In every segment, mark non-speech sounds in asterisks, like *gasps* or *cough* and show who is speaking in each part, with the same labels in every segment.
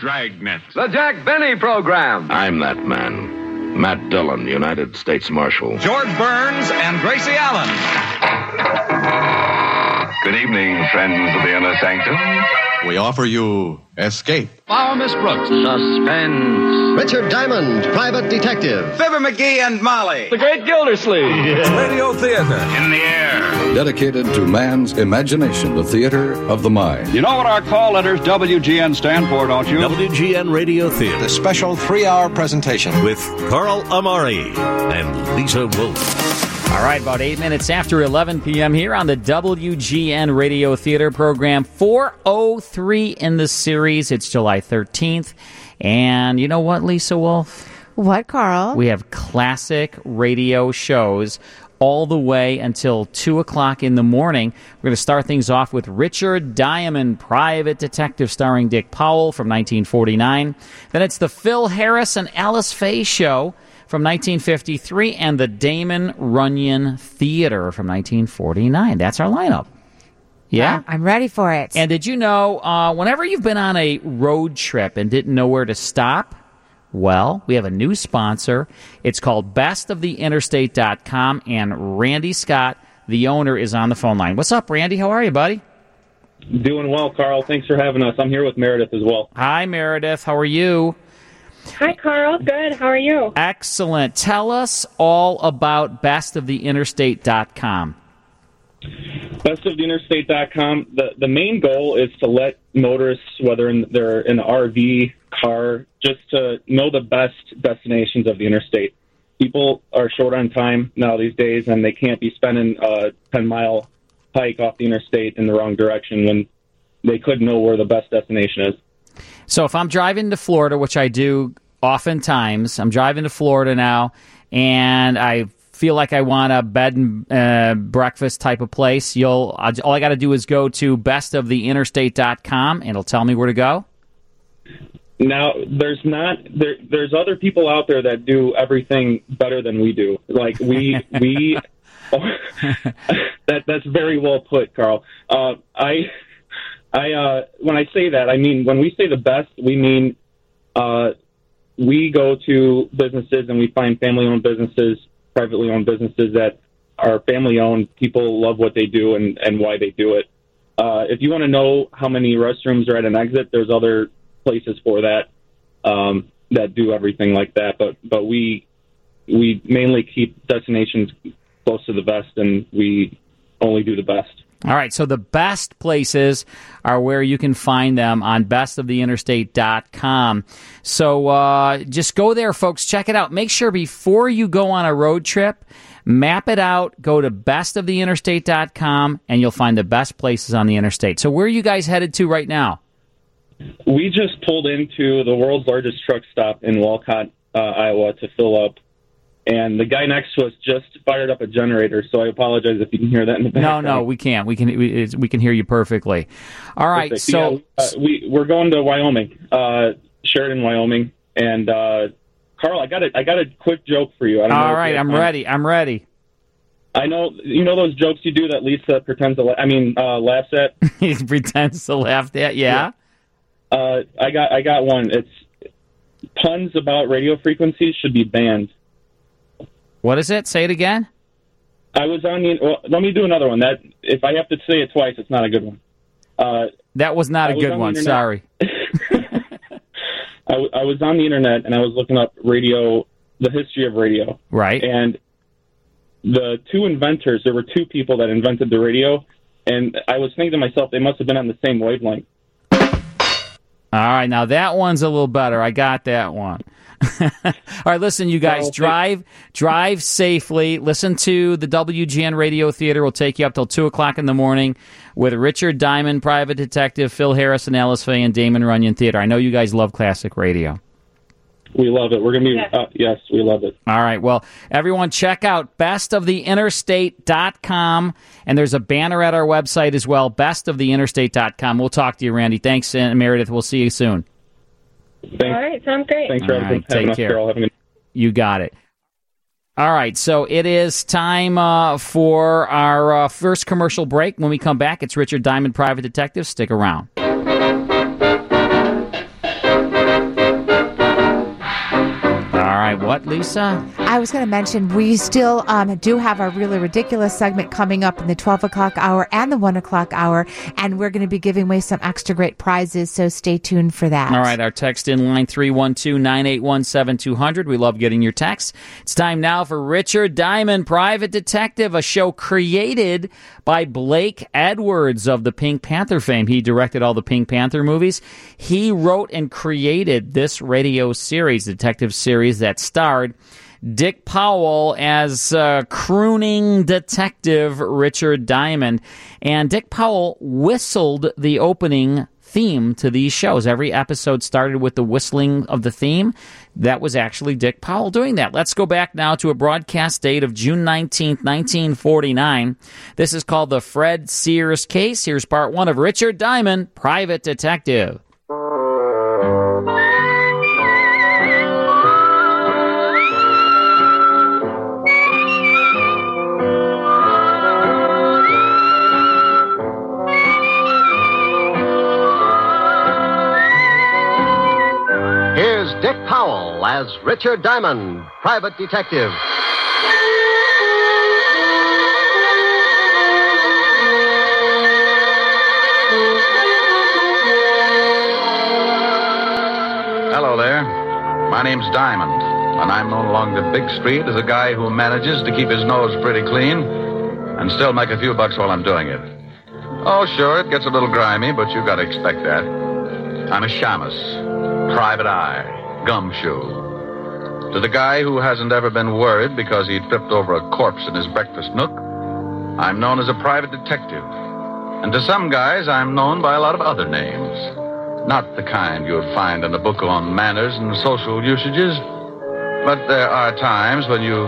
Speaker 1: Dragnet.
Speaker 2: The Jack Benny Program.
Speaker 3: I'm that man. Matt Dillon, United States Marshal.
Speaker 4: George Burns and Gracie Allen.
Speaker 5: Good evening, friends of the inner sanctum.
Speaker 6: We offer you Escape.
Speaker 7: Our Miss Brooks.
Speaker 2: Suspense.
Speaker 8: Richard Diamond, private detective.
Speaker 4: Fibber McGee and Molly.
Speaker 2: The Great
Speaker 4: *laughs*
Speaker 2: Gildersleeve.
Speaker 4: Radio Theater.
Speaker 5: In the air.
Speaker 9: Dedicated to man's imagination, the theater of the mind.
Speaker 7: You know what our call letters WGN stand for, don't you?
Speaker 10: WGN Radio Theater
Speaker 11: The special three hour presentation.
Speaker 10: with Carl Amari and Lisa Wolf.
Speaker 12: All right, about eight minutes after 11 p.m. here on the WGN Radio Theater program, 403 in the series. It's July 13th. And you know what, Lisa Wolf?
Speaker 13: What, Carl?
Speaker 12: We have classic radio shows all the way until 2 o'clock in the morning. We're going to start things off with Richard Diamond, Private Detective, starring Dick Powell from 1949. Then it's the Phil Harris and Alice Faye Show from 1953 and the Damon Runyon Theater from 1949. That's our lineup.
Speaker 1: Um,
Speaker 12: Yeah?
Speaker 13: I'm ready for it.
Speaker 12: And did you know, uh, whenever you've been on a road trip and didn't know where to stop, well, we have a new sponsor. It's called bestoftheinterstate.com, and Randy Scott, the owner, is on the phone line. What's up, Randy? How are you, buddy?
Speaker 14: Doing well, Carl. Thanks for having us. I'm here with Meredith as well.
Speaker 12: Hi, Meredith. How are you?
Speaker 15: Hi, Carl. Good. How are you?
Speaker 12: Excellent. Tell us all about bestoftheinterstate.com.
Speaker 14: Bestoftheinterstate.com. The the main goal is to let motorists, whether in, they're in the RV, car, just to know the best destinations of the interstate. People are short on time now these days, and they can't be spending a ten mile hike off the interstate in the wrong direction when they could know where the best destination is.
Speaker 12: So if I'm driving to Florida, which I do oftentimes, I'm driving to Florida now, and I feel like I want a bed and uh, breakfast type of place. You'll I- all I got to do is go to bestoftheinterstate.com, and it'll tell me where to go.
Speaker 14: Now, there's not there. There's other people out there that do everything better than we do. Like we we. *laughs* that that's very well put, Carl. Uh, I I uh, when I say that, I mean when we say the best, we mean uh, we go to businesses and we find family-owned businesses, privately owned businesses that are family-owned. People love what they do and and why they do it. Uh, if you want to know how many restrooms are at an exit, there's other places for that um, that do everything like that. But but we we mainly keep destinations close to the vest, and we only do the best.
Speaker 12: All right, so the best places are where you can find them on bestoftheinterstate.com. So uh, just go there, folks. Check it out. Make sure before you go on a road trip, map it out. Go to bestoftheinterstate.com, and you'll find the best places on the interstate. So where are you guys headed to right now?
Speaker 14: We just pulled into the world's largest truck stop in Walcott, uh, Iowa, to fill up. And the guy next to us just fired up a generator, so I apologize if you can hear that in the
Speaker 12: No,
Speaker 14: background.
Speaker 12: no, we can't. We can we, it's- we can hear you perfectly. All right,
Speaker 14: Perfect.
Speaker 12: so
Speaker 14: Yeah, uh, we we're going to Wyoming, uh, Sheridan, Wyoming, and uh, Carl, I got a I got a quick joke for you. I don't know
Speaker 12: all
Speaker 14: if
Speaker 12: right,
Speaker 14: you have
Speaker 12: I'm
Speaker 14: time.
Speaker 12: ready. I'm ready.
Speaker 14: I know you know those jokes you do that Lisa pretends to. La- I mean, uh, laughs at.
Speaker 12: *laughs* he pretends to laugh. At, yeah.
Speaker 14: Uh, I got I got one. It's puns about radio frequencies should be banned.
Speaker 12: What is it? Say it again.
Speaker 14: I was on the. Well, let me do another one. That if I have to say it twice, it's not a good one. Uh,
Speaker 12: That was not
Speaker 14: I
Speaker 12: a
Speaker 14: was
Speaker 12: good
Speaker 14: on the
Speaker 12: one.
Speaker 14: internet.
Speaker 12: Sorry.
Speaker 14: I, w- I was on the internet and I was looking up radio, the history of radio,
Speaker 12: Right.
Speaker 14: and the two inventors. There were two people that invented the radio, and I was thinking to myself, they must have been on the same wavelength.
Speaker 12: All right, now that one's a little better. I got that one. *laughs* All right, listen, you guys,
Speaker 14: Well, thank-
Speaker 12: drive drive safely. Listen to the WGN Radio Theater. We'll take you up till two o'clock in the morning with Richard Diamond, Private Detective, Phil Harris, and Alice Faye, and Damon Runyon Theater. I know you guys love classic radio.
Speaker 14: We love it. We're gonna be.
Speaker 15: Yes.
Speaker 14: Uh, yes, we love it.
Speaker 12: All right. Well, everyone, check out bestoftheinterstate.com. And there's a banner at our website as well, bestoftheinterstate.com. We'll talk to you, Randy. Thanks, and Meredith. We'll see you soon.
Speaker 15: All
Speaker 14: Thanks.
Speaker 15: right. Sounds great.
Speaker 14: Thanks for
Speaker 12: All
Speaker 14: having
Speaker 12: right, take
Speaker 14: us,
Speaker 12: care.
Speaker 14: Carol. Have a good
Speaker 12: You got it. All right, so it is time uh, for our uh, first commercial break. When we come back, it's Richard Diamond, Private Detective. Stick around. Lisa?
Speaker 1: I was going to mention we still um, do have our really ridiculous segment coming up in the 12 o'clock hour and the 1 o'clock hour, and we're going to be giving away some extra great prizes, so stay tuned for that.
Speaker 12: All right, our text in line 312 981 7200. We love getting your texts. It's time now for Richard Diamond, Private Detective, a show created by Blake Edwards of the Pink Panther fame. He directed all the Pink Panther movies. He wrote and created this radio series, detective series that starred. Dick Powell as uh, crooning detective Richard Diamond. And Dick Powell whistled the opening theme to these shows. Every episode started with the whistling of the theme. That was actually Dick Powell doing that. Let's go back now to a broadcast date of June 19th, 1949. This is called the Fred Sears case. Here's part one of Richard Diamond, Private Detective.
Speaker 16: Here's Dick Powell as Richard Diamond, private detective.
Speaker 13: Hello there. My name's Diamond, and I'm known along the big street as a guy who manages to keep his nose pretty clean and still make a few bucks while I'm doing it. Oh, sure, it gets a little grimy, but you gotta expect that. I'm a shamus, private eye, gumshoe. To the guy who hasn't ever been worried because he tripped over a corpse in his breakfast nook, I'm known as a private detective. And to some guys, I'm known by a lot of other names. Not the kind you would find in a book on manners and social usages, but there are times when you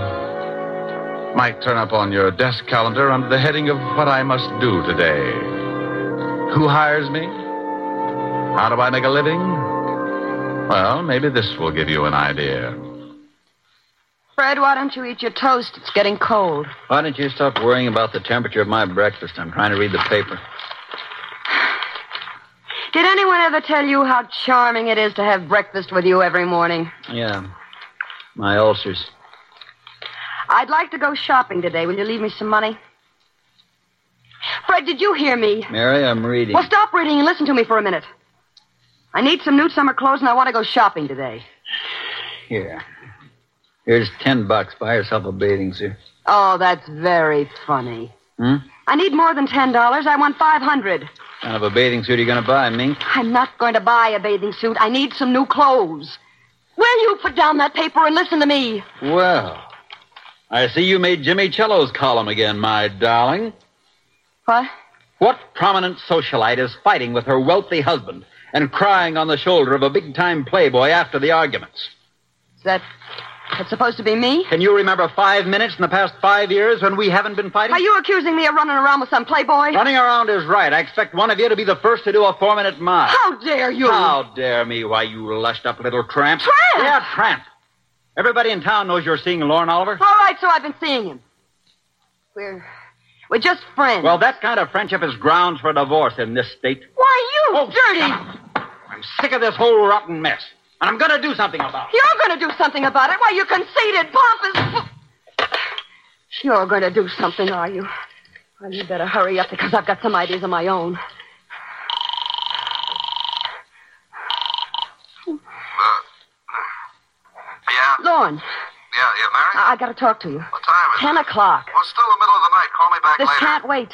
Speaker 13: might turn up on your desk calendar under the heading of what I must do today. Who hires me? How do I make a living? Well, maybe this will give you an idea.
Speaker 17: Fred, why don't you eat your toast? It's getting cold.
Speaker 18: Why don't you stop worrying about the temperature of my breakfast? I'm trying to read the paper.
Speaker 17: Did anyone ever tell you how charming it is to have breakfast with you every morning?
Speaker 18: Yeah. My ulcers.
Speaker 17: I'd like to go shopping today. Will you leave me some money? Fred, did you hear me?
Speaker 18: Mary, I'm reading.
Speaker 17: Well, stop reading and listen to me for a minute. I need some new summer clothes and I want to go shopping today.
Speaker 18: Here. Here's ten bucks. Buy yourself a bathing suit.
Speaker 17: Oh, that's very funny.
Speaker 18: Hmm?
Speaker 17: I need more than $10. I want 500
Speaker 18: Kind of a bathing suit are you going to buy, Mink?
Speaker 17: I'm not going to buy a bathing suit. I need some new clothes. Will you put down that paper and listen to me?
Speaker 18: Well, I see you made Jimmy Cello's column again, my darling.
Speaker 17: What?
Speaker 18: What prominent socialite is fighting with her wealthy husband and crying on the shoulder of a big time playboy after the arguments?
Speaker 17: Is that that's supposed to be me?
Speaker 18: Can you remember five minutes in the past five years when we haven't been fighting?
Speaker 17: Are you accusing me of running around with some playboy?
Speaker 18: Running around is right. I expect one of you to be the first to do a four minute mile.
Speaker 17: How dare you?
Speaker 18: How dare me? Why, you lushed up little tramp.
Speaker 17: Tramp?
Speaker 18: Yeah, tramp. Everybody in town knows you're seeing Lorne Oliver.
Speaker 17: All right, so I've been seeing him. We're we're just friends.
Speaker 18: Well, that kind of friendship is grounds for divorce in this state.
Speaker 17: Why you
Speaker 19: Oh,
Speaker 17: dirty?
Speaker 18: I'm sick of this whole rotten mess, and I'm going to do something about it.
Speaker 17: You're going to do something about it. Why you conceited, pompous. You're going to do something, are you? Well, you better hurry up because I've got some ideas of my own.
Speaker 20: Uh, Yeah,
Speaker 17: Lauren,
Speaker 20: yeah, yeah, Mary.
Speaker 17: I, I got to talk to you.
Speaker 20: What time is
Speaker 17: Ten
Speaker 20: it?
Speaker 17: o'clock.
Speaker 20: Well, it's still the middle of the night. Call me back
Speaker 17: This
Speaker 20: later.
Speaker 17: can't wait.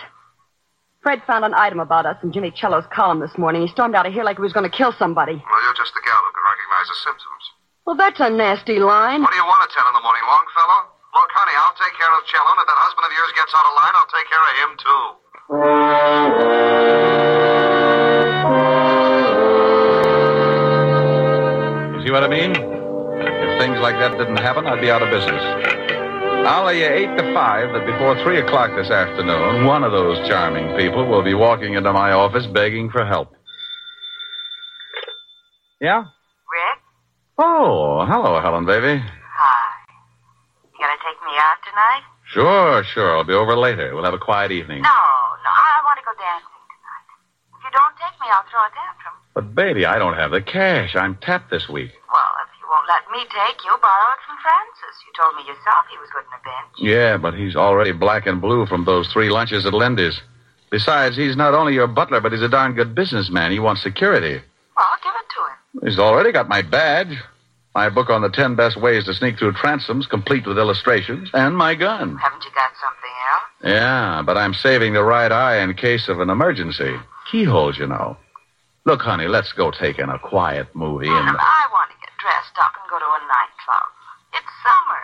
Speaker 17: Fred found an item about us in Jimmy Cello's column this morning. He stormed out of here like he was going to kill somebody.
Speaker 20: Well, you're just the gal who can recognize the symptoms.
Speaker 17: Well, that's a nasty line.
Speaker 20: What do you want at ten in the morning, Longfellow? Look, honey, I'll take care of Cello, and if that husband of yours gets out of line, I'll take care of him too.
Speaker 13: You see what I mean? If things like that didn't happen, I'd be out of business. I'll lay you eight to five that before three o'clock this afternoon, one of those charming people will be walking into my office begging for help. Yeah?
Speaker 7: Rick,
Speaker 13: Oh, hello, Helen, baby.
Speaker 7: hi. You gonna take me out tonight?
Speaker 13: Sure, sure. I'll be over later. We'll have a quiet evening.
Speaker 7: No, no, I want to go dancing tonight. If you don't take me, I'll throw a tantrum.
Speaker 13: But, baby, I don't have the cash. I'm tapped this week.
Speaker 7: Well, if you won't let me
Speaker 21: me take you, borrow it from Francis. You told me yourself he was good in a bench.
Speaker 13: Yeah, but he's already black and blue from those three lunches at Lindy's. Besides, he's not only your butler, but he's a darn good businessman. He wants security.
Speaker 21: Well, I'll give it to him.
Speaker 13: He's already got my badge, my book on the ten best ways to sneak through transoms, complete with illustrations, and my gun.
Speaker 21: Haven't you got something else?
Speaker 13: Yeah, but I'm saving the right eye in case of an emergency. Keyholes, you know. Look, honey, let's go take in a quiet movie and.
Speaker 21: And *laughs* I want to get dressed up and go to a nightclub. It's summer.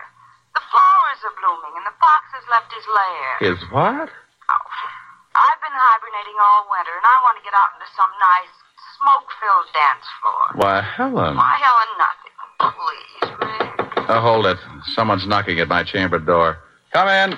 Speaker 21: The flowers are blooming and the fox has left his lair.
Speaker 13: Is what?
Speaker 21: I've been hibernating all winter and I want to get out into some nice smoke-filled dance floor.
Speaker 13: Why, Helen.
Speaker 21: Why, Helen, nothing. Please, Rick.
Speaker 13: Uh, hold it. Someone's knocking at my chamber door. Come in.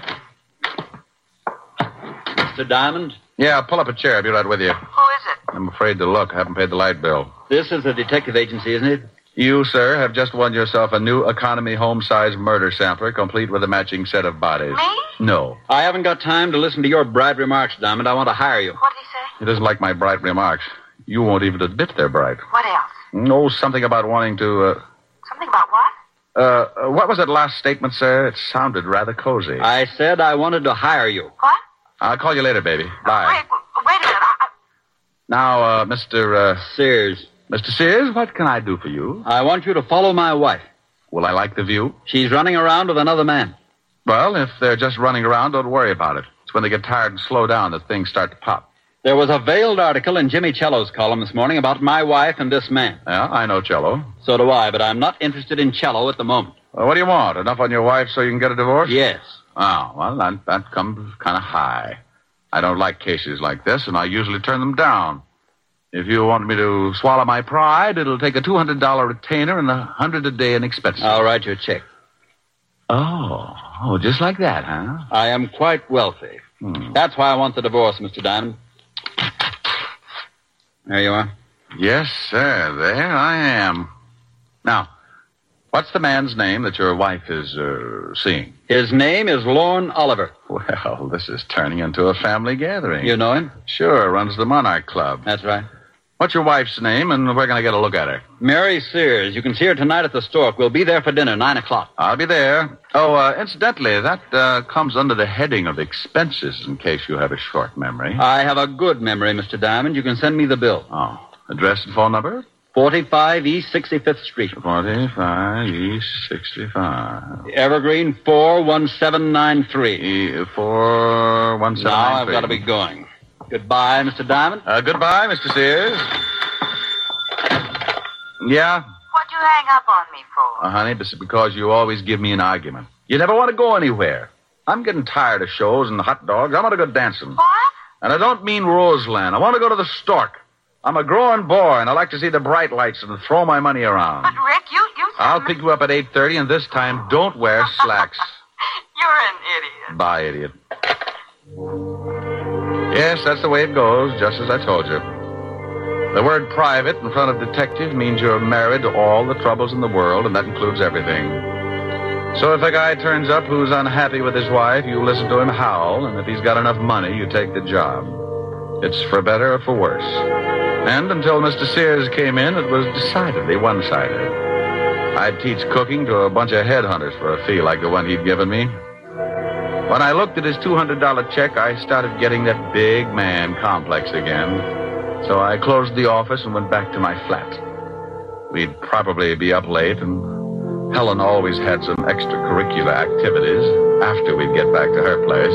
Speaker 19: Mr. Diamond?
Speaker 13: Yeah, pull up a chair. I'll be right with you.
Speaker 21: Who is it?
Speaker 13: I'm afraid to look. I haven't paid the light bill.
Speaker 19: This is a detective agency, isn't it?
Speaker 13: You, sir, have just won yourself a new economy home size murder sampler, complete with a matching set of bodies.
Speaker 21: Me?
Speaker 13: No.
Speaker 19: I haven't got time to listen to your bright remarks, Diamond. I want to hire you.
Speaker 21: What did he say?
Speaker 13: He doesn't like my bright remarks. You won't even admit they're bright.
Speaker 21: What else?
Speaker 13: No, something about wanting to. Uh,
Speaker 21: Something about what?
Speaker 13: uh, uh, what was that last statement, sir? It sounded rather cozy.
Speaker 19: I said I wanted to hire you.
Speaker 21: What?
Speaker 13: I'll call you later, baby. Bye.
Speaker 21: Rick, w- wait a minute. I, I,
Speaker 13: Now, uh, Mr. Uh,
Speaker 19: Sears.
Speaker 13: Mr. Sears, what can I do for you?
Speaker 19: I want you to follow my wife.
Speaker 13: Will I like the view?
Speaker 19: She's running around with another man.
Speaker 13: Well, if they're just running around, don't worry about it. It's when they get tired and slow down that things start to pop.
Speaker 19: There was a veiled article in Jimmy Cello's column this morning about my wife and this man.
Speaker 13: Yeah, I know, Cello.
Speaker 19: So do I, but I'm not interested in Cello at the moment.
Speaker 13: Well, what do you want? Enough on your wife so you can get a divorce?
Speaker 19: Yes.
Speaker 13: Oh, well, that, that comes kind of high. I don't like cases like this, and I usually turn them down. If you want me to swallow my pride, it'll take a $200 retainer and a 100 a day in expenses.
Speaker 19: I'll write you a check.
Speaker 13: Oh, oh, just like that, huh?
Speaker 19: I am quite wealthy. That's why I want the divorce, Mr. Diamond. There you are.
Speaker 13: Yes, sir. There I am. Now, what's the man's name that your wife is uh, seeing?
Speaker 19: His name is Lorne Oliver.
Speaker 13: Well, *laughs* this is turning into a family gathering.
Speaker 19: You know him?
Speaker 13: Sure, runs the Monarch Club.
Speaker 19: That's right.
Speaker 13: What's your wife's name, and where can I get a look at her?
Speaker 19: Mary Sears. You can see her tonight at the Stork. We'll be there for dinner, 9 o'clock.
Speaker 13: I'll be there. Oh, uh, incidentally, that uh, comes under the heading of expenses, in case you have a short memory.
Speaker 19: I have a good memory, Mr. Diamond. You can send me the bill.
Speaker 13: Oh, address and phone number?
Speaker 19: 45 East 65th Street.
Speaker 13: 45 East 65.
Speaker 19: Evergreen 41793.
Speaker 13: E- 41793.
Speaker 19: Now I've got to be going. Goodbye, Mr. Diamond.
Speaker 13: Uh, goodbye, Mr. Sears. Yeah,
Speaker 21: What'd you hang up on me for?
Speaker 13: uh, honey, this is because you always give me an argument. You never want to go anywhere. I'm getting tired of shows and hot dogs. I want to go dancing.
Speaker 21: What?
Speaker 13: And I don't mean Roseland. I want to go to the Stork. I'm a growing boy, and I like to see the bright lights and throw my money around.
Speaker 21: But Rick, you you.
Speaker 13: I'll pick you up at 8.30, and this time, don't wear slacks.
Speaker 21: You're an idiot.
Speaker 13: Bye, idiot. Yes, that's the way it goes, just as I told you. The word private in front of detective means you're married to all the troubles in the world, and that includes everything. So if a guy turns up who's unhappy with his wife, you listen to him howl, and if he's got enough money, you take the job. It's for better or for worse. And until Mr. Sears came in, it was decidedly one sided. I'd teach cooking to a bunch of headhunters for a fee like the one he'd given me. When I looked at his $200 check, I started getting that big man complex again. So I closed the office and went back to my flat. We'd probably be up late, and Helen always had some extracurricular activities after we'd get back to her place.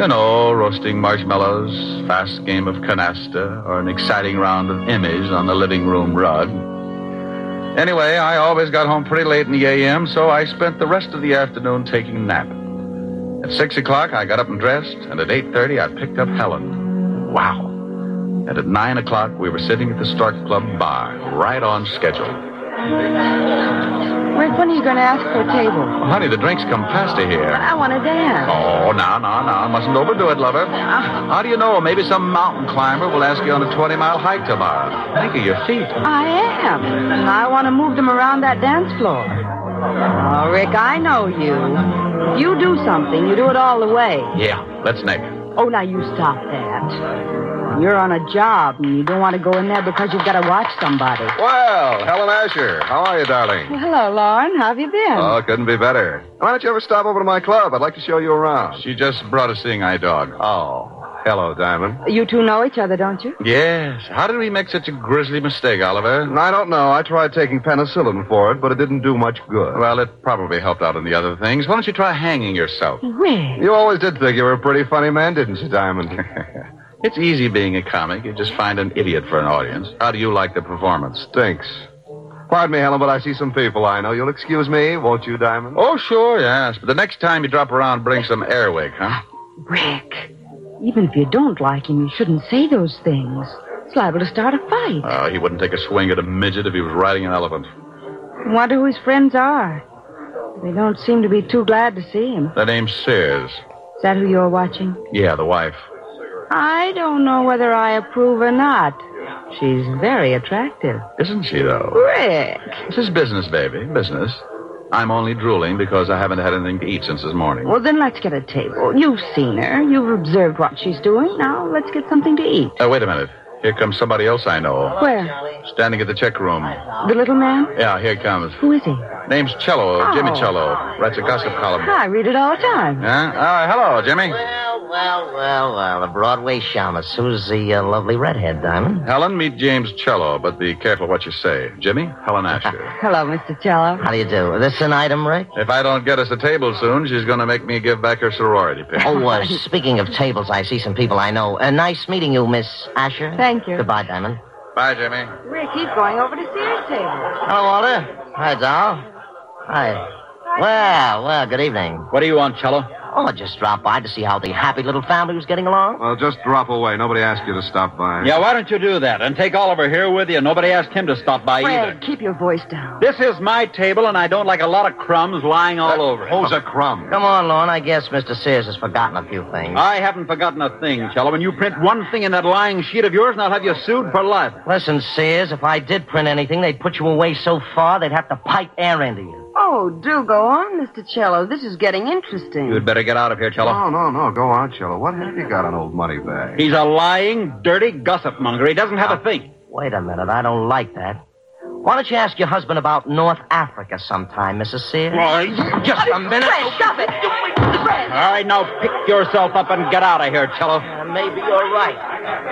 Speaker 13: You know, roasting marshmallows, fast game of canasta, or an exciting round of immies on the living room rug. Anyway, I always got home pretty late in the AM, so I spent the rest of the afternoon taking a nap. At six o'clock, I got up and dressed, and at eight thirty, I picked up Helen. Wow! And at nine o'clock, we were sitting at the Stark Club bar, right on schedule.
Speaker 22: Rick, when are you going to ask for a table?
Speaker 13: Well, honey, the drinks come faster here.
Speaker 22: I want to dance.
Speaker 13: Oh, now, now, now! Mustn't overdo it, lover. How do you know? Maybe some mountain climber will ask you on a twenty-mile hike tomorrow. Think of your feet.
Speaker 22: I am. I want to move them around that dance floor. Oh, Rick, I know you. If you do something, you do it all the way.
Speaker 13: Yeah, let's neck.
Speaker 22: Oh, now you stop that.
Speaker 17: You're on a job, and you don't want to go in there because you've got to watch somebody.
Speaker 13: Well, Helen Asher, how are you, darling?
Speaker 17: Well, hello, Lauren. How have you been?
Speaker 18: Uh,
Speaker 13: Oh, couldn't be better. Why don't you ever stop over to my club? I'd like to show you around. She just brought a seeing eye dog. Oh, hello, Diamond.
Speaker 17: you two know each other, don't you?
Speaker 13: Yes. How did we make such a grisly mistake, Oliver? I don't know. I tried taking penicillin for it, but it didn't do much good. Well, it probably helped out in the other things. Why don't you try hanging yourself?
Speaker 17: Well,
Speaker 13: You always did think you were a pretty funny man, didn't you, Diamond? it's easy being a comic. You just find an idiot for an audience. How do you like the performance? Stinks. Pardon me, Helen, but I see some people I know. You'll excuse me, won't you, Diamond? Oh, sure, yes. But the next time you drop around, bring some Airwick, huh?
Speaker 17: Rick, even if you don't like him, you shouldn't say those things. It's liable to start a fight.
Speaker 13: Oh, he wouldn't take a swing at a midget if he was riding an elephant.
Speaker 17: I wonder who his friends are. They don't seem to be too glad to see him.
Speaker 13: The name's Sears.
Speaker 17: Is that who you're watching?
Speaker 13: Yeah, the wife.
Speaker 17: I don't know whether I approve or not. She's very attractive.
Speaker 13: Isn't she, though?
Speaker 17: Rick.
Speaker 13: This is business, baby. Business. I'm only drooling because I haven't had anything to eat since this morning.
Speaker 17: Well, then let's get a table. You've seen her. You've observed what she's doing. Now let's get something to eat.
Speaker 13: Uh, wait a minute. Here comes somebody else I know.
Speaker 17: Where?
Speaker 13: Standing at the check room.
Speaker 17: The little man?
Speaker 13: Yeah, here comes.
Speaker 17: Who is he?
Speaker 13: Name's Cello,
Speaker 17: Oh.
Speaker 13: Jimmy Cello. Writes a gossip column.
Speaker 17: I read it all the time.
Speaker 13: Huh? Uh, hello, Jimmy.
Speaker 23: Well, well, well, the Broadway shamus. Who's the uh, lovely redhead, Diamond?
Speaker 13: Helen, meet James Cello, but be careful what you say. Jimmy, Helen Asher.
Speaker 17: *laughs* Hello, Mr. Cello.
Speaker 23: How do you do? Is this an item,
Speaker 18: *laughs*
Speaker 23: Rick?
Speaker 13: if I don't get us a table soon, she's going to make me give back her sorority pin.
Speaker 23: Oh, uh, speaking of tables, I see some people I know. Uh, nice meeting you, Miss Asher.
Speaker 17: Thank you.
Speaker 23: Goodbye, Diamond.
Speaker 13: *laughs* Bye, Jimmy.
Speaker 17: Rick, he's going over to Sears' table.
Speaker 23: Hello, Walter. Hi, Doll. Hi. Well, well, good evening.
Speaker 18: What do you want, Cello?
Speaker 23: Oh, just drop by to see how the happy little family was getting along.
Speaker 13: Well, just drop away. Nobody asked you to stop by.
Speaker 18: Yeah, why don't you do that? And take Oliver here with you. Nobody asked him to stop by
Speaker 17: Fred, keep your voice down.
Speaker 18: either. This is my table, and I don't like a lot of crumbs lying all over it.
Speaker 13: Uh, Who's a crumb?
Speaker 23: Come on, Lorne. I guess Mr. Sears has forgotten a few things.
Speaker 18: I haven't forgotten a thing, Cello. When you print one thing in that lying sheet of yours, and I'll have you sued for life.
Speaker 23: Listen, Sears, if I did print anything, they'd put you away so far they'd have to pipe air into you.
Speaker 4: Oh, do go on, Mr. Cello. This is getting interesting.
Speaker 18: You'd better get out of here, Cello.
Speaker 13: No, no, no. Go on, Cello. What have you got an old money bag?
Speaker 18: He's a lying, dirty gossip monger. He doesn't have a thing.
Speaker 23: Wait a minute. I don't like that. Why don't you ask your husband about North Africa sometime, Mrs. Sears?
Speaker 18: Why, just a minute.
Speaker 4: Fred, stop it.
Speaker 18: All right, now pick yourself up and get out of here, Cello.
Speaker 23: Uh, maybe you're right.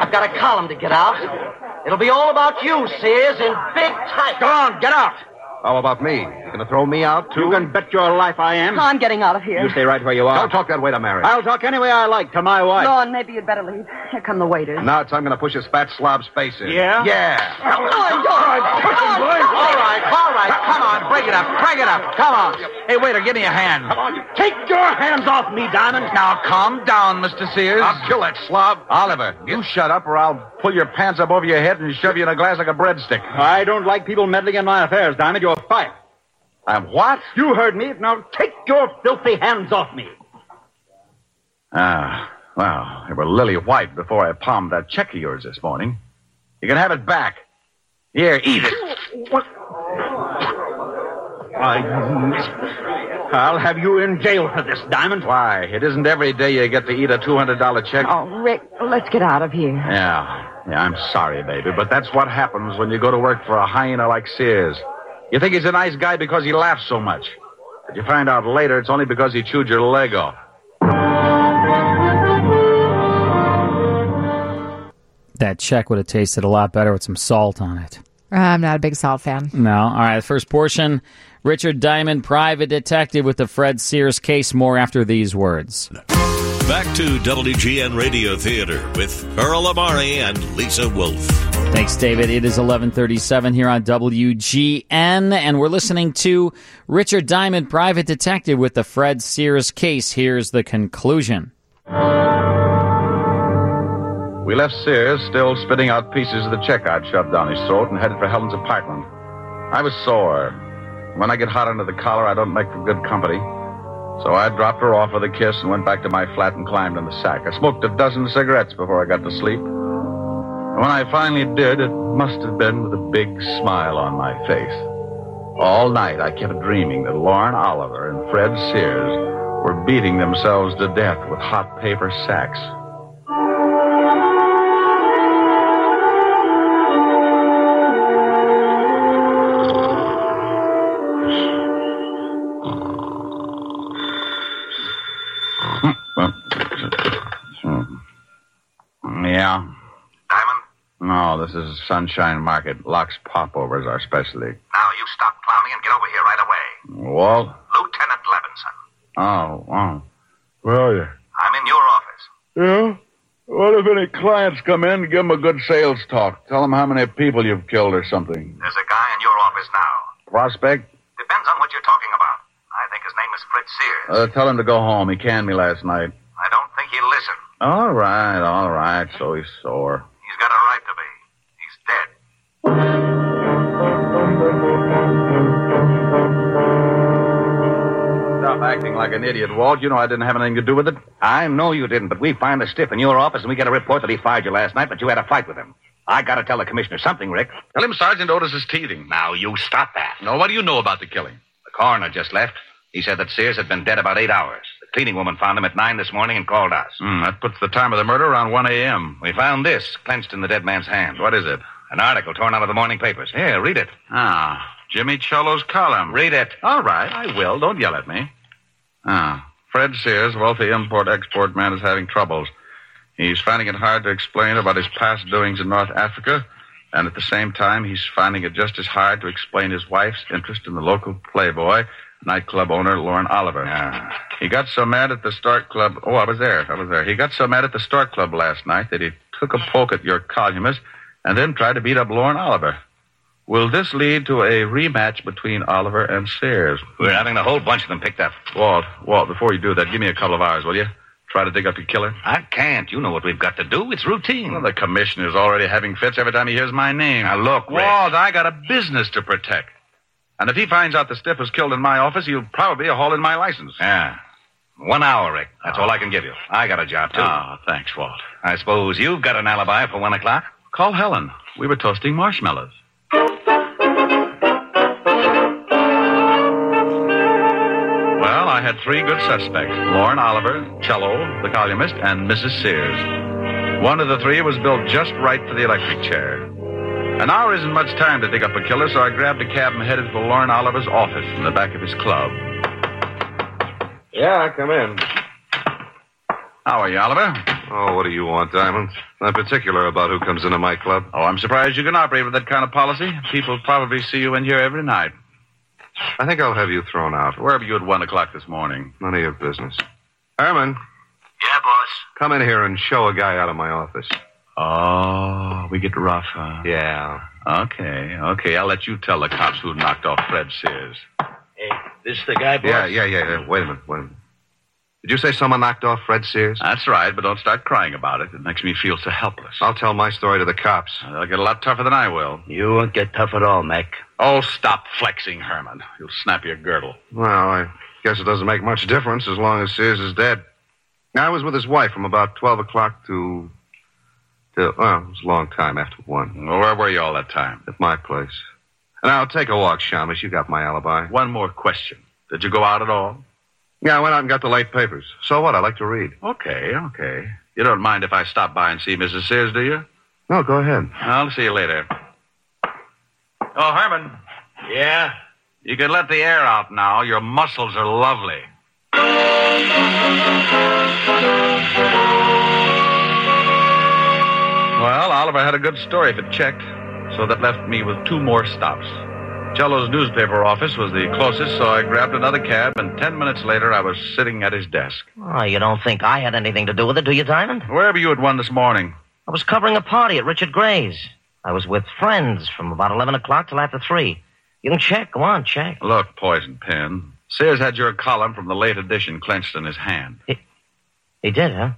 Speaker 23: I've got a column to get out. It'll be all about you, Sears, in big type.
Speaker 18: Go on, get out.
Speaker 13: How about me? You gonna throw me out, too?
Speaker 18: You can bet your life I am.
Speaker 4: I'm getting out of here.
Speaker 18: You stay right where you are.
Speaker 13: Don't talk that way to Mary.
Speaker 18: I'll talk any way I like to my wife.
Speaker 4: Lon, maybe you'd better leave. Here come the waiters.
Speaker 13: Now it's I'm gonna push his fat slob's face in.
Speaker 18: Yeah?
Speaker 13: Yeah.
Speaker 4: Lon, go on.
Speaker 18: All right, all right. Come on, break it up, break it up. Come on. Hey, waiter, give me a hand. Come on. Take your hands off me, Diamond. Now, calm down, Mr. Sears.
Speaker 13: I'll kill that slob. Oliver, you shut up or I'll pull your pants up over your head and shove you in a glass like a breadstick.
Speaker 18: I don't like people meddling in my affairs, Diamond. You're fired.
Speaker 13: I'm what?
Speaker 18: You heard me. Now take your filthy hands off me.
Speaker 13: Ah, well, they were lily white before I palmed that check of yours this morning. You can have it back. Here, eat it.
Speaker 18: I'll have you in jail for this, Diamond.
Speaker 13: Why, it isn't every day you get to eat a $200 check.
Speaker 17: Oh, Rick, let's get out of here.
Speaker 13: Yeah. Yeah, I'm sorry, baby, but that's what happens when you go to work for a hyena like Sears. You think he's a nice guy because he laughs so much. But you find out later it's only because he chewed your leg off.
Speaker 12: That check would have tasted a lot better with some salt on it.
Speaker 1: I'm not a big salt fan.
Speaker 12: No. All right. The first portion Richard Diamond, private detective with the Fred Sears case. More after these words.
Speaker 3: Back to WGN Radio Theater with Earl Amari and Lisa Wolf.
Speaker 12: Thanks, David. It is 1137 here on WGN, and we're listening to Richard Diamond, private detective with the Fred Sears case. Here's the conclusion.
Speaker 13: We left Sears still spitting out pieces of the check I'd shoved down his throat and headed for Helen's apartment. I was sore. When I get hot under the collar, I don't make for good company. So I dropped her off with a kiss and went back to my flat and climbed in the sack. I smoked a dozen cigarettes before I got to sleep. And when I finally did, it must have been with a big smile on my face. All night I kept dreaming that Lauren Oliver and Fred Sears were beating themselves to death with hot paper sacks. uh, hmm. This is Sunshine Market. Locks popovers are specialty.
Speaker 20: Now, you stop clowning and get over here right away.
Speaker 13: Walt?
Speaker 20: Lieutenant Levinson,
Speaker 13: Oh, oh. Where are you?
Speaker 20: I'm in your office.
Speaker 13: Yeah? Well, if any clients come in, give them a good sales talk. Tell them how many people you've killed or something.
Speaker 20: There's a guy in your office now.
Speaker 13: Prospect?
Speaker 20: Depends on what you're talking about. I think his name is Fritz Sears.
Speaker 13: Uh, tell him to go home. He canned me last night.
Speaker 20: I don't think he'll listen.
Speaker 13: All right, all right. So he's sore.
Speaker 20: He's got a right to be. He's dead.
Speaker 13: Stop acting like an idiot, Walt. You know I didn't have anything to do with it.
Speaker 3: I know you didn't, but we find the stiff in your office and we get a report that he fired you last night, but you had a fight with him. I gotta tell the commissioner something, Rick.
Speaker 13: Tell him Sergeant Otis is teething.
Speaker 3: Now you stop that.
Speaker 13: No, what do you know about the killing?
Speaker 3: The coroner just left. He said that Sears had been dead about eight hours. The cleaning woman found him at nine this morning and called us.
Speaker 13: Hmm, that puts the time of the murder around 1 a.m.
Speaker 3: We found this clenched in the dead man's hand.
Speaker 13: What is it?
Speaker 3: An article torn out of the morning papers. Here, read it.
Speaker 13: Ah, Jimmy Cholo's column.
Speaker 3: Read it.
Speaker 13: All right, I will. Don't yell at me. Ah, Fred Sears, wealthy import export man, is having troubles. He's finding it hard to explain about his past doings in North Africa, and at the same time, he's finding it just as hard to explain his wife's interest in the local playboy, nightclub owner Lauren Oliver. He got so mad at the Stark Club. Oh, I was there. I was there. He got so mad at the Stark Club last night that he took a poke at your columnist and then tried to beat up Lauren Oliver. Will this lead to a rematch between Oliver and Sears?
Speaker 3: We're having the whole bunch of them picked up.
Speaker 13: Walt, Walt, before you do that, give me a couple of hours, will you? Try to dig up your killer.
Speaker 3: I can't. You know what we've got to do. It's routine.
Speaker 13: Well, the commissioner's already having fits every time he hears my name.
Speaker 3: Now, look, Rick.
Speaker 13: Walt, I got a business to protect. And if he finds out the stiff was killed in my office, he'll probably haul in my license.
Speaker 3: Yeah. One hour, Rick. Ah, That's all I can give you. I got a job, too.
Speaker 13: Ah, thanks, Walt.
Speaker 3: I suppose you've got an alibi for one o'clock.
Speaker 13: Call Helen. We were toasting marshmallows. Well, I had three good suspects Lauren Oliver, Cello, the columnist, and Mrs. Sears. One of the three was built just right for the electric chair. An hour isn't much time to dig up a killer, so I grabbed a cab and headed for Lauren Oliver's office in the back of his club.
Speaker 18: Yeah, come in.
Speaker 13: How are you, Oliver?
Speaker 18: Oh, what do you want, Diamond? I'm particular about who comes into my club.
Speaker 13: Oh, I'm surprised you can operate with that kind of policy. People probably see you in here every night.
Speaker 18: I think I'll have you thrown out.
Speaker 13: Where were you at one o'clock this morning?
Speaker 18: None of your business. Herman,
Speaker 20: Yeah, boss.
Speaker 18: come in here and show a guy out of my office.
Speaker 13: Oh, we get rough, huh?
Speaker 18: Yeah.
Speaker 13: Okay, okay. I'll let you tell the cops who knocked off Fred Sears.
Speaker 23: Hey, this the guy, boss?
Speaker 18: Yeah, yeah, yeah, yeah. Wait a minute, wait a minute. Did you say someone knocked off Fred Sears?
Speaker 13: That's right, but don't start crying about it. It makes me feel so helpless. Uh,
Speaker 18: I'll tell my story to the cops.
Speaker 13: They'll get a lot tougher than I will.
Speaker 23: You won't get tough at all, Mac.
Speaker 13: Oh, stop flexing, Herman. You'll snap your girdle.
Speaker 18: Well, I guess it doesn't make much difference as long as Sears is dead. I was with his wife from about 12 o'clock to. to well, it was a long time after 1
Speaker 13: Well, where were you all that time?
Speaker 18: at my place. Now, take a walk, Shamus. You got my alibi.
Speaker 13: One more question. Did you go out at all?
Speaker 18: Yeah, I went out and got the late papers. So what? I like to read.
Speaker 13: Okay,
Speaker 18: Eh?
Speaker 13: okay. You don't mind if I stop by and see Mrs. Sears, do you?
Speaker 18: No, go ahead.
Speaker 13: I'll see you later. Oh, Herman,
Speaker 23: Yeah?
Speaker 13: you can let the air out now. Your muscles are lovely. Well, Oliver had a good story if it checked, so that left me with two more stops. Cello's newspaper office was the closest, so I grabbed another cab, and ten minutes later I was sitting at his desk.
Speaker 23: Oh, you don't think I had anything to do with it, do you, Diamond?
Speaker 13: Where were you at one this morning?
Speaker 23: I was covering a party at Richard Gray's. I was with friends from about 11 o'clock till after 3. You can check. Go on, check.
Speaker 13: Look, Poison Pen. Sears had your column from the late edition clenched in his hand.
Speaker 23: He did, huh?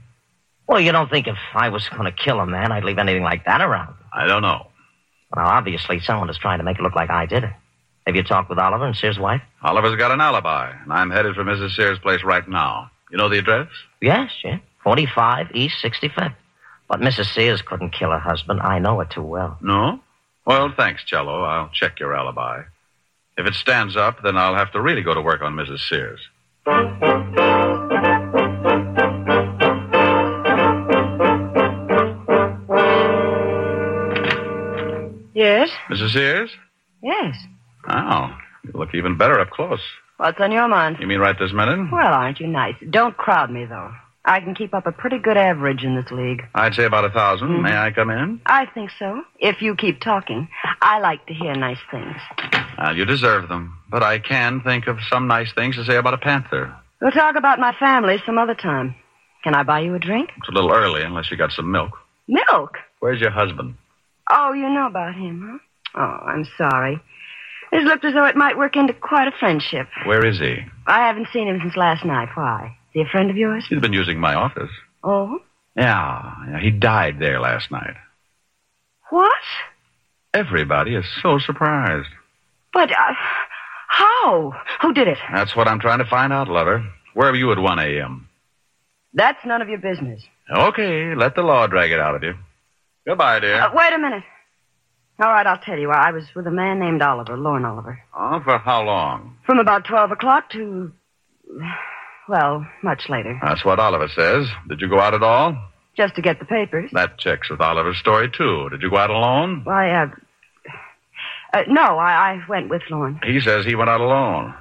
Speaker 23: Well, you don't think if I was going to kill a man, I'd leave anything like that around.
Speaker 13: I don't know.
Speaker 23: Now, obviously, someone is trying to make it look like I did it. Have you talked with Oliver and Sears' wife?
Speaker 13: Oliver's got an alibi, and I'm headed for Mrs. Sears' place right now. You know the address?
Speaker 23: Yes, yeah. 45 East 65th. But Mrs. Sears couldn't kill her husband. I know her too well.
Speaker 13: No? Well, thanks, Cello. I'll check your alibi. If it stands up, then I'll have to really go to work on Mrs. Sears.
Speaker 17: Yes?
Speaker 13: Mrs. Sears?
Speaker 17: Yes.
Speaker 13: Oh, you look even better up close.
Speaker 17: What's on your mind?
Speaker 13: You mean right this minute?
Speaker 17: Well, aren't you nice? Don't crowd me, though. I can keep up a pretty good average in this league.
Speaker 13: I'd say about a 1000 May I come in?
Speaker 17: I think so. If you keep talking, I like to hear nice things.
Speaker 13: Well, Uh, you deserve them. But I can think of some nice things to say about a panther.
Speaker 17: We'll talk about my family some other time. Can I buy you a drink?
Speaker 13: It's a little early, unless you got some milk.
Speaker 17: Milk?
Speaker 13: Where's your husband?
Speaker 17: Oh, you know about him, huh? Oh, I'm sorry. This looked as though it might work into quite a friendship.
Speaker 13: Where is he?
Speaker 17: I haven't seen him since last night. Why? Is he a friend of yours?
Speaker 13: He's been using my office.
Speaker 17: Oh?
Speaker 13: Yeah, yeah, he died there last night.
Speaker 17: What?
Speaker 13: Everybody is so surprised.
Speaker 17: But uh, how? Who did it?
Speaker 13: That's what I'm trying to find out, lover. Where were you at 1 a.m.?
Speaker 17: That's none of your business.
Speaker 13: Okay, let the law drag it out of you. Goodbye, dear.
Speaker 17: Uh, wait a minute. All right, I'll tell you. I was with a man named Oliver, Lorne Oliver,
Speaker 13: oh, for how long?
Speaker 17: from about 12 o'clock to, well, much later,
Speaker 13: That's what Oliver says. Did you go out at all?
Speaker 17: just to get the papers.
Speaker 13: That checks with Oliver's story, too. Did you go out alone?
Speaker 17: Why, uh, uh, no, I, I went with Lorne.
Speaker 13: He says he went out alone.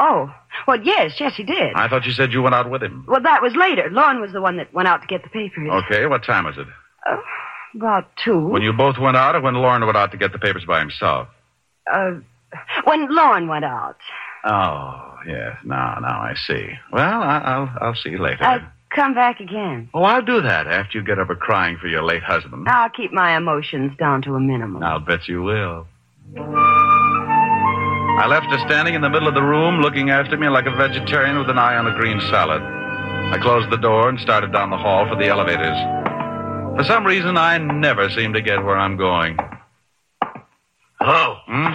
Speaker 17: Oh, well, yes, yes, he did.
Speaker 13: I thought you said you went out with him.
Speaker 17: Well, that was later. Lorne was the one that went out to get the papers.
Speaker 13: Okay, what time was it?
Speaker 17: About two.
Speaker 13: Oh. When you both went out or when Lauren went out to get the papers by himself?
Speaker 17: Uh, when Lorne went out.
Speaker 13: Oh, yes. Now, now I see. Well, I, I'll, I'll see you later.
Speaker 17: I'll Uh, come back again.
Speaker 13: Oh, I'll do that after you get over crying for your late husband.
Speaker 17: I'll keep my emotions down to a minimum.
Speaker 13: I'll bet you will. I left her standing in the middle of the room, looking after me like a vegetarian with an eye on a green salad. I closed the door and started down the hall for the elevators. For some reason, I never seem to get where I'm going.
Speaker 2: Hello.
Speaker 13: Hmm?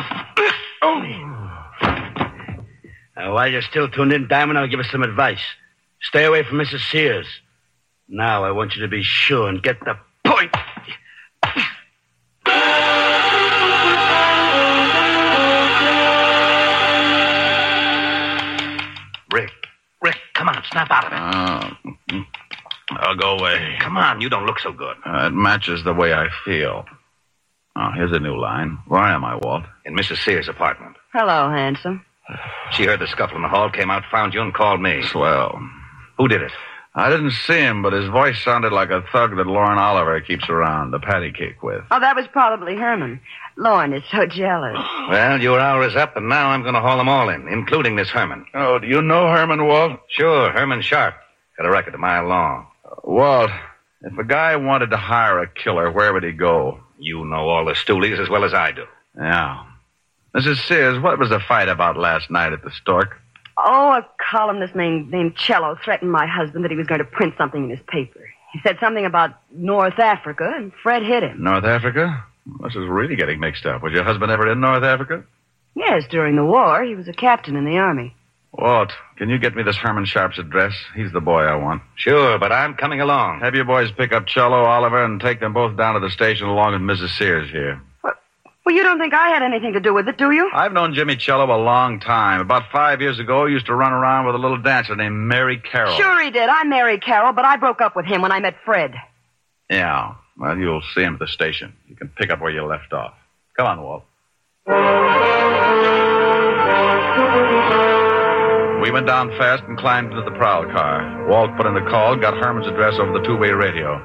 Speaker 2: Uh, while you're still tuned in, Diamond, I'll give you some advice. Stay away from Mrs. Sears. Now I want you to be sure and get the point.
Speaker 19: Rick. Rick, come on, snap out of it.
Speaker 3: Ah, mm-hmm.
Speaker 13: I'll go away.
Speaker 19: Come on, you don't look so good.
Speaker 13: Uh, it matches the way I feel. Oh, here's a new line. Where am I, Walt?
Speaker 3: In Mrs. Sears' apartment.
Speaker 17: Hello, handsome.
Speaker 3: She heard the scuffle in the hall, came out, found you, and called me.
Speaker 13: Swell.
Speaker 3: Who did it?
Speaker 13: I didn't see him, but his voice sounded like a thug that Lauren Oliver keeps around the patty cake with.
Speaker 17: Oh, that was probably Herman. Lorne is so jealous.
Speaker 3: Well, your hour is up, and now I'm going to haul them all in, including this Herman.
Speaker 13: Oh, do you know Herman, Walt? Uh,
Speaker 3: Sure, Herman Sharp. Got a record a mile long.
Speaker 13: Walt, if a guy wanted to hire a killer, where would he go?
Speaker 3: You know all the stoolies as well as I do.
Speaker 13: Yeah. Mrs. Sears, what was the fight about last night at the Stork?
Speaker 17: Oh, a columnist named, named Cello threatened my husband that he was going to print something in his paper. He said something about North Africa, and Fred hit him.
Speaker 13: North Africa? This is really getting mixed up. Was your husband ever in North Africa?
Speaker 17: Yes, during the war, he was a captain in the army.
Speaker 13: Walt, can you get me this Herman Sharp's address? He's the boy I want.
Speaker 3: Sure, but I'm coming along.
Speaker 13: Have your boys pick up Cello, Oliver, and take them both down to the station along with Mrs. Sears here.
Speaker 17: Well, you don't think I had anything to do with it, do you?
Speaker 13: I've known Jimmy Cello a long time. About five years ago, he used to run around with a little dancer named Mary Carroll.
Speaker 17: Sure he did. I married Carol, but I broke up with him when I met Fred.
Speaker 13: Yeah. Well, you'll see him at the station. You can pick up where you left off. Come on, Walt. We went down fast and climbed into the prowl car. Walt put in a call, got Herman's address over the two way radio.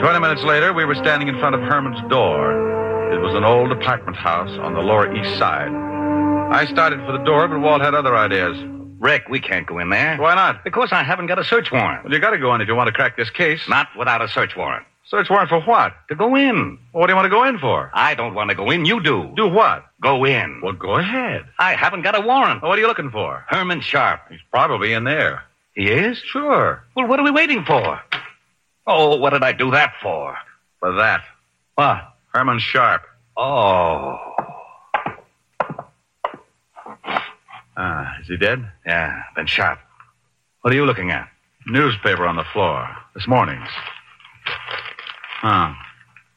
Speaker 13: Twenty minutes later, we were standing in front of Herman's door. It was an old apartment house on the Lower East Side. I started for the door, but Walt had other ideas.
Speaker 3: Rick, we can't go in there.
Speaker 13: Why not?
Speaker 3: Because I haven't got a search warrant.
Speaker 13: Well, you gotta go in if you want to crack this case.
Speaker 3: Not without a search warrant.
Speaker 13: Search warrant for what?
Speaker 3: To go in.
Speaker 13: Well, what do you want to go in for?
Speaker 3: I don't want to go in. You do.
Speaker 13: Do what?
Speaker 3: Go in.
Speaker 13: Well, go ahead.
Speaker 3: I haven't got a warrant.
Speaker 13: Well, what are you looking for?
Speaker 3: Herman Sharp.
Speaker 13: He's probably in there.
Speaker 3: He is?
Speaker 13: Sure.
Speaker 3: Well, what are we waiting for? Oh, what did I do that for?
Speaker 13: For that.
Speaker 3: What?
Speaker 13: Herman Sharp.
Speaker 3: Oh.
Speaker 13: Ah, is he dead?
Speaker 3: Yeah, then Sharp. What are you looking at?
Speaker 13: Newspaper on the floor. This morning's. Huh. Hmm.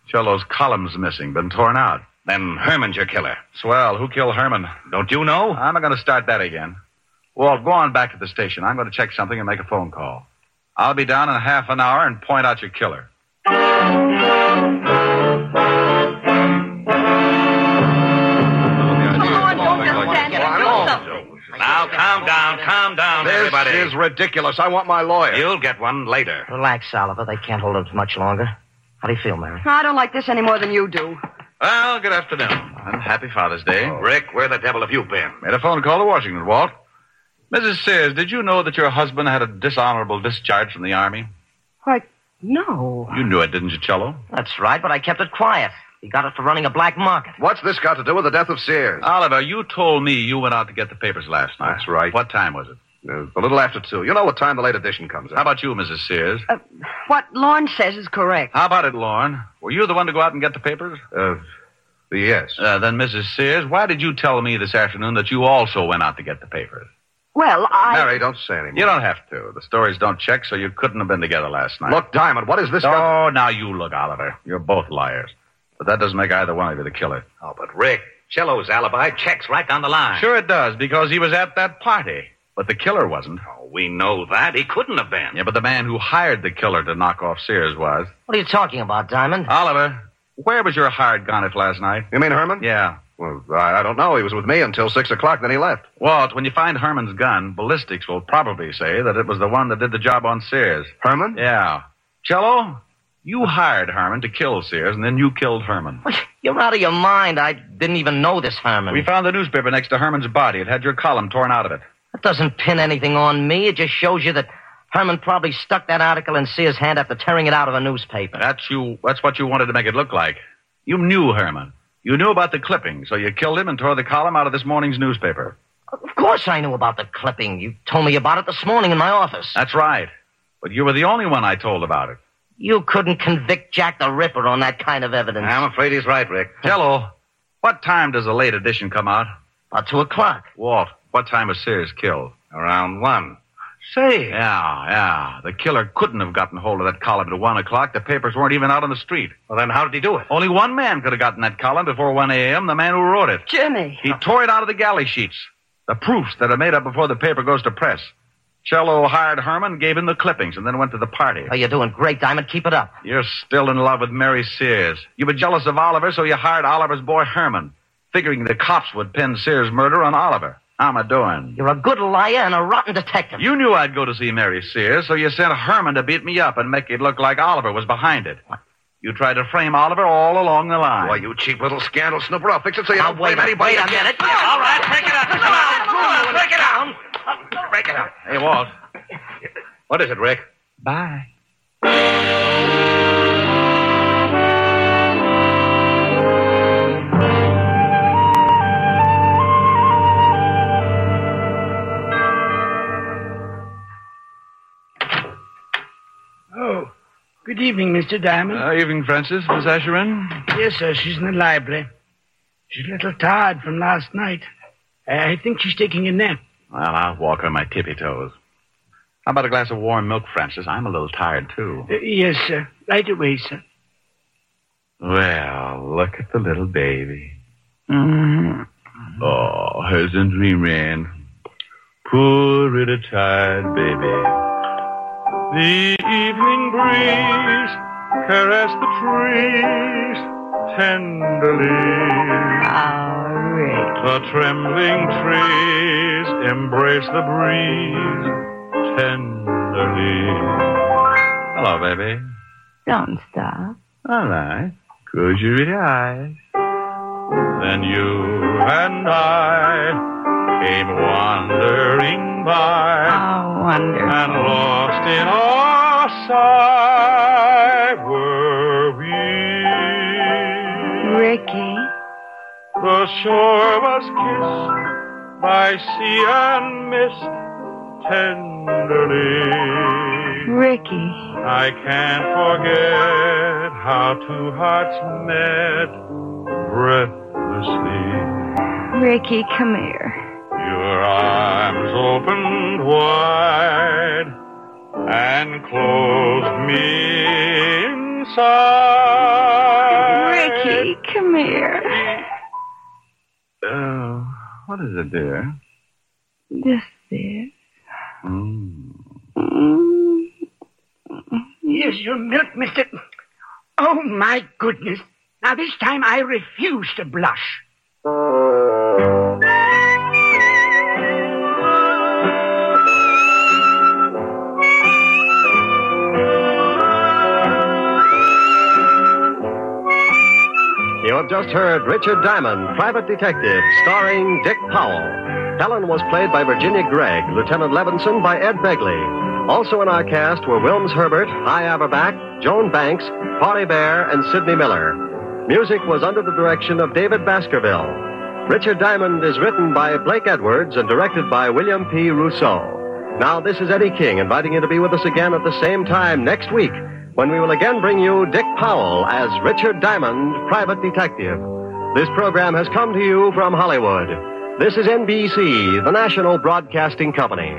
Speaker 13: Cello's column's missing. Been torn out.
Speaker 3: Then Herman's your killer.
Speaker 13: Swell. Who killed Herman?
Speaker 3: Don't you know?
Speaker 13: I'm not going to start that again. Walt, go on back to the station. I'm going to check something and make a phone call. I'll be down in half an hour and point out your killer.
Speaker 22: Come on, don't just stand there and do something.
Speaker 3: Now
Speaker 4: Now, calm down, calm down,
Speaker 13: This
Speaker 4: everybody.
Speaker 13: is ridiculous. I want my lawyer.
Speaker 4: You'll get one later.
Speaker 23: Relax, Oliver. They can't hold us much longer. How do you feel, Mary?
Speaker 17: I don't like this any more than you do.
Speaker 13: Well, good afternoon. And happy Father's Day.
Speaker 4: Oh. Rick, where the devil have you been?
Speaker 13: Made a phone call to Washington, Walt. Mrs. Sears, did you know that your husband had a dishonorable discharge from the Army?
Speaker 24: Why, no.
Speaker 13: You knew it, didn't you, Cello?
Speaker 23: That's right, but I kept it quiet. He got it for running a black market.
Speaker 13: What's this got to do with the death of Sears? Oliver, you told me you went out to get the papers last night. That's right. What time was it?
Speaker 18: A little after two. You know what time the late edition comes out.
Speaker 13: How about you, Mrs. Sears?
Speaker 17: What Lorne says is correct.
Speaker 13: How about it, Lorne? Were you the one to go out and get the papers? Uh, yes. then, Mrs. Sears, why did you tell me this afternoon that you also went out to get the papers?
Speaker 17: Well, I.
Speaker 13: Mary, don't say anything. You don't have to. The stories don't check, so you couldn't have been together last night.
Speaker 18: Look, Diamond, what is this
Speaker 13: Oh,
Speaker 18: got-
Speaker 13: now you look, Oliver. You're both liars. But that doesn't make either one of you the killer.
Speaker 4: Oh, but Rick, Cello's alibi checks right down the line.
Speaker 13: Sure it does, because he was at that party. But the killer wasn't.
Speaker 4: Oh, we know that. He couldn't have been.
Speaker 13: Yeah, but the man who hired the killer to knock off Sears was.
Speaker 23: What are you talking about, Diamond?
Speaker 13: Oliver, where was your hired gonif last night?
Speaker 18: You mean Herman?
Speaker 13: Yeah.
Speaker 18: Well, I, I don't know. He was with me until six o'clock, then he left.
Speaker 13: Walt, when you find Herman's gun, ballistics will probably say that it was the one that did the job on Sears.
Speaker 18: Herman?
Speaker 13: Yeah. Cello, you hired Herman to kill Sears, and then you killed Herman.
Speaker 23: You're out of your mind. I didn't even know this, Herman.
Speaker 13: We found the newspaper next to Herman's body. It had your column torn out of it.
Speaker 23: That doesn't pin anything on me. It just shows you that Herman probably stuck that article in Sears' hand after tearing it out of a newspaper.
Speaker 13: That's you. That's what you wanted to make it look like. You knew Herman. You knew about the clipping, so you killed him and tore the column out of this morning's newspaper.
Speaker 23: Of course I knew about the clipping. You told me about it this morning in my office.
Speaker 13: That's right. But you were the only one I told about it.
Speaker 23: You couldn't convict Jack the Ripper on that kind of evidence.
Speaker 13: I'm afraid he's right, Rick. Jello, what time does the late edition come out?
Speaker 23: About two o'clock.
Speaker 13: Walt, what time was Sears killed? Around one.
Speaker 23: Say.
Speaker 13: Yeah, yeah. The killer couldn't have gotten hold of that column at one o'clock. The papers weren't even out on the street. Well, then how did he do it? Only one man could have gotten that column before 1 a.m., the man who wrote it.
Speaker 17: Jimmy.
Speaker 13: He tore it out of the galley sheets. The proofs that are made up before the paper goes to press. Cello hired Herman, gave him the clippings, and then went to the party.
Speaker 23: Oh, you're doing great, Diamond. Keep it up.
Speaker 13: You're still in love with Mary Sears. You were jealous of Oliver, so you hired Oliver's boy Herman, figuring the cops would pin Sears' murder on Oliver. How am I doing?
Speaker 23: You're a good liar and a rotten detective.
Speaker 13: You knew I'd go to see Mary Sears, so you sent Herman to beat me up and make it look like Oliver was behind it. You tried to frame Oliver all along the line. Why, you cheap little scandal snooper. I'll fix it so you don't blame anybody.
Speaker 19: Wait a minute. All right, break it up. Come on, break it down. Break it up.
Speaker 13: Hey, Walt. What is it, Rick?
Speaker 12: Bye.
Speaker 5: Oh, good evening, Mr. Diamond.
Speaker 13: Uh, evening, Francis. Miss Asherin?
Speaker 5: Yes, sir. She's in the library. She's a little tired from last night. I think she's taking a nap.
Speaker 13: Well, I'll walk on my tippy toes. How about a glass of warm milk, Francis? I'm a little tired, too.
Speaker 5: Uh, yes, sir. Right away, sir.
Speaker 13: Well, look at the little baby. Oh, hasn't we ran? Poor little tired baby.
Speaker 6: The evening breeze caressed the trees tenderly. The trembling trees embrace the breeze tenderly.
Speaker 13: Hello, baby.
Speaker 6: Don't stop.
Speaker 13: All right. Close your really eyes.
Speaker 6: Then you and I came wandering by.
Speaker 9: Ah,
Speaker 6: Oh, And lost in our sight were we.
Speaker 25: Ricky.
Speaker 6: The shore was kissed by sea and mist tenderly.
Speaker 25: Ricky.
Speaker 6: I can't forget how two hearts met breathlessly.
Speaker 25: Ricky, come here.
Speaker 6: Your arms opened wide and closed me inside.
Speaker 25: Ricky, come here.
Speaker 13: Oh, what is it, dear?
Speaker 25: This is.
Speaker 5: Mm. Here's your milk, mister. Oh, my goodness. Now, this time I refuse to blush.
Speaker 8: have just heard Richard Diamond, Private Detective, starring Dick Powell. Helen was played by Virginia Gregg, Lieutenant Levinson by Ed Begley. Also in our cast were Wilms Herbert, High Averback, Joan Banks, Polly Bear, and Sidney Miller. Music was under the direction of David Baskerville. Richard Diamond is written by Blake Edwards and directed by William P. Rousseau. Now, this is Eddie King inviting you to be with us again at the same time next week when we will again bring you Dick Powell as Richard Diamond, Private Detective. This program has come to you from Hollywood. This is NBC, the National Broadcasting Company.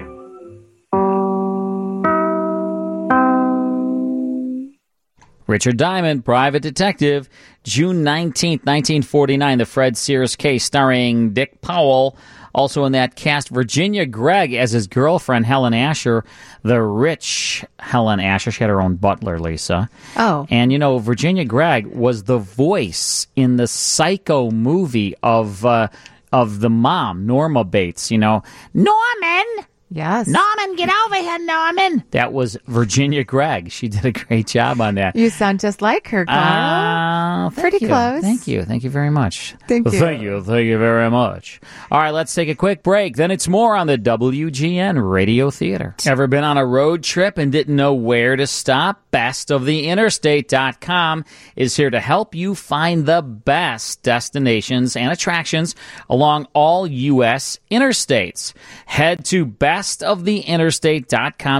Speaker 12: Richard Diamond, Private Detective, June 19th, 1949, the Fred Sears case starring Dick Powell. Also in that cast, Virginia Gregg as his girlfriend, Helen Asher, the rich Helen Asher. She had her own butler, Lisa.
Speaker 1: Oh.
Speaker 12: And you know, Virginia Gregg was the voice in the psycho movie of, uh, of the mom, Norma Bates, you know. Norman!
Speaker 1: Yes.
Speaker 12: Norman, get over here, Norman! That was Virginia Gregg. She did a great job on that.
Speaker 1: You sound just like her, Carl.
Speaker 12: Oh, thank
Speaker 1: Pretty
Speaker 12: you.
Speaker 1: close.
Speaker 12: Thank you. Thank you very much.
Speaker 1: Thank you.
Speaker 12: Thank you. Thank you very much. All right, let's take a quick break. Then it's more on the WGN Radio Theater. Ever been on a road trip and didn't know where to stop? Bestofthe.interstate.com is here to help you find the best destinations and attractions along all U.S. interstates. Head to bestofthe.interstate.com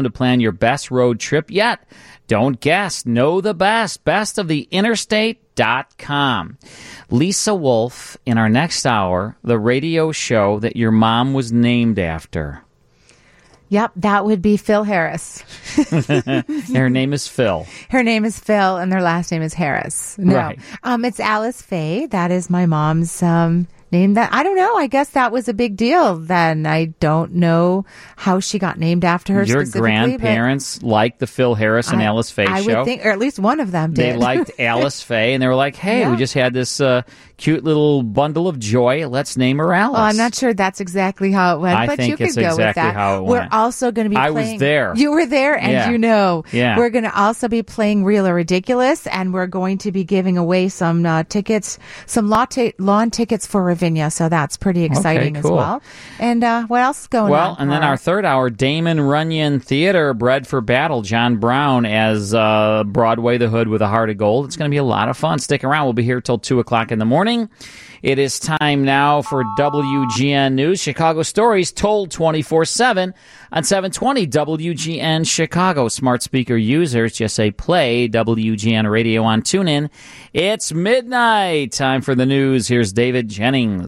Speaker 12: to plan your best road trip yet. Don't guess. Know the best. Best of the interstate.com. Lisa Wolf in our next hour, the radio show that your mom was named after. *laughs*
Speaker 1: Yep, that would be Phil Harris.
Speaker 12: her name is Phil.
Speaker 1: Her name is Phil, and their last name is Harris. No,
Speaker 12: Right.
Speaker 1: um, it's Alice Faye. That is my mom's um, name. That I don't know. I guess that was a big deal then. I don't know how she got named after her.
Speaker 12: your
Speaker 1: specifically, but
Speaker 12: grandparents liked the Phil Harris and
Speaker 1: I-
Speaker 12: Alice Faye
Speaker 1: I
Speaker 12: show.
Speaker 1: would think, or at least one of them
Speaker 12: they
Speaker 1: did. *laughs*
Speaker 12: liked Alice Faye, and they were like, "Hey,
Speaker 1: Yeah.
Speaker 12: we just had this uh, cute little bundle of joy. Let's name her Alice."
Speaker 1: Well, Oh, I'm not sure that's exactly how it went,
Speaker 12: I
Speaker 1: but
Speaker 12: think
Speaker 1: you could
Speaker 12: it's
Speaker 1: go with
Speaker 12: exactly
Speaker 1: that.
Speaker 12: how it
Speaker 1: We're
Speaker 12: went.
Speaker 1: also going to be.
Speaker 12: I was
Speaker 1: playing-
Speaker 12: there.
Speaker 1: You were there, and
Speaker 12: Yeah.
Speaker 1: you know.
Speaker 12: Yeah.
Speaker 1: We're going to also be playing Real or Ridiculous, and we're going to be giving away some uh, tickets, some latte, lawn tickets for Ravinia. So that's pretty exciting
Speaker 12: cool.
Speaker 1: as well. And uh, what else is going
Speaker 12: well,
Speaker 1: on?
Speaker 12: and then
Speaker 1: Carl?
Speaker 12: our third hour, Damon Runyon Theater, Bred for Battle, John Brown as uh, Broadway the Hood with a Heart of Gold. It's going to be a lot of fun. Stick around. We'll be here till 2 o'clock in the morning. It is time now for WGN News, Chicago Stories, told 24 7 on 720 WGN Chicago. Smart speaker users just say play WGN radio on TuneIn. It's midnight. Time for the news. Here's David Jennings.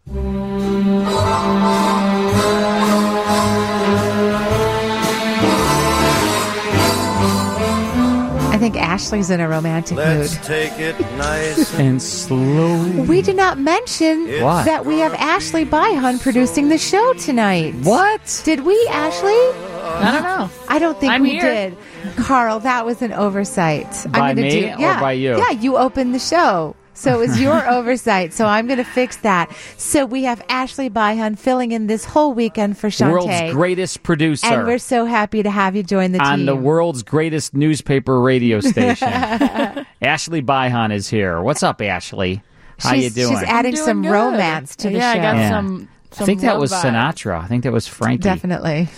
Speaker 1: I think Ashley's in a romantic
Speaker 7: Let's
Speaker 1: mood.
Speaker 7: take it nice
Speaker 12: and slowly.
Speaker 1: We did not mention
Speaker 7: What?
Speaker 1: that we have Ashley Byhun producing the show tonight.
Speaker 12: What?
Speaker 1: Did we, Ashley? I
Speaker 12: don't know.
Speaker 1: I don't think
Speaker 12: I'm
Speaker 1: we
Speaker 12: here.
Speaker 1: did. Carl, that was an oversight.
Speaker 12: By
Speaker 1: I'm gonna
Speaker 12: me
Speaker 1: do,
Speaker 12: or
Speaker 1: yeah,
Speaker 12: by you?
Speaker 1: Yeah, you opened the show. So it was
Speaker 12: *laughs*
Speaker 1: your oversight. So I'm going to fix that. So we have Ashley Byhun filling in this whole weekend for Shantae.
Speaker 12: World's greatest producer.
Speaker 1: And we're so happy to have you join the
Speaker 12: on
Speaker 1: team.
Speaker 12: the world's greatest
Speaker 1: *laughs*
Speaker 12: newspaper radio station. Ashley Byhan is here. What's up, Ashley? How
Speaker 1: She's-
Speaker 12: you doing?
Speaker 1: She's adding
Speaker 9: doing
Speaker 1: some
Speaker 9: good.
Speaker 1: romance to the
Speaker 9: Yeah, I
Speaker 1: show.
Speaker 9: got
Speaker 12: Yeah. I think that was Sinatra. I think that was Frankie.
Speaker 1: Definitely.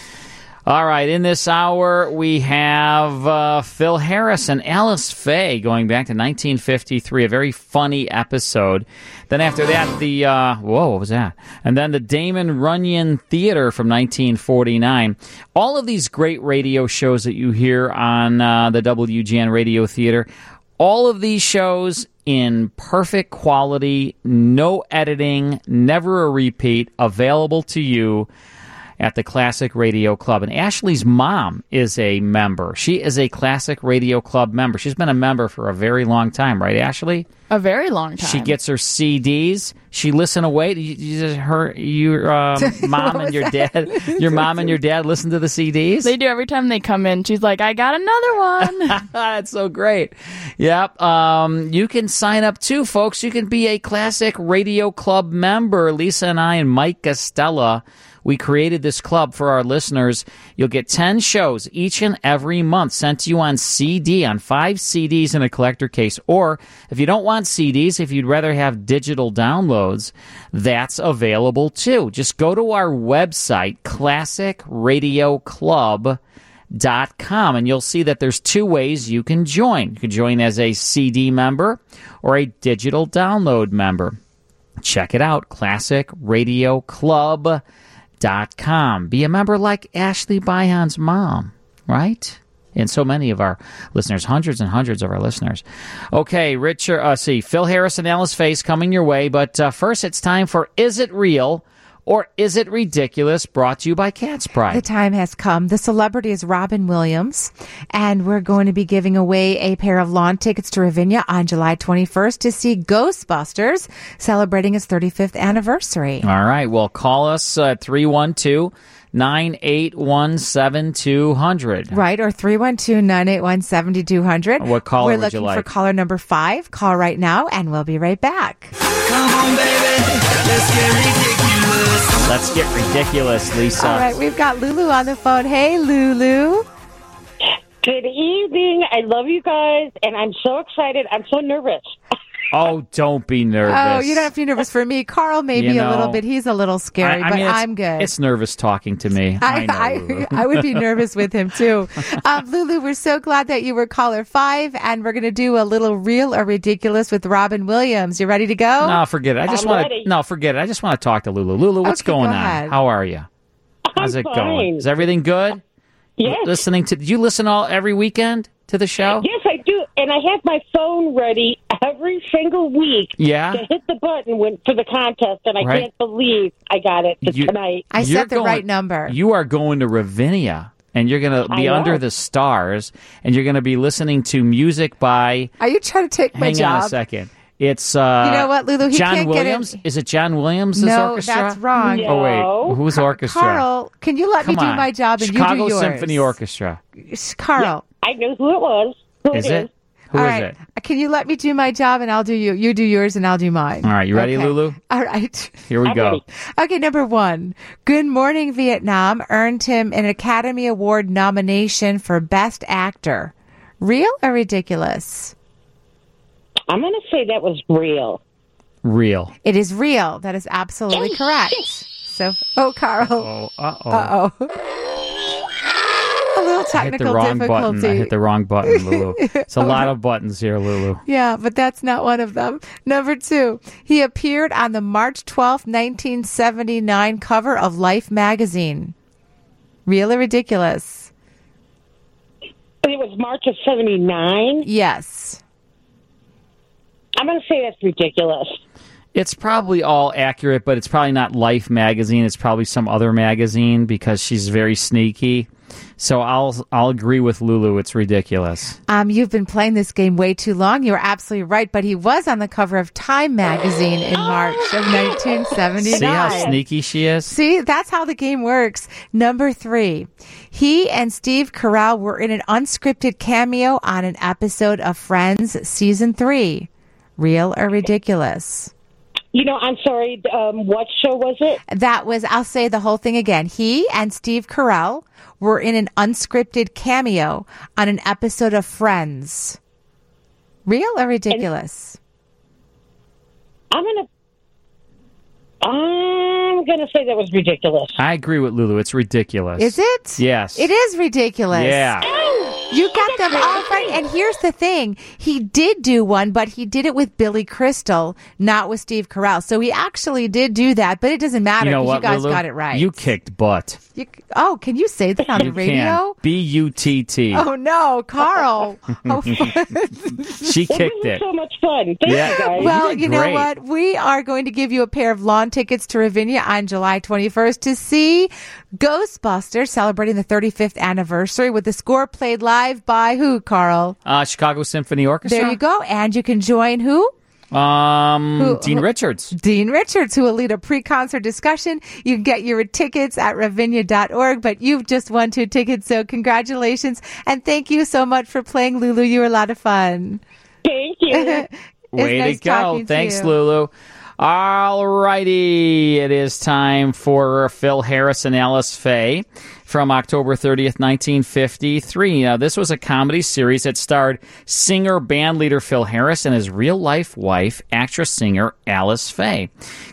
Speaker 12: All right, in this hour, we have uh, Phil Harris and Alice Faye going back to 1953, a very funny episode. Then after that, the, uh, whoa, what was that? And then the Damon Runyon Theater from 1949. All of these great radio shows that you hear on uh, the WGN Radio Theater, all of these shows in perfect quality, no editing, never a repeat, available to you at the Classic Radio Club. And Ashley's mom is a member. She is a Classic Radio Club member. She's been a member for a very long time, right, Ashley?
Speaker 9: A very long time.
Speaker 12: She gets her CDs. She listen away. You, you, her, your
Speaker 9: *laughs*
Speaker 12: um, mom and
Speaker 9: was
Speaker 12: your
Speaker 9: that?
Speaker 12: dad.
Speaker 9: *laughs*
Speaker 12: Your mom and your dad listen to the CDs.
Speaker 9: They do every time they come in. She's like, I got another one.
Speaker 12: *laughs* That's so great. Yep. Um, you can sign up too, folks. You can be a Classic Radio Club member. Lisa and I and Mike Costella, we created this club for our listeners. You'll get 10 shows each and every month sent to you on CD, on five CDs in a collector case. Or if you don't want want CDs, if you'd rather have digital downloads, that's available too. Just go to our website, classicradioclub.com, and you'll see that there's two ways you can join. You can join as a CD member or a digital download member. Check it out, classicradioclub.com. Be a member like Ashley Byhan's mom, right? And so many of our listeners, hundreds and hundreds of our listeners. Okay, Richard, uh, see, Phil Harris and Alice Face coming your way, but uh, first it's time for Is It Real or Is It Ridiculous? brought to you by Cat's Pride.
Speaker 1: The time has come. The celebrity is Robin Williams, and we're going to be giving away a pair of lawn tickets to Ravinia on July 21st to see Ghostbusters celebrating its 35th anniversary.
Speaker 12: All right. Well, call us uh, at 312 981 7200.
Speaker 1: Right, or 312 981 7200.
Speaker 12: What caller
Speaker 1: We're
Speaker 12: would you
Speaker 1: looking for
Speaker 12: like?
Speaker 1: caller number five. Call right now, and we'll be right back.
Speaker 12: Let's get ridiculous, Lisa.
Speaker 1: All right, we've got Lulu on the phone. Hey, Lulu.
Speaker 7: Good evening. I love you guys, and I'm so excited. I'm so nervous.
Speaker 12: Oh, don't be nervous.
Speaker 1: Oh, you don't have to be nervous for me. Carl may
Speaker 12: You
Speaker 1: be a little
Speaker 12: know,
Speaker 1: bit. He's a little scary,
Speaker 12: I- I
Speaker 1: but
Speaker 12: mean, it's-
Speaker 1: I'm good.
Speaker 12: It's nervous talking to me. I, know,
Speaker 1: *laughs* I,
Speaker 12: Lulu.
Speaker 1: I, I would be nervous with him
Speaker 12: *laughs*
Speaker 1: too. Um, Lulu, we're so glad that you were caller five, and we're going to do a little real or ridiculous with Robin Williams. You ready to go?
Speaker 12: No, forget it. I just
Speaker 1: I'm
Speaker 12: want
Speaker 1: ready.
Speaker 12: to. No, forget it. I just want to talk to Lulu. Lulu, what's
Speaker 1: Okay, go
Speaker 12: going on?
Speaker 1: ahead.
Speaker 12: How are you? How's it going?
Speaker 7: fine.
Speaker 12: Is everything good? Yes. Listening to? Do you listen all every weekend to the show?
Speaker 7: Yes, I do, and I have my phone ready every single week.
Speaker 12: Yeah?
Speaker 7: to hit the button when, for the contest, and I
Speaker 12: Right.
Speaker 7: can't believe I got it for
Speaker 12: You-
Speaker 7: tonight.
Speaker 12: I you're said the going- right
Speaker 1: number.
Speaker 12: You are going to Ravinia, and you're going to
Speaker 7: I
Speaker 12: be
Speaker 7: know.
Speaker 12: under the stars, and you're going to be listening to music by.
Speaker 1: Are you trying to take my
Speaker 12: hang
Speaker 1: job?
Speaker 12: on a second. It's uh,
Speaker 1: You know what, Lulu? He
Speaker 12: John
Speaker 1: can't get in-
Speaker 12: Williams. Is it John Williams?
Speaker 1: No,
Speaker 12: orchestra?
Speaker 1: that's wrong.
Speaker 12: Oh wait, whose orchestra?
Speaker 1: Carl, can you let
Speaker 12: Come
Speaker 1: me do
Speaker 12: on.
Speaker 1: my job and
Speaker 12: Chicago
Speaker 1: you do yours?
Speaker 12: Symphony Orchestra.
Speaker 1: S- Carl,
Speaker 7: I knew who it was. Who
Speaker 12: Is it? Who is
Speaker 1: All right.
Speaker 12: it?
Speaker 1: Can you let me do my job and I'll do you? You do yours and I'll do mine.
Speaker 12: All right, you ready,
Speaker 1: Okay.
Speaker 12: Lulu?
Speaker 1: All right.
Speaker 12: Here we go.
Speaker 1: Okay, number one. Good Morning Vietnam earned him an Academy Award nomination for Best Actor. Real or ridiculous?
Speaker 7: I'm going to say that was real. Oh,
Speaker 12: Real.
Speaker 1: It is real. That is absolutely correct. So, oh, Carl.
Speaker 12: Oh, uh oh.
Speaker 1: Uh oh. *laughs* A little
Speaker 12: I hit the
Speaker 1: technical
Speaker 12: wrong
Speaker 1: difficulty.
Speaker 12: button. I hit the wrong button,
Speaker 1: *laughs*
Speaker 12: Lulu. It's a lot of buttons here, Lulu.
Speaker 1: Yeah, but that's not one of them. Number two, he appeared on the March twelfth, 1979 cover of Life magazine. Real or ridiculous?
Speaker 7: It was March of '79.
Speaker 1: Yes.
Speaker 7: I'm going to say that's ridiculous.
Speaker 12: It's probably all accurate, but it's probably not Life magazine. It's probably some other magazine because she's very sneaky. So I'll I'll agree with Lulu. It's ridiculous.
Speaker 1: Um, you've been playing this game way too long. You are absolutely right, but he was on the cover of Time magazine in March of 1979.
Speaker 12: See how sneaky she is.
Speaker 1: See, that's how the game works. Number three, he and Steve Carell were in an unscripted cameo on an episode of Friends season three. Real or ridiculous?
Speaker 7: You know, I'm sorry. Um, what show was it?
Speaker 1: That was, I'll say the whole thing again. He and Steve Carell were in an unscripted cameo on an episode of Friends. Real or ridiculous?
Speaker 7: I'm going to. I'm going to say that was ridiculous.
Speaker 12: I agree with Lulu. It's ridiculous.
Speaker 1: Is it?
Speaker 12: Yes.
Speaker 1: It is ridiculous.
Speaker 12: Yeah.
Speaker 1: You got them all right. And here's the thing he did do one, but he did it with Billy Crystal, not with Steve Carell. So he actually did do that, but it doesn't matter
Speaker 12: You know
Speaker 1: because
Speaker 12: what,
Speaker 1: you guys
Speaker 12: Lulu?
Speaker 1: got it right.
Speaker 12: You kicked butt.
Speaker 1: You- oh, can you say that on the radio?
Speaker 12: B U T T.
Speaker 1: Oh, no, Carl. Oh, *laughs*
Speaker 12: She kicked it.
Speaker 7: much fun.
Speaker 12: Thank you, Yeah. guys.
Speaker 1: Well,
Speaker 12: You did
Speaker 1: you, know
Speaker 12: great.
Speaker 1: what? We are going to give you a pair of lawn tickets to Ravinia on July 21st to see Ghostbusters celebrating the 35th anniversary with the score played live by who, Carl?
Speaker 12: Uh, Chicago Symphony Orchestra.
Speaker 1: There you go. And you can join who?
Speaker 12: Um,
Speaker 1: Who-
Speaker 12: Dean
Speaker 1: who-
Speaker 12: Richards.
Speaker 1: Dean Richards, who will lead a pre concert discussion. You can get your tickets at ravinia.org, but you've just won two tickets, so congratulations. And thank you so much for playing, Lulu. You were a lot of fun.
Speaker 7: Thank
Speaker 1: *laughs*
Speaker 7: you.
Speaker 12: Way
Speaker 1: nice
Speaker 12: to go.
Speaker 1: talking to
Speaker 12: Thanks,
Speaker 1: you.
Speaker 12: Lulu. All righty. It is time for Phil Harris and Alice Faye. from October 30th, 1953. Now, this was a comedy series that starred singer bandleader Phil Harris and his real life wife, actress singer Alice Faye.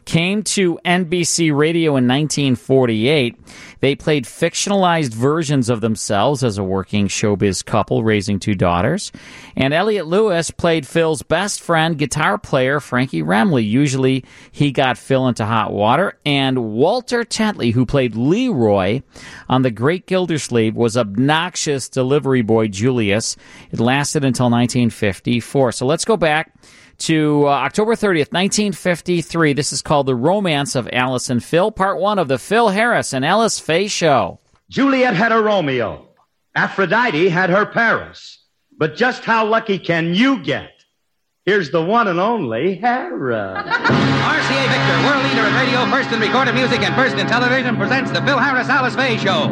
Speaker 12: Came to NBC Radio in 1948. They played fictionalized versions of themselves as a working showbiz couple raising two daughters. And Elliot Lewis played Phil's best friend, guitar player Frankie Remley. Usually he got Phil into hot water. And Walter Tetley, who played Leroy on The Great Gildersleeve, was obnoxious delivery boy Julius. It lasted until 1954. So let's go back to uh, October 30th, 1953. This is called The Romance of Alice and Phil, part one of the Phil Harris and Alice Faye Show.
Speaker 11: Juliet had her Romeo. Aphrodite had her Paris. But just how lucky can you get? Here's the one and only Hera. *laughs*
Speaker 4: RCA Victor, world leader in radio, first in recorded music, and first in television, presents the Phil Harris Alice Faye Show.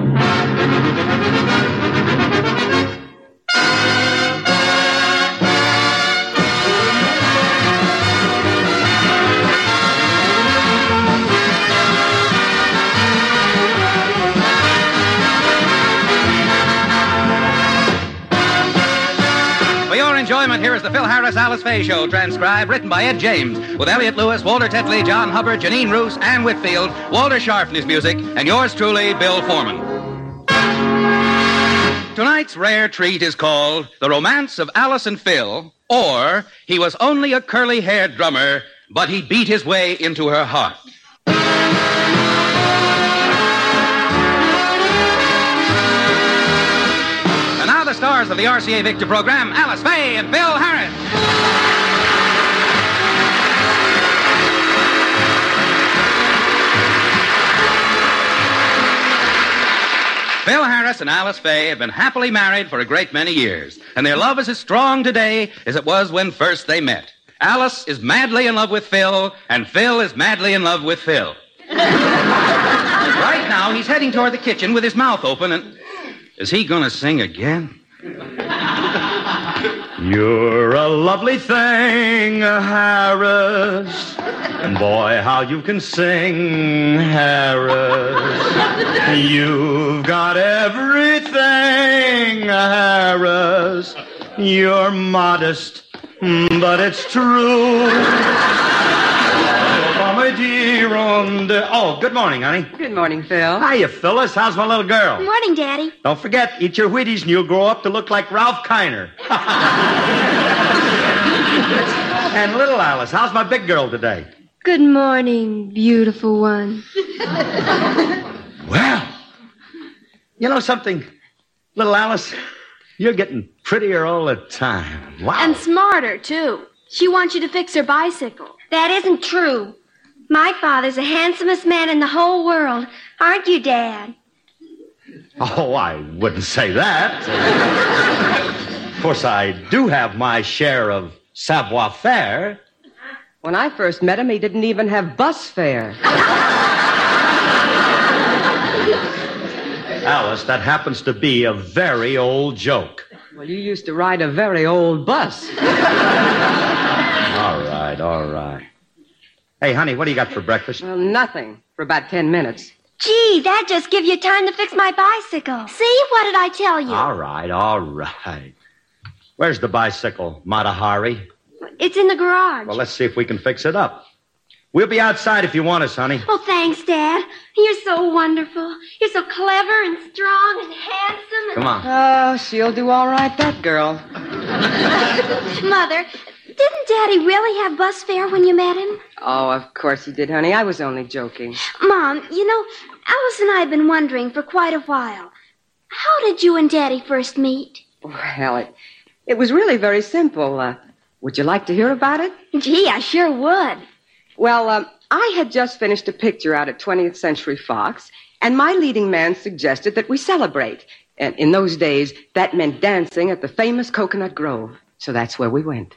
Speaker 4: For your enjoyment, here is the Phil Harris Alice Faye Show, transcribed, written by Ed James, with Elliot Lewis, Walter Tetley, John Hubbard, Janine Roos, Ann Whitfield, Walter Sharp in his music, and yours truly, Bill Foreman. Tonight's rare treat is called The Romance of Alice and Phil, or He Was Only a Curly Haired Drummer, but He Beat His Way into Her Heart. And now the stars of the RCA Victor program, Alice Faye and Phil Harris. Phil Harris and Alice Faye have been happily married for a great many years, and their love is as strong today as it was when first they met. Alice is madly in love with Phil, and Phil is madly in love with Phil. right now, he's heading toward the kitchen with his mouth open, and is he going to sing again?
Speaker 11: You're a lovely thing, Harris. And boy, how you can sing, Harris. You've got everything, Harris. You're modest, mm, but it's true. Oh, my dear, on the- Oh, good morning, honey.
Speaker 10: Good morning, Phil.
Speaker 11: Hiya, Phyllis. How's my little girl?
Speaker 10: Morning, Daddy.
Speaker 11: Don't forget, eat your Wheaties and you'll grow up to look like Ralph Kiner. and little Alice, how's my big girl today?
Speaker 10: Good morning, beautiful one.
Speaker 11: You know something? Little Alice, you're getting prettier all the time. Wow.
Speaker 21: And smarter, too. She wants you to fix her bicycle. That isn't true. My father's the handsomest man in the whole world. Aren't you, Dad?
Speaker 11: Oh, I wouldn't say that. of course, I do have my share of savoir faire.
Speaker 10: When I first met him, he didn't even have bus fare.
Speaker 11: Alice, that happens to be a very old joke.
Speaker 10: Well, you used to ride a very old bus.
Speaker 11: All right, all right. *laughs* Hey, honey, what do you got for breakfast?
Speaker 10: Well, nothing for about ten minutes.
Speaker 21: Gee, that just give you time to fix my bicycle. See, what did I tell you?
Speaker 11: All right, all right. Where's the bicycle, Matahari?
Speaker 21: It's in the garage.
Speaker 11: Well, let's see if we can fix it up. We'll be outside if you want us, honey.
Speaker 21: Oh, thanks, Dad. You're so wonderful. You're so clever and strong and handsome. And...
Speaker 11: Come on.
Speaker 10: Oh, she'll do all right, that girl.
Speaker 21: *laughs* Mother, didn't Daddy really have bus fare when you met him?
Speaker 10: Oh, of course he did, honey. I was only joking.
Speaker 21: Mom, you know, Alice and I have been wondering for quite a while. How did you and Daddy first meet?
Speaker 10: Well, it, it was really very simple. Uh, would you like to hear about it?
Speaker 21: Gee, I sure would.
Speaker 10: Well, um, I had just finished a picture out at 20th Century Fox, and my leading man suggested that we celebrate. And in those days, that meant dancing at the famous Coconut Grove. So that's where we went.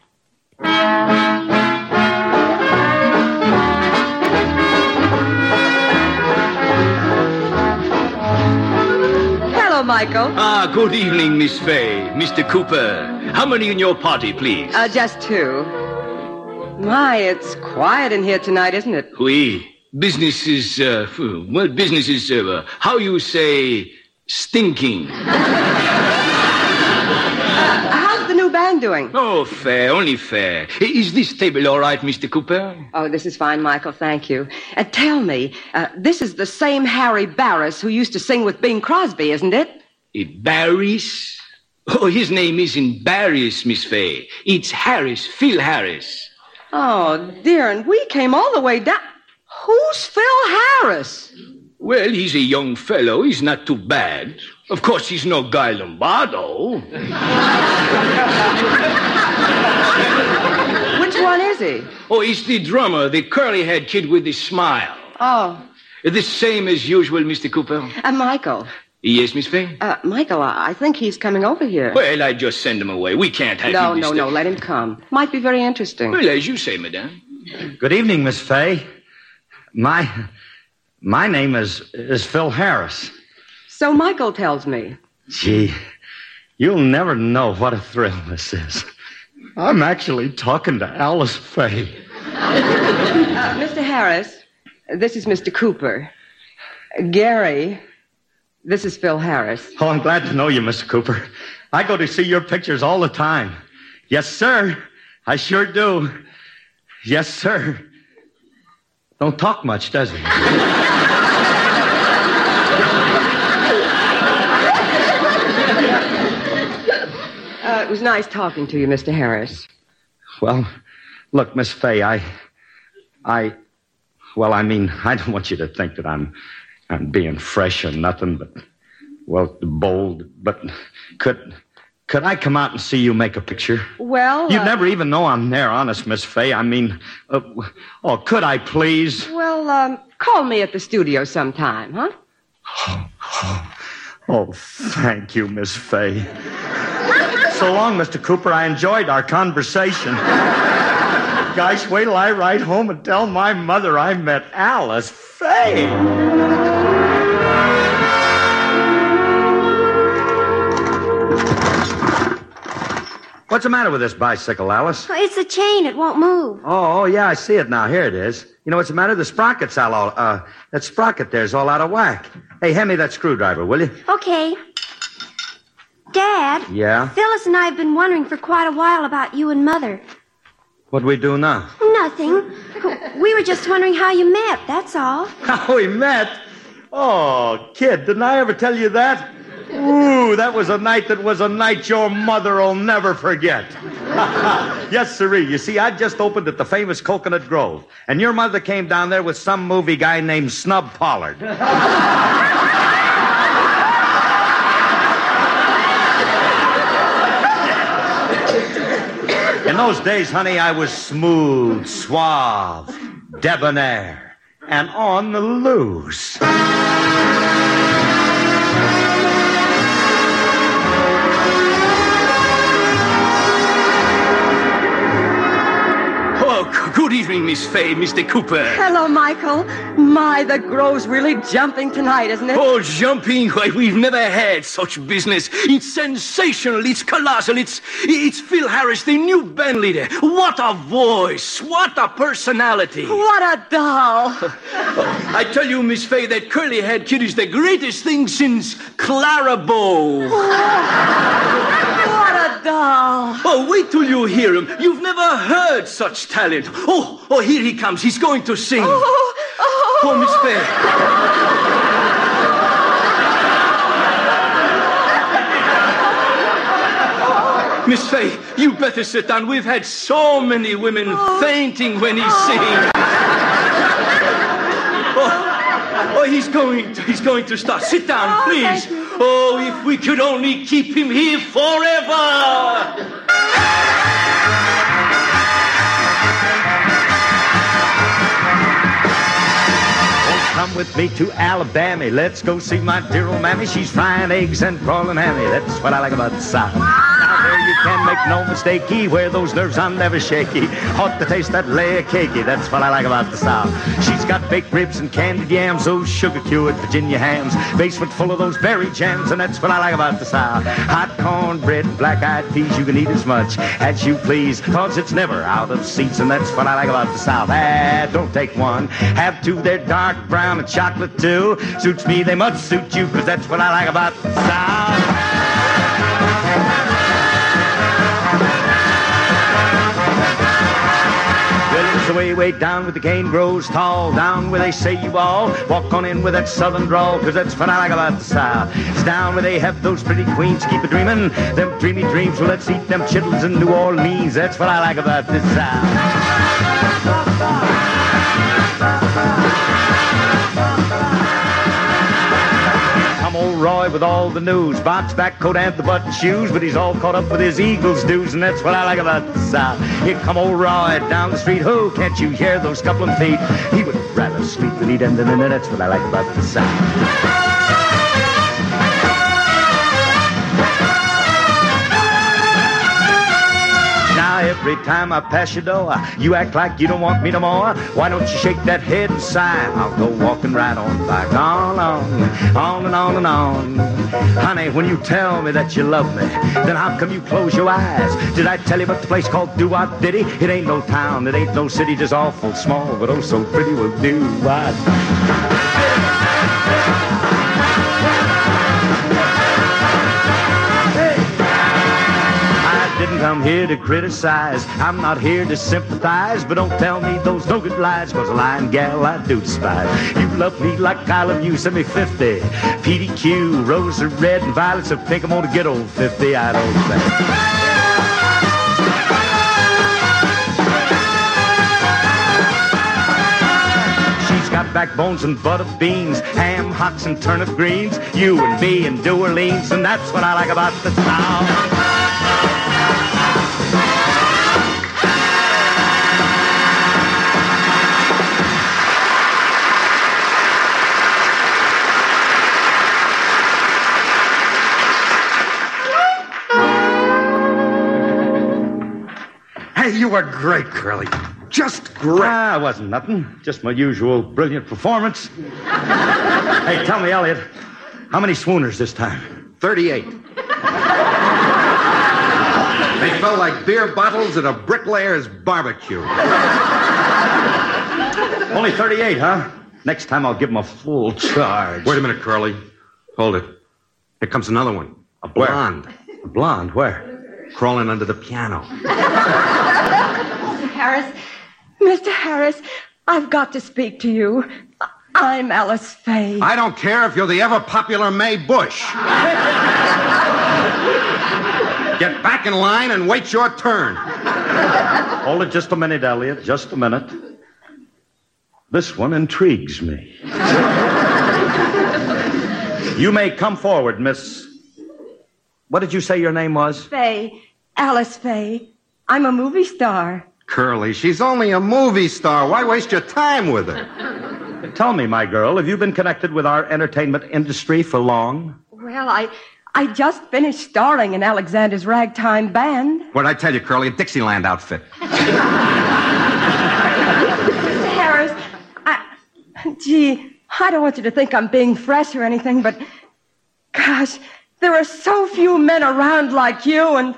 Speaker 10: Hello, Michael.
Speaker 26: Ah, good evening, Miss Fay, Mr. Cooper. How many in your party, please?
Speaker 10: Uh, just two. My, it's quiet in here tonight, isn't it?
Speaker 26: We. Business is, uh, f- well, business is, uh, how you say, Stinking.
Speaker 10: Uh, How's the new band doing?
Speaker 26: Oh, fair, only fair. I- Is this table all right, Mr. Cooper?
Speaker 10: Oh, this is fine, Michael. Thank you. Uh, tell me, uh, this is the same Harry Barris who used to sing with Bing Crosby, isn't it?
Speaker 26: Eh, Barris? Oh, his name isn't Barris, Miss Fay. It's Harris, Phil Harris.
Speaker 10: Oh, dear, and we came all the way down. Who's Phil Harris?
Speaker 26: Well, he's a young fellow. He's not too bad. Of course, he's no Guy Lombardo.
Speaker 10: Which one is he?
Speaker 26: Oh, he's the drummer, the curly-haired kid with the smile.
Speaker 10: Oh,
Speaker 26: The same as usual, Mr. Cooper.
Speaker 10: uh, Michael.
Speaker 26: Yes, Miss Fay?
Speaker 10: Uh, Michael, I I think he's coming over here.
Speaker 26: Well, I just send him away. We can't have
Speaker 10: no,
Speaker 26: him.
Speaker 10: no,
Speaker 26: Mr.
Speaker 10: no, let him come. Might be very interesting.
Speaker 26: Well, as you say, madame.
Speaker 11: Good evening, Miss Fay. My my name is is Phil Harris.
Speaker 10: So Michael tells me.
Speaker 11: Gee, you'll never know what a thrill this is. I'm actually talking to Alice Fay.
Speaker 10: Uh, Mr. Harris, this is Mr. Cooper. Uh, Gary, this is Phil Harris.
Speaker 11: Oh, I'm glad to know you, Mr. Cooper. I go to see your pictures all the time. Yes, sir. I sure do. Yes, sir. Don't talk much, does he?
Speaker 10: Uh, it was nice talking to you, Mr. Harris.
Speaker 11: Well, look, Miss Fay, I, I, well, I mean, *laughs* I don't want you to think that I'm, I'm being fresh or nothing, but, well, bold. But could, could I come out and see you make a picture?
Speaker 10: Well,
Speaker 11: You'd
Speaker 10: uh,
Speaker 11: never even know I'm there, honest, Miss Fay. I mean, uh, oh, could I please?
Speaker 10: Well, um, call me at the studio sometime, huh?
Speaker 11: Oh, thank you, Miss Fay. so long, Mr. Cooper. I enjoyed our conversation. Guys, wait till I write home and tell my mother I met Alice Fay. What's the matter with this bicycle, Alice?
Speaker 21: Oh, It's a chain. It won't move.
Speaker 11: Oh, oh, yeah, I see it now. Here it is. You know what's the matter? The sprocket's all, all uh, that sprocket there's all out of whack. Hey, hand me that screwdriver, will you?
Speaker 21: Okay. Dad,
Speaker 11: Yeah.
Speaker 21: Phyllis and I have been wondering for quite a while about you and Mother.
Speaker 11: What we do now? *laughs*
Speaker 21: Nothing. We were just wondering how you met, that's all.
Speaker 11: How we met? Oh, kid, didn't I ever tell you that? Ooh, that was a night that was a night your mother'll never forget. *laughs* yes, siree. You see, I just opened at the famous Coconut Grove, and your mother came down there with some movie guy named Snub Pollard. In those days, honey, I was smooth, suave, debonair, and on the loose.
Speaker 26: Oh, g- good evening, Miss Fay, Mr. Cooper.
Speaker 10: Hello, Michael. My, the grove's really jumping tonight, isn't it?
Speaker 26: Oh, jumping! Why, we've never had such business. It's sensational. It's colossal. It's it's Phil Harris, the new band leader. What a voice! What a personality!
Speaker 10: What a doll!
Speaker 26: *laughs* I tell you, Miss Fay, that curly-haired kid is the greatest thing since Clara Bow.
Speaker 10: what a doll!
Speaker 26: Oh, wait till you hear him. You've never heard such talent. Oh, oh, here he comes. He's going to sing.
Speaker 10: Oh, oh.
Speaker 26: Poor Miss Fair. Miss Fay, you better sit down. We've had so many women fainting when he sings. Oh, oh, he's going. To, he's going to start. Sit down, please. Oh, if we could only keep him here forever.
Speaker 11: Oh, Come with me to Alabama. Let's go see my dear old mammy. She's frying eggs and crawling hammy. That's what I like about the South. Now, there you can make no mistake. He wear those nerves on never shaky. Ought to taste that layer cakey. That's what I like about the South. She's got baked ribs and candied yams, those sugar cured Virginia hams, basement full of those berry jams, and that's what I like about the South. Hot cornbread and black eyed peas, you can eat as much as you please, cause it's never out of season. That's what I like about the South. Ah, don't take one. Have two, they're dark brown and chocolate too. Suits me, they must suit you, cause that's what I like about the South. Well, it's the way, way down where the cane grows tall, down where they say you all walk on in with that southern drawl, 'cause that's what I like about the South. It's down where they have those pretty queens keep a dreamin', them dreamy dreams. Well, let's eat them chitlins in New Orleans. That's what I like about the South. Come old Roy with all the news, box back coat and the button shoes, but he's all caught up with his Eagles dues, and that's what I like about the South. Here come old Roy down the street. Who can't you hear those scuffling feet? He would rather sleep than eat, and then and that's what I like about the South. Now every time I pass your door, you act like you don't want me no more. Why don't you shake that head and sigh? I'll go walking right on back on, on, on and on and on. Honey, when you tell me that you love me, then how come you close your eyes? Did I tell you about the place called Do I Diddy? It ain't no town, it ain't no city, just awful small, but oh so pretty will do I. I didn't come here to criticize. I'm not here to sympathize. But don't tell me those no good lies, cause a lying gal I do despise. You love me like I love you. Send me 50. PDQ, rose are red, and violets are pink. I'm gonna get old 50, I don't think. She's got backbones and butter beans, ham, hocks, and turnip greens. You and me and New Orleans, and that's what I like about the South.
Speaker 26: Hey, you were great, Curly.
Speaker 11: Just great. Ah, wasn't nothing. Just my usual brilliant
Speaker 26: *laughs*
Speaker 11: performance. hey, tell me, Elliot, how many swooners this time?
Speaker 18: 38. They felt like beer bottles at a bricklayer's barbecue.
Speaker 11: Only 38, huh? Next time I'll give them a full charge.
Speaker 18: Wait a minute, Curly. Hold it. Here comes another one. A blonde.
Speaker 11: A blonde?
Speaker 18: Where? Crawling under the piano.
Speaker 2: Mr. Harris, Mr. Harris, I've got to speak to you. I- I'm Alice Faye.
Speaker 18: I don't care if you're the ever popular May Bush. Get back in line and wait your turn.
Speaker 11: *laughs* Hold it just a minute, Elliot. Just a minute. This one intrigues me. you may come forward, Miss. What did you say your name was?
Speaker 2: Faye, Alice Faye. I'm a movie star.
Speaker 18: Curly, she's only a movie star. Why waste your time with her?
Speaker 11: Tell me, my girl, have you been connected with our entertainment industry for long?
Speaker 2: Well, I I just finished starring in Alexander's ragtime band.
Speaker 18: What'd I tell you, Curly? A Dixieland outfit.
Speaker 2: Mr. Harris, I gee, I don't want you to think I'm being fresh or anything, but gosh, there are so few men around like you, and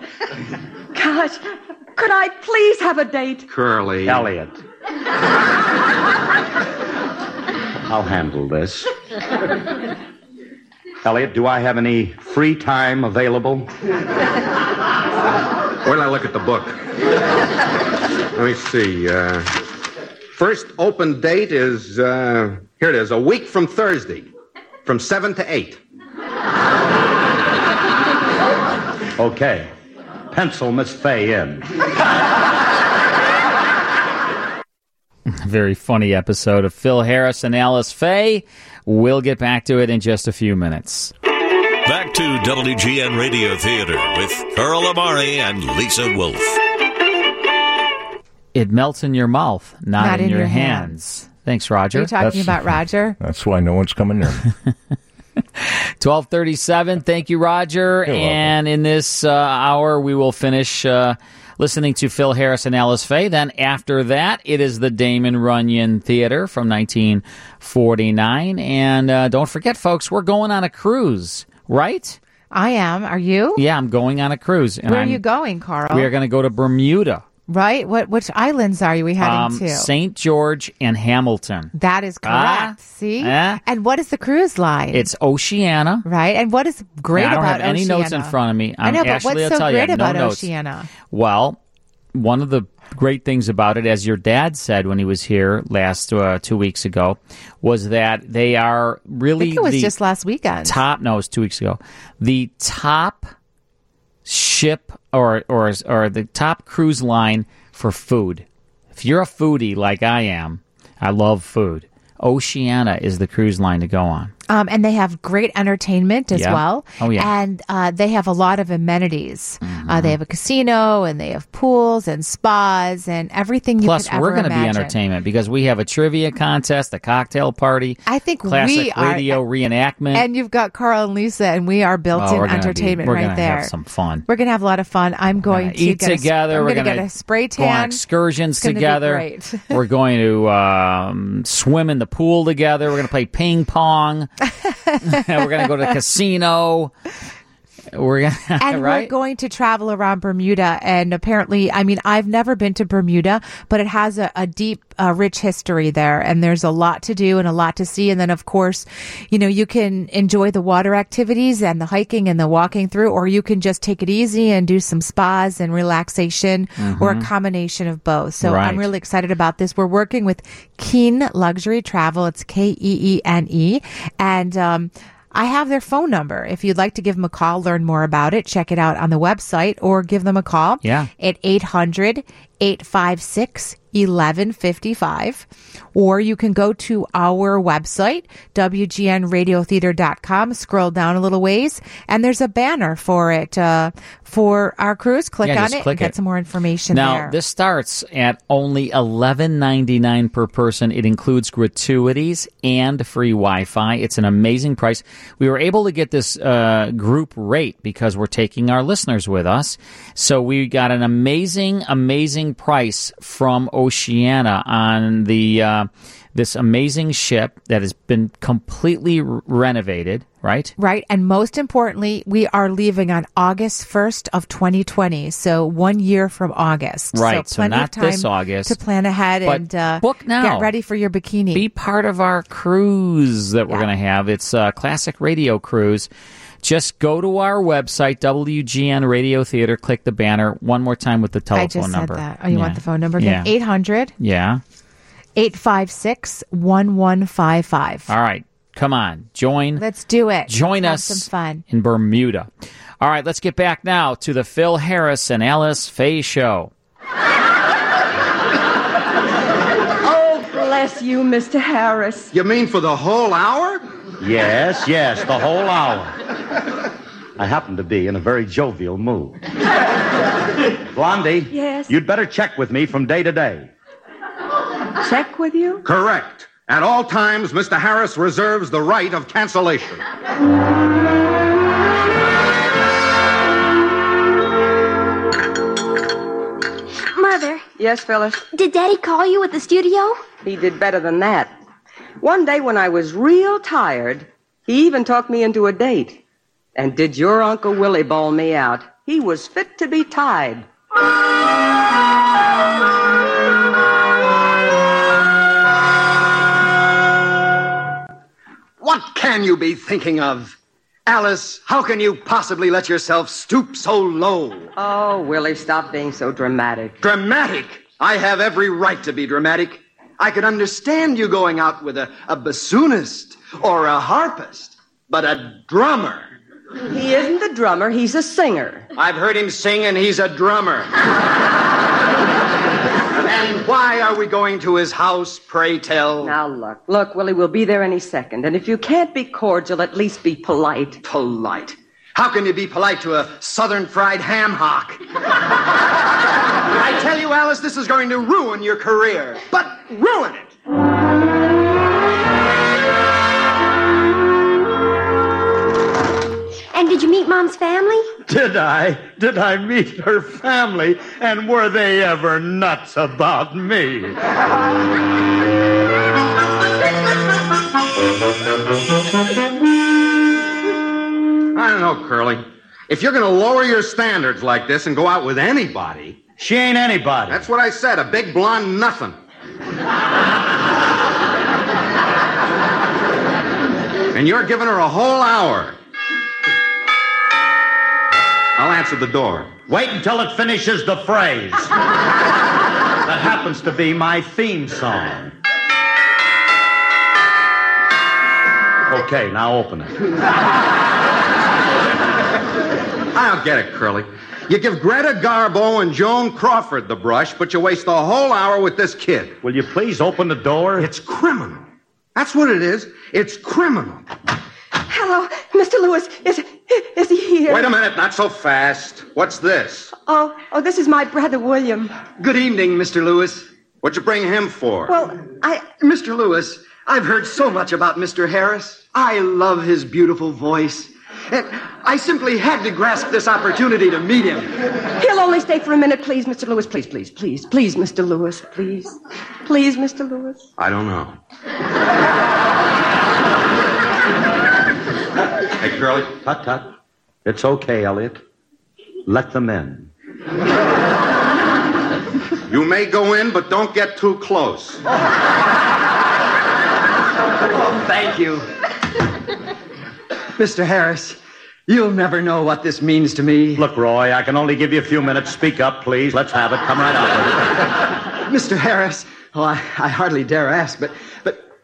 Speaker 2: gosh, could I please have a date?
Speaker 18: Curly.
Speaker 11: Elliot. I'll handle this. Elliot, do I have any free time available?
Speaker 18: Wait till I look at the book. Let me see. Uh, first open date is, uh, here it is, a week from Thursday, from 7 to 8.
Speaker 11: Okay. Pencil Miss Fay in.
Speaker 12: Very funny episode of Phil Harris and Alice Faye. We'll get back to it in just a few minutes.
Speaker 3: Back to WGN Radio Theater with Earl Amari and Lisa Wolf.
Speaker 12: It melts in your mouth, not, in, your hands. Thanks, Roger.
Speaker 1: Are you talking about Roger?
Speaker 10: That's why no one's coming near me.
Speaker 12: *laughs* Twelve thirty-seven. Thank you, Roger.
Speaker 4: You're welcome.
Speaker 12: and in this uh, hour, we will finish uh, listening to Phil Harris and Alice Faye. Then after that, it is the Damon Runyon Theater from 1949. And uh, don't forget, folks, we're going on a cruise, right?
Speaker 1: I am. Are you?
Speaker 12: Yeah, I'm going on a cruise. And
Speaker 1: Oh. Where
Speaker 12: I'm-
Speaker 1: are you going, Carl?
Speaker 12: We are going to go to Bermuda,
Speaker 1: right? What? Which islands are you we heading
Speaker 12: um,
Speaker 1: to?
Speaker 12: St. George, and Hamilton.
Speaker 1: that is correct.
Speaker 12: Ah.
Speaker 1: See?
Speaker 12: Ah.
Speaker 1: and what is the cruise line?
Speaker 12: It's Oceana.
Speaker 1: right. And what is great
Speaker 12: Yeah, I don't
Speaker 1: about
Speaker 12: have any
Speaker 1: Oceana?
Speaker 12: notes in front of me.
Speaker 1: I
Speaker 12: Um,
Speaker 1: know, but
Speaker 12: Ashley,
Speaker 1: what's
Speaker 12: I'll
Speaker 1: so
Speaker 12: tell you, I
Speaker 1: great
Speaker 12: have no
Speaker 1: about
Speaker 12: notes.
Speaker 1: Oceana?
Speaker 12: Well, one of the great things about it, as your dad said when he was here last uh, two weeks ago, was that they are
Speaker 1: I
Speaker 12: really
Speaker 1: think it was
Speaker 12: the
Speaker 1: just last weekend.
Speaker 12: top. No, it was two weeks ago. The top ship or or or the top cruise line for food. If you're a foodie like I am, I love food. Oceana is the cruise line to go on.
Speaker 1: Um, and they have great entertainment as
Speaker 12: Yeah.
Speaker 1: well.
Speaker 12: Oh, yeah. Mm-hmm.
Speaker 1: And uh, they have a lot of amenities. Uh, they have a casino and they have pools and spas and everything you
Speaker 12: Plus,
Speaker 1: could
Speaker 12: we're
Speaker 1: ever
Speaker 12: going to be
Speaker 1: imagine.
Speaker 12: entertainment because we have a trivia contest, a cocktail party.
Speaker 1: I think
Speaker 12: classic
Speaker 1: we are-
Speaker 12: radio reenactment.
Speaker 1: And you've got Carl and Lisa, and we are
Speaker 12: Oh,
Speaker 1: built
Speaker 12: we're
Speaker 1: in
Speaker 12: gonna be-
Speaker 1: entertainment
Speaker 12: we're
Speaker 1: right
Speaker 12: gonna
Speaker 1: there.
Speaker 12: Have some fun.
Speaker 1: We're going to have a lot of fun. I'm going to
Speaker 12: Eat
Speaker 1: get a sp-
Speaker 12: together.
Speaker 1: I'm
Speaker 12: we're
Speaker 1: gonna
Speaker 12: going to
Speaker 1: get a spray
Speaker 12: Go on
Speaker 1: tan.
Speaker 12: *laughs* excursions
Speaker 1: It's gonna be
Speaker 12: together.
Speaker 1: great.
Speaker 12: *laughs* we're going to um, swim in the pool together. We're going to play ping pong. *laughs* we're going to
Speaker 1: *laughs*
Speaker 12: go to the casino. We're going
Speaker 1: and
Speaker 12: *laughs* right.
Speaker 1: we're going to travel around Bermuda. And apparently, I mean, I've never been to Bermuda, but it has a, a deep, uh, rich history there. And there's a lot to do and a lot to see. And then, of course, you know, you can enjoy the water activities and the hiking and the walking through, or you can just take it easy and do some spas and relaxation or a
Speaker 12: Mm-hmm.
Speaker 10: Mhm.
Speaker 1: combination of both. So
Speaker 10: Right.
Speaker 1: I'm really excited about this. We're working with Keen Luxury Travel. It's K E E N E. And, um, I have their phone number. If you'd like to give them a call, learn more about it, check it out on the website or give them a call
Speaker 12: Yeah.
Speaker 1: at 800 856 1155. Or you can go to our website, WGNradiotheater.com, scroll down a little ways, and there's a banner for it uh, for our cruise. Click
Speaker 12: Yeah,
Speaker 1: on
Speaker 12: just
Speaker 1: it
Speaker 12: click
Speaker 1: and get
Speaker 12: it.
Speaker 1: some more information
Speaker 12: now
Speaker 1: there.
Speaker 12: this starts at only eleven ninety nine per person. It includes gratuities and free Wi Fi. It's an amazing price. We were able to get this uh, group rate because we're taking our listeners with us. So we got an amazing, amazing price from Oceana on the uh, this amazing ship that has been completely r- renovated. Right.
Speaker 1: Right. And most importantly, we are leaving on August 1st of 2020. So one year from August.
Speaker 12: Right, so
Speaker 1: So, plenty
Speaker 12: not
Speaker 1: of time
Speaker 12: this August,
Speaker 1: to plan ahead
Speaker 12: but
Speaker 1: and uh,
Speaker 12: book now.
Speaker 1: Get ready for your bikini.
Speaker 12: Be part of our cruise that we're going to have. It's a classic radio cruise. Just go to our website, WGN Radio Theater, click the banner one more time with the telephone
Speaker 1: I just
Speaker 12: number.
Speaker 1: said that. Oh, you
Speaker 12: Yeah.
Speaker 1: want the phone number again?
Speaker 12: Yeah.
Speaker 1: 800
Speaker 12: yeah.
Speaker 1: 856 1155.
Speaker 12: All right. Come on. Join.
Speaker 1: Let's do it.
Speaker 12: Join
Speaker 1: Have
Speaker 12: us
Speaker 1: some fun.
Speaker 12: in Bermuda. All right. Let's get back now to the Phil Harris and Alice Faye show.
Speaker 2: Oh, bless you, Mr. Harris.
Speaker 18: You mean for the whole hour?
Speaker 11: Yes, yes, the whole hour. I happen to be in a very jovial mood. Blondie?
Speaker 2: Yes?
Speaker 11: You'd better check with me from day to day.
Speaker 2: Check with you?
Speaker 18: Correct. At all times, Mr. Harris reserves the right of cancellation.
Speaker 2: Mother. Yes, Phyllis.
Speaker 15: Did Daddy call you at the studio? He did better than that. One day when I was real tired, he even talked me into a date. And did your Uncle Willie bawl me out? He was fit to be tied.
Speaker 22: What can you be thinking of? Alice, how can you possibly let yourself stoop so low?
Speaker 15: Oh, Willie, stop being so dramatic.
Speaker 22: Dramatic! I have every right to be dramatic. I can understand you going out with a, a bassoonist or a harpist, but a drummer.
Speaker 15: He isn't a drummer, he's a singer.
Speaker 22: I've heard him sing, and he's a drummer. and why are we going to his house, pray tell?
Speaker 15: Now look, look, Willie, we'll be there any second. And if you can't be cordial, at least be polite.
Speaker 22: Polite? How can you be polite to a southern fried ham hock? I tell you, Alice, this is going to ruin your career. But ruin it!
Speaker 11: Did I? Did I meet her family? And were they ever nuts about me?
Speaker 18: I don't know, Curly. If you're going to lower your standards like this and go out with anybody.
Speaker 11: She ain't anybody.
Speaker 18: That's what I said, a big blonde nothing. and you're giving her a whole hour.
Speaker 11: I'll answer the door. Wait until it finishes the phrase. that happens to be my theme song. Okay, now open it.
Speaker 18: I don't get it, Curly. You give Greta Garbo and Joan Crawford the brush, but you waste a whole hour with this kid.
Speaker 11: Will you please open the door?
Speaker 18: It's criminal. That's what it is. It's criminal.
Speaker 27: Hello, Mr. Lewis. Is is he here?
Speaker 18: Wait a minute, not so fast. What's this?
Speaker 27: Oh, oh, this is my brother William.
Speaker 18: Good evening, Mr. Lewis. What'd you bring him for?
Speaker 27: Well, I.
Speaker 7: Mr. Lewis, I've heard so much about Mr. Harris. I love his beautiful voice. And I simply had to grasp this opportunity to meet him.
Speaker 27: He'll only stay for a minute, please, Mr. Lewis. Please, please, please, please, Mr. Lewis. Please, please, Mr. Lewis.
Speaker 18: I don't know.
Speaker 11: Hey, Curly. Tut, tut. It's okay, Elliot. Let them in.
Speaker 18: You may go in, but don't get too close.
Speaker 7: Oh, Thank you. Mr. Harris, you'll never know what this means to me.
Speaker 11: Look, Roy, I can only give you a few minutes. Speak up, please. Let's have it. Come right out.
Speaker 7: Mr. Harris, oh, I, I hardly dare ask, but, but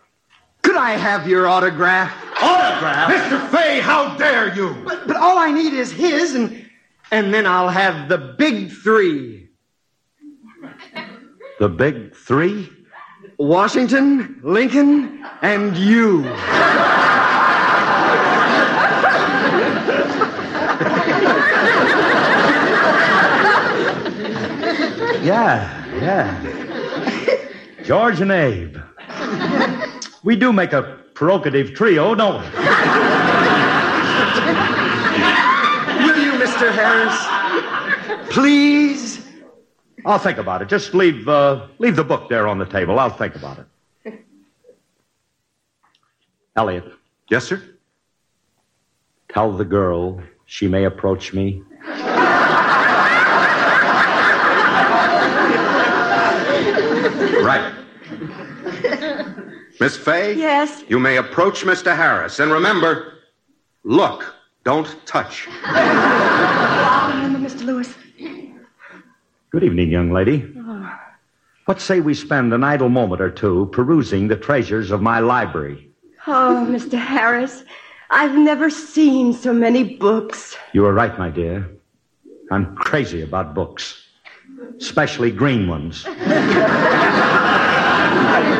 Speaker 7: could I have your autograph?
Speaker 11: Autograph?
Speaker 7: Mr. Fay, how dare you? But, but all I need is his, and, and then I'll have the big three
Speaker 11: The big three?
Speaker 7: Washington, Lincoln, and you.
Speaker 11: Yeah, yeah. George and Abe. We do make a provocative trio, don't we?
Speaker 7: Will you, Mr. Harris? Please?
Speaker 11: I'll think about it. Just leave, uh, leave the book there on the table. I'll think about it. Elliot.
Speaker 18: Yes, sir?
Speaker 11: Tell the girl she may approach me.
Speaker 18: Right. Miss Fay?
Speaker 27: Yes.
Speaker 18: You may approach Mr. Harris. And remember, look, don't touch.
Speaker 27: Oh, Remember, Mr. Lewis.
Speaker 11: Good evening, young lady.
Speaker 27: Oh,
Speaker 11: What say we spend an idle moment or two perusing the treasures of my library?
Speaker 27: Oh, Mr. Harris, I've never seen so many books.
Speaker 11: You are right, my dear. I'm crazy about books, especially green ones.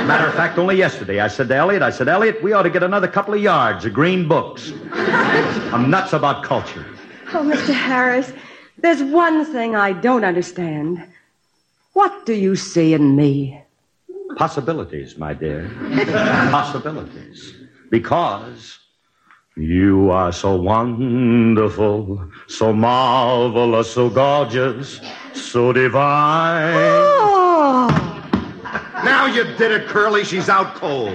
Speaker 11: Matter of fact, only yesterday I said to Elliot, I said, Elliot, we ought to get another couple of yards of green books. I'm nuts about culture.
Speaker 27: Oh, Mr. Harris, there's one thing I don't understand. What do you see in me?
Speaker 11: Possibilities, my dear. *laughs* Possibilities. Because you are so wonderful, so marvelous, so gorgeous, so divine.
Speaker 27: Oh,
Speaker 18: Now you did it, Curly. She's out cold.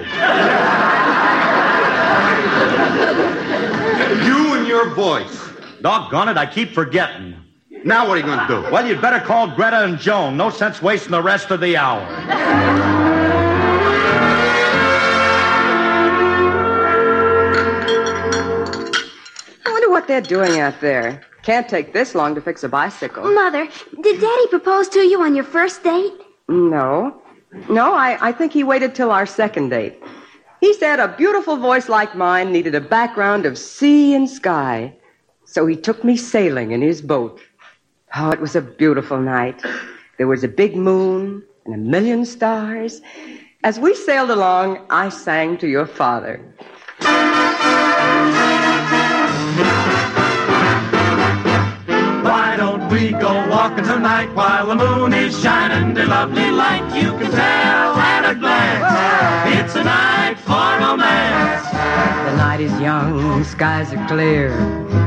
Speaker 18: you and your voice.
Speaker 11: Doggone it, I keep forgetting.
Speaker 18: Now what are you going to do?
Speaker 11: Well, you'd better call Greta and Joan. No sense wasting the rest of the hour.
Speaker 10: I wonder what they're doing out there. Can't take this long to fix a bicycle.
Speaker 28: Mother, did Daddy propose to you on your first date?
Speaker 10: No. No, I, I think he waited till our second date. He said a beautiful voice like mine needed a background of sea and sky. So he took me sailing in his boat. Oh, it was a beautiful night. There was a big moon and a million stars. As we sailed along, I sang to your father.
Speaker 29: Why don't we go walking tonight while the moon is shining? The lovely light you can tell at a glance. It's a night for romance.
Speaker 10: The night night is young, skies are clear.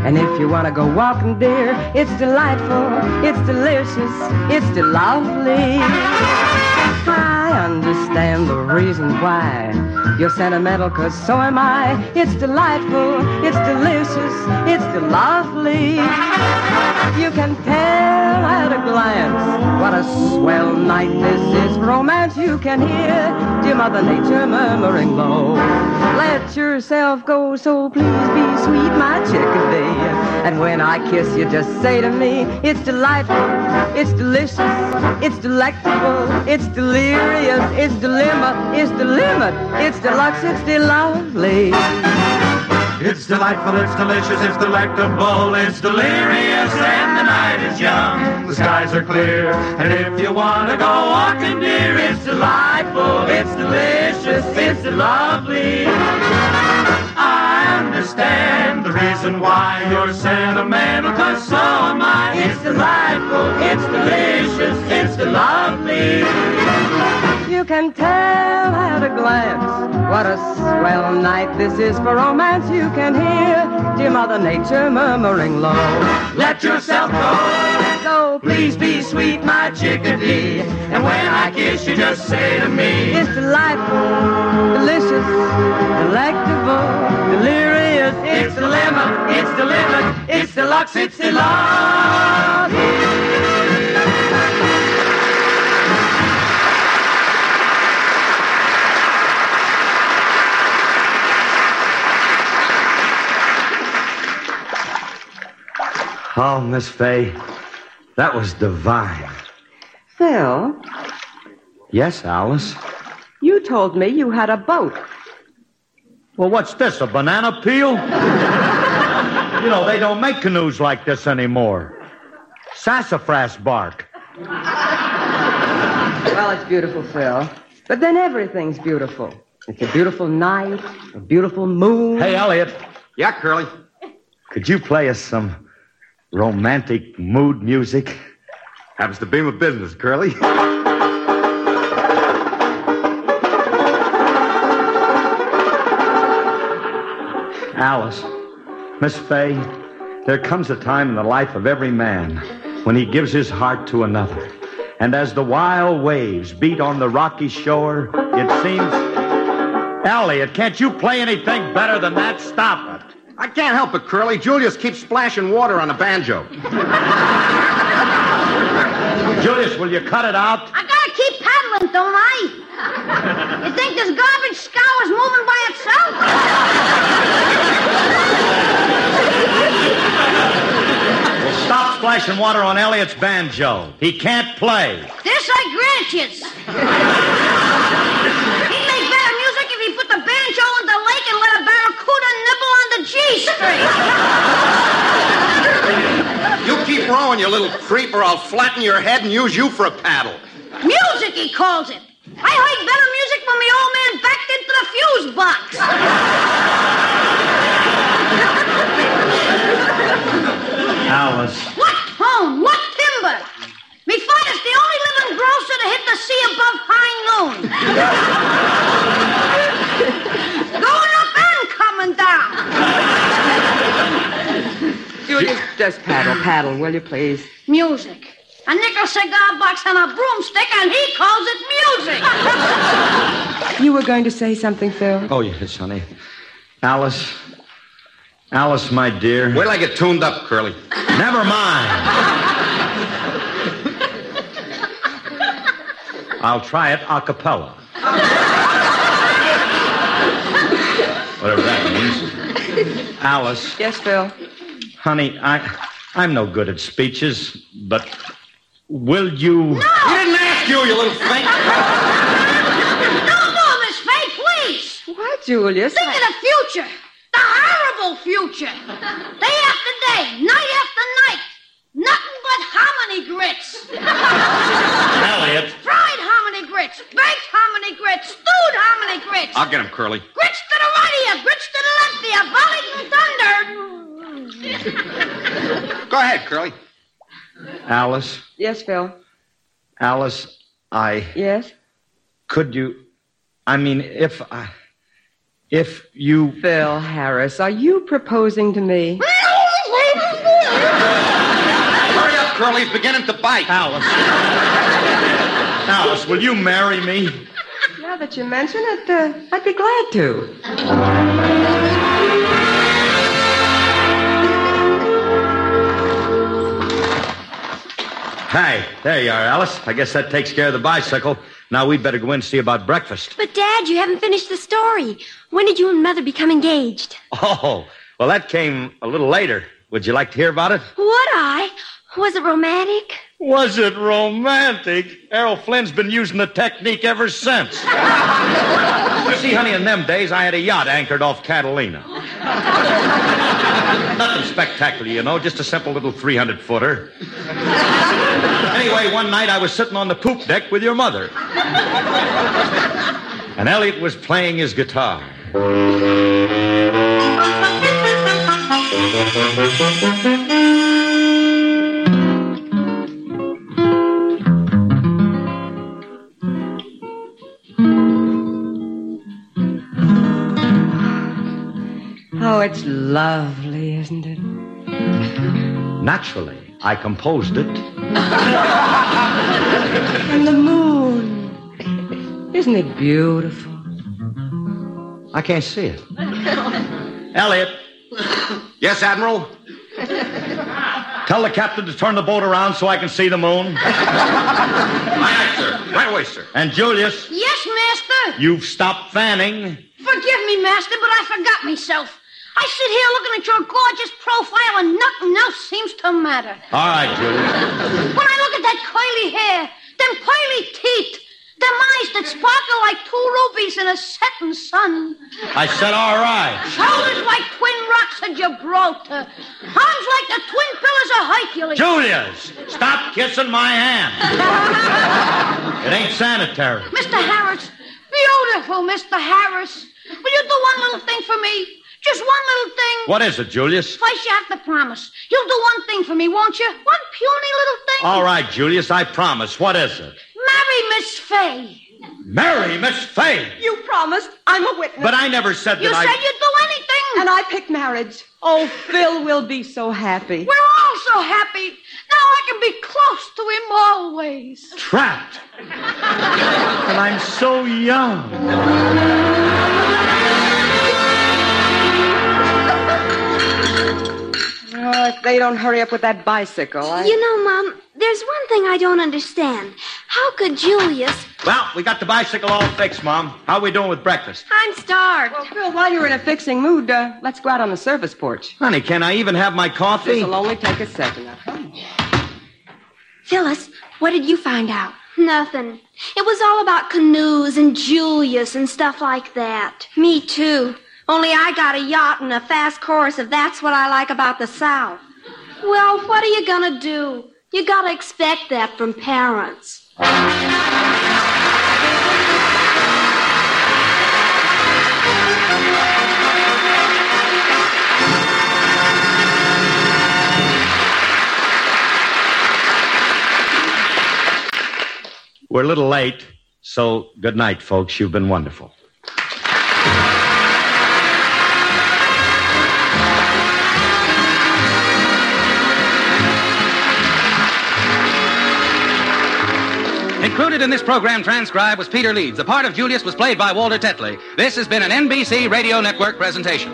Speaker 10: And if you want to go walking, dear, it's delightful, it's delicious, it's de- lovely. I understand the reason why you're sentimental, cause so am I. It's delightful, it's delicious, it's de- lovely. You can tell at a glance what a swell night this is. Romance you can hear, dear Mother Nature murmuring low. Let yourself go, so please be sweet, my chickadee. And when I kiss you, just say to me, it's delightful, it's delicious, it's delectable, it's delirious, it's dilemma, it's dilemma, it's deluxe, it's de lovely.
Speaker 4: It's delightful, it's delicious, it's delectable, it's delirious, and the night is young. The skies are clear, and if you want to go walking, dear, it's delightful, it's delicious, it's lovely. I understand the reason why you're sentimental, cause so am I. It's delightful, it's delicious, it's lovely.
Speaker 10: You can tell at a glance what a swell night this is for romance. You can hear dear Mother Nature murmuring low.
Speaker 4: Let yourself go.
Speaker 10: So
Speaker 4: please be sweet, my chickadee. And when I kiss you, just say to me,
Speaker 10: It's delightful, delicious, delectable, delirious.
Speaker 4: It's the lemon, it's the lemon, it's the lux, it's the love.
Speaker 11: Oh, Miss Fay, that was divine.
Speaker 15: Phil,
Speaker 11: Yes, Alice.
Speaker 15: you told me you had a
Speaker 10: *laughs*
Speaker 15: boat.
Speaker 11: Well, what's this, a banana peel? you know, they don't make canoes like this anymore. Sassafras bark.
Speaker 15: Well, it's beautiful, Phil. But then everything's beautiful. It's a beautiful night, a beautiful moon.
Speaker 11: Hey, Elliot.
Speaker 15: Yeah, Curly.
Speaker 11: Could you play us some romantic mood music? Happens to be my business, Curly. Alice, Miss Fay, there comes a time in the life of every man when he gives his heart to another. And as the wild waves beat on the rocky shore, it seems. Elliot, can't you play anything better than that? Stop it.
Speaker 18: I can't help it, Curly. Julius keeps splashing water on a banjo.
Speaker 11: Julius, will you cut it out?
Speaker 20: I gotta keep paddling, don't I? You think this garbage scour's moving by itself?
Speaker 11: Well, stop splashing water on Elliot's banjo. He can't play.
Speaker 20: This I grant yous. He'd make better music if he put the banjo in the lake and let a barracuda nibble on the G string.
Speaker 18: You keep rowing, you little creep, or I'll flatten your head and use you for a paddle.
Speaker 20: music, he calls it. I heard better music when my old man backed into the fuse box.
Speaker 11: Alice.
Speaker 20: What home? What timber? Me father's the only living grocer to hit the sea above high noon. Going up and coming down.
Speaker 15: Julius, just paddle, paddle, will you please?
Speaker 20: Music. A nickel cigar box and a broomstick, and he calls it music.
Speaker 15: You were going to say something, Phil?
Speaker 11: Oh, yes, honey. Alice. Alice, my dear.
Speaker 18: Wait till I get tuned up, Curly.
Speaker 11: Never mind. I'll try it a cappella. Whatever that means. Alice,
Speaker 15: Yes, Phil.
Speaker 11: honey, I, I'm no good at speeches, but will you.
Speaker 20: No!
Speaker 18: didn't ask you, you little thing.
Speaker 20: no more, Miss Fay, please.
Speaker 15: What, Julius?
Speaker 20: Think of the future. The horrible future. Day after day, night after night. Nothing but hominy grits.
Speaker 18: Elliot.
Speaker 20: Fried hominy grits, baked hominy grits, stewed hominy grits.
Speaker 18: I'll get him, Curly.
Speaker 20: Grits to the right of you, grits to the left of you, volley and thunder.
Speaker 18: Go ahead, Curly.
Speaker 11: Alice,
Speaker 15: Yes, Phil.
Speaker 11: Alice, I.
Speaker 15: Yes?
Speaker 11: Could you. I mean, if I. uh, If you.
Speaker 10: Phil Harris, are you proposing to me?
Speaker 13: Hurry up, girl. He's beginning to bite.
Speaker 11: Alice. Alice, will you marry me?
Speaker 10: Now that you mention it, uh, I'd be glad
Speaker 11: To. Hi, there you are, Alice. I guess that takes care of the bicycle. Now we'd better go in and see about breakfast.
Speaker 21: But, Dad, you haven't finished the story. When did you and Mother become engaged?
Speaker 11: Oh, well, that came a little later. Would you like to hear about it?
Speaker 21: Would I? Was it romantic?
Speaker 11: Was it romantic? Errol Flynn's been using the technique ever since. you see, honey, *laughs* in them days I had a yacht anchored off Catalina. Nothing spectacular, you know, just a simple little 300 footer. anyway, one night I was sitting on the poop deck with your mother, and Elliot was playing his guitar.
Speaker 10: Oh, it's lovely, isn't it?
Speaker 11: Naturally, I composed it.
Speaker 10: And the moon. Isn't it beautiful?
Speaker 11: I can't see it. Elliot. Yes, Admiral? Tell the captain to turn the boat around so I can see the moon.
Speaker 13: Aye, aye, sir. Right away, sir.
Speaker 11: And Julius,
Speaker 20: Yes, Master.
Speaker 11: you've stopped fanning.
Speaker 20: Forgive me, Master, but I forgot myself. I sit here looking at your gorgeous profile and nothing else seems to matter.
Speaker 11: All right, Julius.
Speaker 20: When I look at that coily hair, them coily teeth, them eyes that sparkle like two rubies in a setting sun,
Speaker 11: I said all right.
Speaker 20: shoulders like twin rocks of Gibraltar, arms like the twin pillars of Hercules. *laughs*
Speaker 11: Julius, stop kissing my hand. It ain't sanitary.
Speaker 20: Mr. Harris, beautiful Mr. Harris, will you do one little thing for me? Just one little thing.
Speaker 11: What is it, Julius?
Speaker 20: First, you have to promise. You'll do one thing for me, won't you? One puny little thing.
Speaker 11: All right, Julius, I promise. What is it?
Speaker 20: Marry Miss Fay.
Speaker 11: Marry Miss Fay.
Speaker 10: You promised. I'm a witness.
Speaker 11: But I never said that
Speaker 10: You
Speaker 11: I.
Speaker 10: said
Speaker 20: you'd do anything.
Speaker 10: And I picked marriage. Oh, Phil will be so happy.
Speaker 20: We're all so happy. Now I can be close to him always.
Speaker 11: Trapped. and I'm so young.
Speaker 10: Oh, if they don't hurry up with that bicycle, I...
Speaker 21: *laughs* You know, Mom, there's one thing I don't understand. How could Julius.
Speaker 11: Well, we got the bicycle all fixed, Mom. How we doing with breakfast?
Speaker 21: I'm starved.
Speaker 10: Well, Phil, while you're in a fixing mood, uh, let's go out on the service porch.
Speaker 11: Honey, can I even have my coffee?
Speaker 10: This'll only take a second. uh-huh. I'll-
Speaker 21: Phyllis, what did you find out? Nothing. It was all about canoes and Julius and stuff like that. Me too. Only I got a yacht and a fast chorus of That's What I Like About the South. Well, what are you gonna do? You gotta expect that from parents.
Speaker 11: We're a little late, so good night, folks. You've been wonderful.
Speaker 14: Included in this program transcribed was Peter Leeds. The part of Julius was played by Walter Tetley. This has been an NBC Radio Network presentation.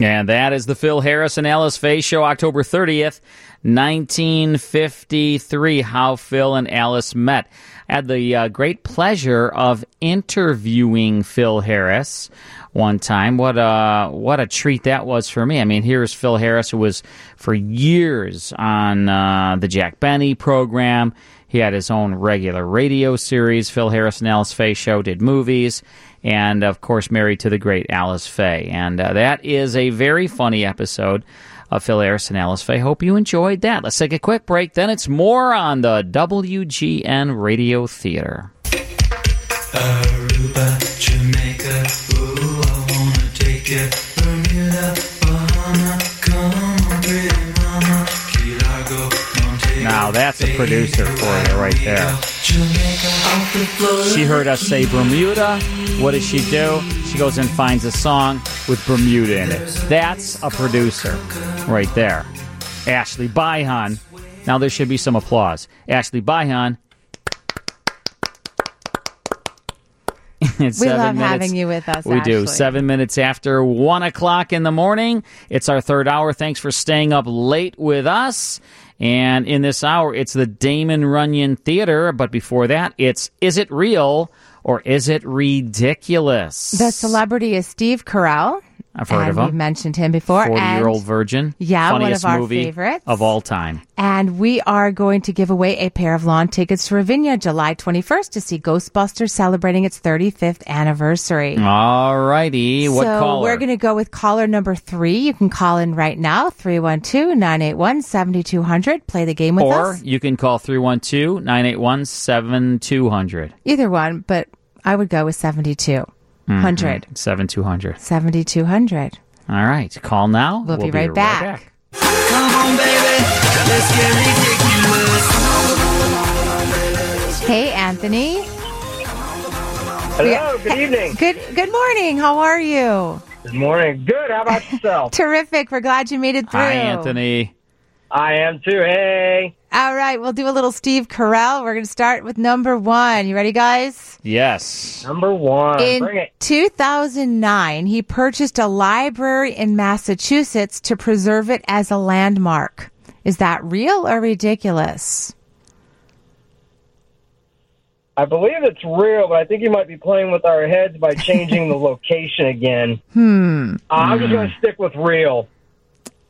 Speaker 12: And that is the Phil Harris and Alice Faye show, October 30th, 1953. How Phil and Alice met. I had the uh, great pleasure of interviewing Phil Harris one time. What a, what a treat that was for me. I mean, here's Phil Harris, who was for years on uh, the Jack Benny program. He had his own regular radio series, Phil Harris and Alice Faye Show, did movies, and of course, married to the great Alice Faye. And uh, that is a very funny episode of Phil Harris and Alice Faye. Hope you enjoyed that. Let's take a quick break. Then it's more on the WGN Radio Theater.
Speaker 4: Aruba, Jamaica, ooh, I wanna take you. Bermuda, Bahama, come on, pretty mama. Key Largo,
Speaker 12: that's a producer for you right there. She heard us say Bermuda. What does she do? She goes and finds a song with Bermuda in it. That's a producer right there. Ashley Byhan. Now there should be some applause. Ashley *laughs* Byhan. we
Speaker 1: We love having you with us.
Speaker 12: we do.
Speaker 1: Ashley.
Speaker 12: Seven minutes after one o'clock in the morning. It's our third hour. Thanks for staying up late with us. And in this hour, it's the Damon Runyon Theater. But before that, it's Is It Real or Is It Ridiculous?
Speaker 1: The celebrity is Steve Carell.
Speaker 12: I've heard
Speaker 1: and
Speaker 12: of him.
Speaker 1: We've mentioned him before. and-
Speaker 12: 40 year old virgin.
Speaker 1: Yeah, one
Speaker 12: Funniest
Speaker 1: of our
Speaker 12: movie
Speaker 1: favorites.
Speaker 12: Of all time.
Speaker 1: And we are going to give away a pair of lawn tickets to Ravinia July 21st to see Ghostbusters celebrating its 35th anniversary.
Speaker 12: All righty. What
Speaker 1: so
Speaker 12: caller?
Speaker 1: we're going to go with caller number three. You can call in right now, 312-981-7200. Play the game with
Speaker 12: or
Speaker 1: us.
Speaker 12: you can call 312 981 7200.
Speaker 1: Either one, but I would go with 7200.
Speaker 12: Mm-hmm. 7200.
Speaker 1: 7200.
Speaker 12: All right. Call now.
Speaker 1: We'll, be, right, back. Hey, Anthony.
Speaker 6: Hello, good evening.
Speaker 1: Good good morning. How are you?
Speaker 6: Good morning. Good. How about yourself?
Speaker 1: *laughs* Terrific. We're glad you made it through.
Speaker 6: I am too. Hey.
Speaker 1: All right, we'll do a little Steve Carell. We're going to start with number one. You ready, guys?
Speaker 12: Yes.
Speaker 6: Number one. Bring
Speaker 1: In
Speaker 6: it.
Speaker 1: 2009, he purchased a library in Massachusetts to preserve it as a landmark. Is that real or ridiculous?
Speaker 6: I believe it's real, but I think you might be playing with our heads by changing the location
Speaker 12: *laughs*
Speaker 6: again.
Speaker 12: Hmm.
Speaker 6: Uh, I'm just going to stick with real.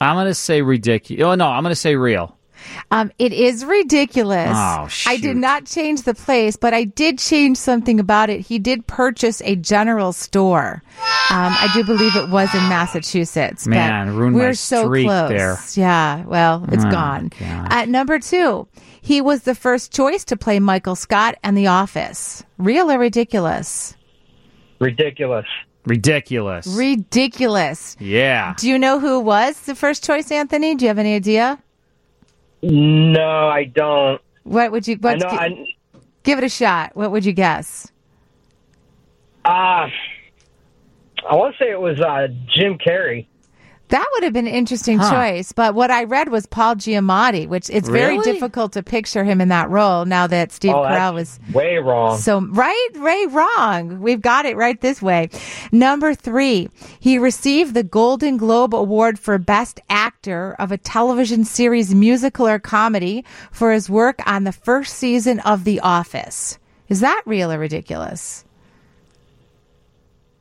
Speaker 12: I'm going to say ridiculous. Oh, no. I'm going to say real.
Speaker 1: Um, it is ridiculous.
Speaker 12: Oh,
Speaker 1: I did not change the place, but I did change something about it. He did purchase a general store. Um, I do believe it was in Massachusetts. but
Speaker 12: Man, ruined my
Speaker 1: we're so
Speaker 12: streak
Speaker 1: close.
Speaker 12: there.
Speaker 1: Yeah, well, it's
Speaker 12: Oh,
Speaker 1: gone. At number two, he was the first choice to play Michael Scott and The Office. Real or ridiculous?
Speaker 6: Ridiculous.
Speaker 12: Ridiculous.
Speaker 1: Ridiculous.
Speaker 12: yeah.
Speaker 1: Do you know who was the first choice, Anthony? Do you have any idea?
Speaker 6: No, I don't.
Speaker 1: What would you?
Speaker 6: I
Speaker 1: What,
Speaker 6: know.
Speaker 1: gi-
Speaker 6: I,
Speaker 1: give it a shot. What would you guess?
Speaker 6: uh, I want to say it was uh, Jim Carrey.
Speaker 1: That would have been an interesting
Speaker 6: Huh.
Speaker 1: choice, but what I read was Paul Giamatti, which it's very
Speaker 6: Really?
Speaker 1: difficult to picture him in that role now that Steve
Speaker 6: oh,
Speaker 1: Carell was
Speaker 6: that's way wrong.
Speaker 1: so right, right, wrong. We've got it right this way. Number three, he received the Golden Globe Award for Best Actor of a Television Series Musical or Comedy for his work on the first season of The Office. Is that real or ridiculous?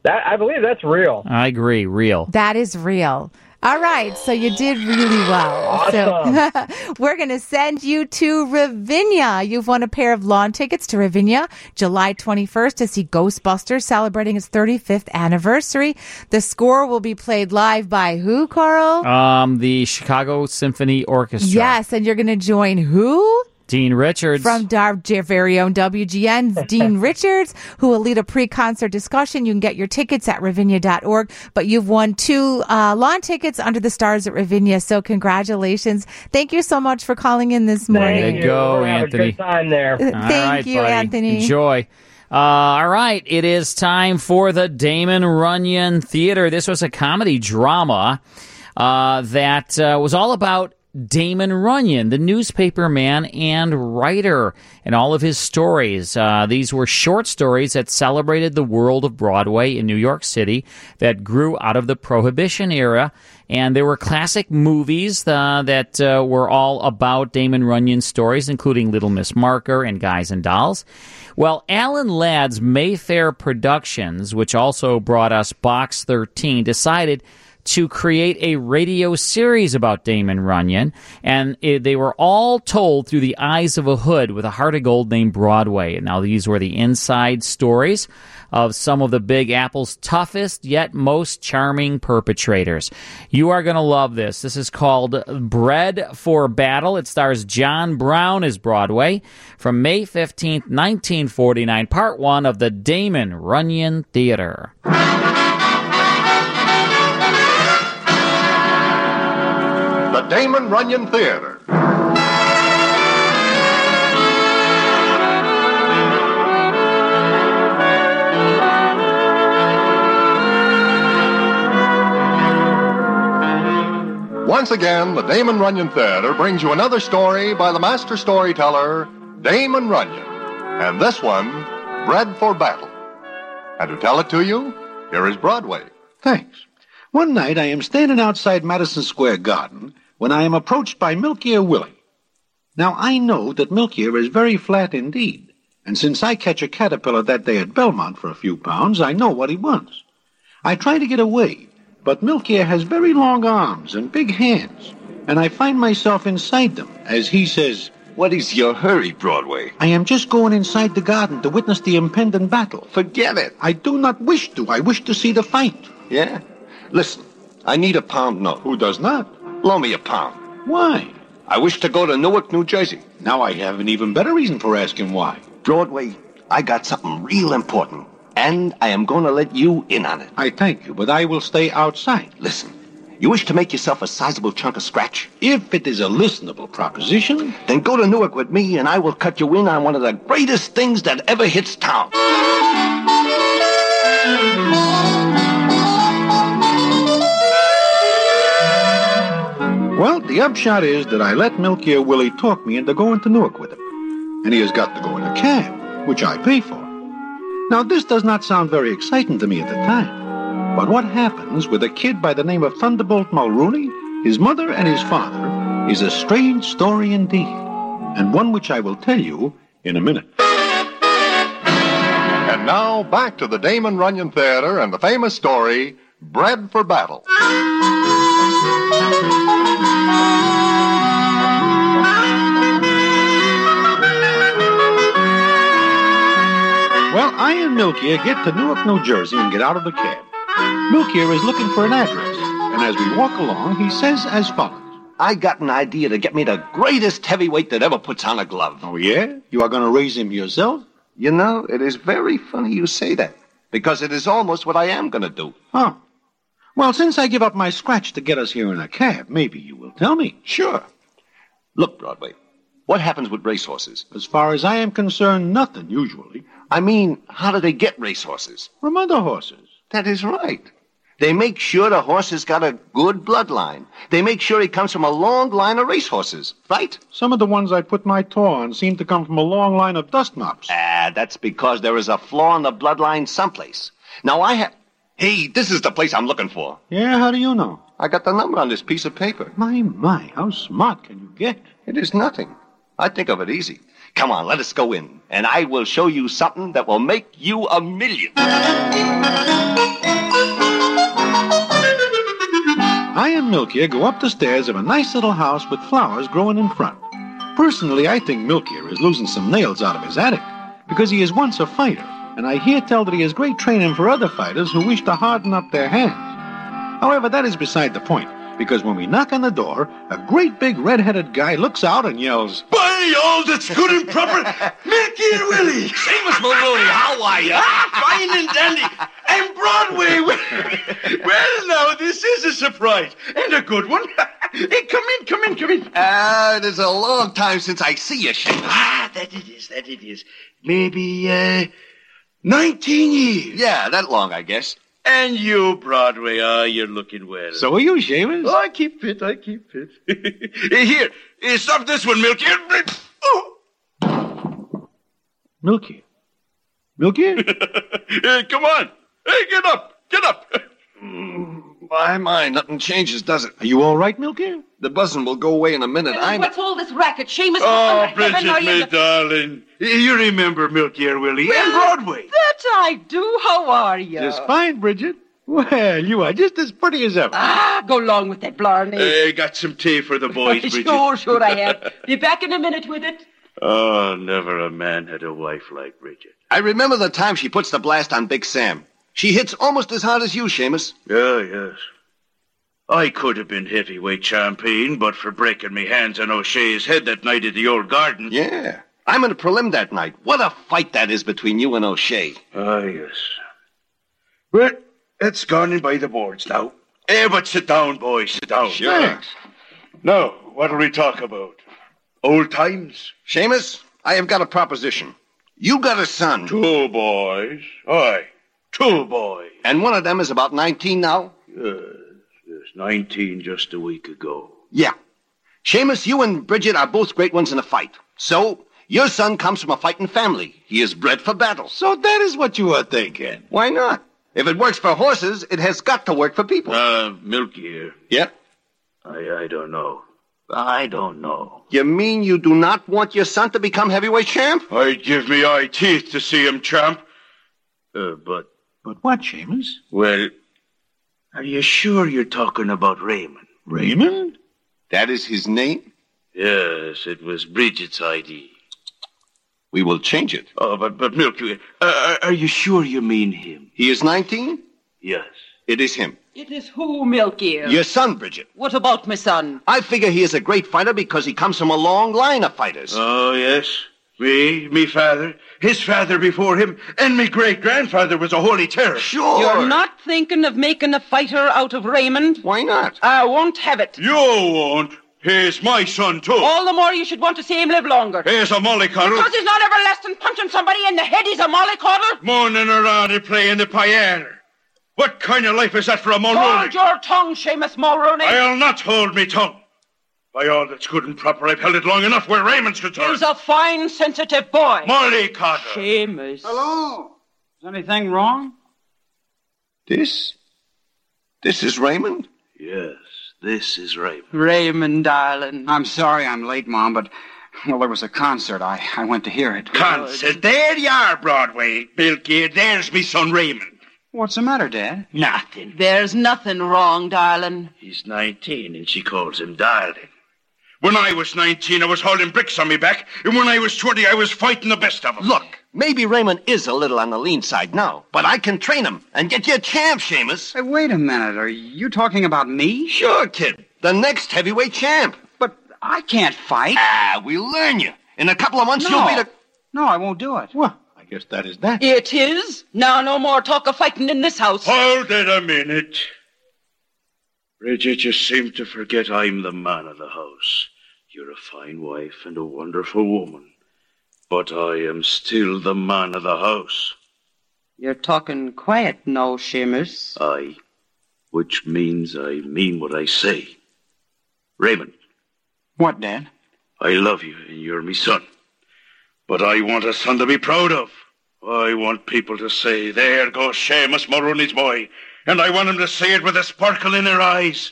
Speaker 6: that I believe that's real.
Speaker 12: I agree. Real.
Speaker 1: That is real. All right, so you did really well. So *laughs* we're going to send you to Ravinia. You've won a pair of lawn tickets to Ravinia July 21st to see Ghostbusters celebrating its 35th anniversary. The score will be played live by who, Carl?
Speaker 12: Um, the Chicago Symphony Orchestra.
Speaker 1: Yes, and you're going to join who?
Speaker 12: Dean Richards.
Speaker 1: From our very own
Speaker 12: *laughs*
Speaker 1: WGN's Dean Richards, who will lead a pre-concert discussion. You can get your tickets at ravinia.org, but you've won two uh, lawn tickets under the stars at Ravinia. So congratulations. Thank you so much for calling in this morning.
Speaker 12: Way to go, Anthony.
Speaker 6: time there.
Speaker 1: Uh, thank you, Anthony.
Speaker 12: Enjoy. Uh, all right, it is time for the Damon Runyon Theater. This was a comedy drama uh, that uh, was all about Damon Runyon, the newspaper man and writer, and all of his stories. Uh, these were short stories that celebrated the world of Broadway in New York City that grew out of the Prohibition era. And there were classic movies uh, that uh, were all about Damon Runyon's stories, including Little Miss Marker and Guys and Dolls. Well, Alan Ladd's Mayfair Productions, which also brought us Box 13, decided to create a radio series about Damon Runyon, and it, they were all told through the eyes of a hood with a heart of gold named Broadway. Now, these were the inside stories of some of the Big Apple's toughest yet most charming perpetrators. You are going to love this. This is called Bread for Battle. It stars John Brown as Broadway from May 15th, 1949, part one of the Damon Runyon Theater.
Speaker 19: The Damon Runyon Theater.
Speaker 22: Once again, the Damon Runyon Theater brings you another story by the master storyteller, Damon Runyon. And this one, Bread for Battle. And to tell it to you, here is Broadway.
Speaker 25: Thanks. One night I am standing outside Madison Square Garden when I am approached by Milkier Willie. Now I know that Milkier is very flat indeed, and since I catch a caterpillar that day at Belmont for a few pounds, I know what he wants. I try to get away, but Milkier has very long arms and big hands, and I find myself inside them as he says, What is your hurry, Broadway? I am just going inside the garden to witness the impending battle. Forget it. I do not wish to. I wish to see the fight.
Speaker 22: Yeah? Listen, I need a pound note. Who does not? Loan me a pound.
Speaker 25: Why?
Speaker 22: I wish to go to Newark, New Jersey.
Speaker 25: Now I have an even better reason for asking why.
Speaker 22: Broadway, I got something real important, and I am going to let you in on it.
Speaker 25: I thank you, but I will stay outside.
Speaker 22: Listen, you wish to make yourself a sizable chunk of scratch?
Speaker 25: If it is a listenable proposition.
Speaker 22: Then go to Newark with me, and I will cut you in on one of the greatest things that ever hits town.
Speaker 25: Well, the upshot is that I let Milkier Willie talk me into going to Newark with him. And he has got to go in a cab, which I pay for. Now, this does not sound very exciting to me at the time. But what happens with a kid by the name of Thunderbolt Mulrooney, his mother, and his father is a strange story indeed, and one which I will tell you in a minute.
Speaker 22: And now, back to the Damon Runyon Theater and the famous story, Bread for Battle.
Speaker 25: Well, I and Milkier get to Newark, New Jersey, and get out of the cab. Milkier is looking for an address, and as we walk along, he says as follows
Speaker 22: I got an idea to get me the greatest heavyweight that ever puts on a glove.
Speaker 25: Oh, yeah? You are going to raise him yourself?
Speaker 22: You know, it is very funny you say that, because it is almost what I am going to do.
Speaker 25: Huh. Well, since I give up my scratch to get us here in a cab, maybe you will tell me.
Speaker 22: Sure. Look, Broadway, what happens with racehorses?
Speaker 25: As far as I am concerned, nothing usually.
Speaker 22: I mean, how do they get racehorses?
Speaker 25: From other horses.
Speaker 22: That is right. They make sure the horse has got a good bloodline. They make sure he comes from a long line of racehorses, right?
Speaker 25: Some of the ones I put my paw on seem to come from a long line of dust mops.
Speaker 22: Ah, that's because there is a flaw in the bloodline someplace. Now I have. Hey, this is the place I'm looking for.
Speaker 25: Yeah, how do you know?
Speaker 22: I got the number on this piece of paper.
Speaker 25: My, my, how smart can you get?
Speaker 22: It is nothing. I think of it easy. Come on, let us go in, and I will show you something that will make you a million.
Speaker 25: I and Milkier go up the stairs of a nice little house with flowers growing in front. Personally, I think Milkier is losing some nails out of his attic because he is once a fighter, and I hear tell that he has great training for other fighters who wish to harden up their hands. However, that is beside the point because when we knock on the door, a great big red-headed guy looks out and yells,
Speaker 5: By all that's good and proper, Mickey and Willie. Seamus Maloney, how are you? Fine and dandy. And Broadway. Well, well, now, this is a surprise. And a good one. Hey, come in, come in, come in.
Speaker 22: Ah, it is a long time since I see you, Seamus.
Speaker 5: Ah, that it is, that it is. Maybe, uh, 19 years.
Speaker 22: Yeah, that long, I guess.
Speaker 5: And you, Broadway, ah, you're looking well.
Speaker 25: So are you, Seamus?
Speaker 5: Oh, I keep fit, I keep fit. Here, *laughs* eh, stop this one, Milky. Oh,
Speaker 25: Milkier.
Speaker 22: *laughs*
Speaker 25: Milkier?
Speaker 5: eh, come on. Hey, get up, get up.
Speaker 22: My, my, nothing changes, does it?
Speaker 25: Are you all right, Milkier?
Speaker 22: The buzzing will go away in a minute. I know.
Speaker 30: What's all this racket, Seamus?
Speaker 5: Oh,
Speaker 7: *laughs*
Speaker 30: Under
Speaker 5: Bridget,
Speaker 30: heaven are you
Speaker 5: my
Speaker 30: the-
Speaker 5: darling. Eh, You remember Milky and Willie and Broadway.
Speaker 7: That I do. How are you?
Speaker 25: Just fine, Bridget. Well, you are just as pretty as ever.
Speaker 7: Ah, go along with that blarney.
Speaker 5: Eh, got some tea for
Speaker 8: *laughs*
Speaker 5: the *laughs* boys, Bridget.
Speaker 7: sure, sure I
Speaker 5: *laughs*
Speaker 7: have. Be back in a minute with it.
Speaker 5: Oh, never a man had a wife like Bridget.
Speaker 22: I remember the time she puts the blast on Big Sam. She hits almost as hard as you, Seamus.
Speaker 5: Oh, yes. I could have been heavyweight champion, but for breaking me hands on O'Shea's head that night at the old garden.
Speaker 22: Yeah. I'm in a prelim that night. What a fight that is between you and O'Shea.
Speaker 5: Ah, yes. Well, it's gone in by the boards now. Eh, but sit down, boys, sit down.
Speaker 22: Sure. Thanks.
Speaker 5: Now, what'll we talk about? Old times?
Speaker 22: Seamus, I have got a proposition. You got a son.
Speaker 5: Two boys. Aye. Two boys.
Speaker 22: And one of them is about 19 now?
Speaker 5: Yes, yes. was 19 just a week ago.
Speaker 22: Yeah. Seamus, you and Bridget are both great ones in a fight. So, your son comes from a fighting family. He is bred for battle. So that is what you are thinking. Why not? If it works for horses, it has got to work for people.
Speaker 5: Uh, Milky here.
Speaker 22: Yep.
Speaker 5: I, I don't know. I don't know.
Speaker 22: You mean you do not want your son to become heavyweight champ?
Speaker 5: I give me eye teeth to see him champ. Uh, but.
Speaker 25: But what, Seamus?
Speaker 5: Well, are you sure you're talking about Raymond?
Speaker 25: Raymond?
Speaker 22: That is his name?
Speaker 5: Yes, it was Bridget's ID.
Speaker 22: We will change it.
Speaker 5: Oh, but, but Milky, uh, are are you sure you mean him?
Speaker 22: He is 19?
Speaker 5: Yes.
Speaker 22: It is him.
Speaker 8: It is who, Milky?
Speaker 22: Your son, Bridget.
Speaker 8: What about my son?
Speaker 22: I figure he is a great fighter because he comes from a long line of fighters.
Speaker 5: Oh, yes. Me, me father, his father before him, and me great grandfather was a holy terror. Sure.
Speaker 8: You're not thinking of making a fighter out of Raymond?
Speaker 22: Why not?
Speaker 8: I won't have it.
Speaker 5: You won't. He's my son, too.
Speaker 8: All the more you should want to see him live longer.
Speaker 5: He's a mollycoddle.
Speaker 8: Because he's not everlasting punching somebody in the head, he's a mollycoddle.
Speaker 5: Mooning around and playing the paillette. What kind of life is that for a Mulrooney?
Speaker 8: Hold your tongue, Seamus Mulrooney.
Speaker 5: I'll not hold me tongue. By all that's good and proper, I've held it long enough where Raymond's concerned.
Speaker 8: He's a fine, sensitive boy.
Speaker 5: Mollycoddle.
Speaker 8: Seamus.
Speaker 5: Hello?
Speaker 8: Is anything wrong?
Speaker 22: This? This is Raymond?
Speaker 5: Yes, this is Raymond.
Speaker 8: Raymond, darling.
Speaker 9: I'm sorry I'm late, Mom, but, well, there was a concert. I, I went to hear it.
Speaker 5: Concert. There you are, Broadway. Bill Gear, there's me son Raymond.
Speaker 9: What's the matter, Dad?
Speaker 5: Nothing.
Speaker 8: There's nothing wrong, darling.
Speaker 5: He's 19, and she calls him darling. When I was 19, I was hauling bricks on me back, and when I was 20, I was fighting the best of 'em.
Speaker 22: Look, maybe Raymond is a little on the lean side now, but I can train him and get you a champ, Seamus.
Speaker 9: Hey, wait a minute. Are you talking about me?
Speaker 22: Sure, kid. The next heavyweight champ.
Speaker 9: But I can't fight.
Speaker 22: Ah, we'll learn you. In a couple of months,
Speaker 9: No.
Speaker 22: you'll be the.
Speaker 9: No, I won't do it. Well,
Speaker 25: I guess that is that.
Speaker 8: It is. Now no more talk of fighting in this house.
Speaker 5: Hold it a minute. Bridget, you seem to forget I'm the man of the house. You're a fine wife and a wonderful woman, but I am still the man of the house.
Speaker 8: You're talking quiet now, Seamus.
Speaker 5: I, which means I mean what I say. Raymond,
Speaker 9: What, Dad?
Speaker 5: I love you and you're me son, but I want a son to be proud of. I want people to say, there goes Seamus Mulrooney's boy, and I want 'em to say it with a sparkle in their eyes,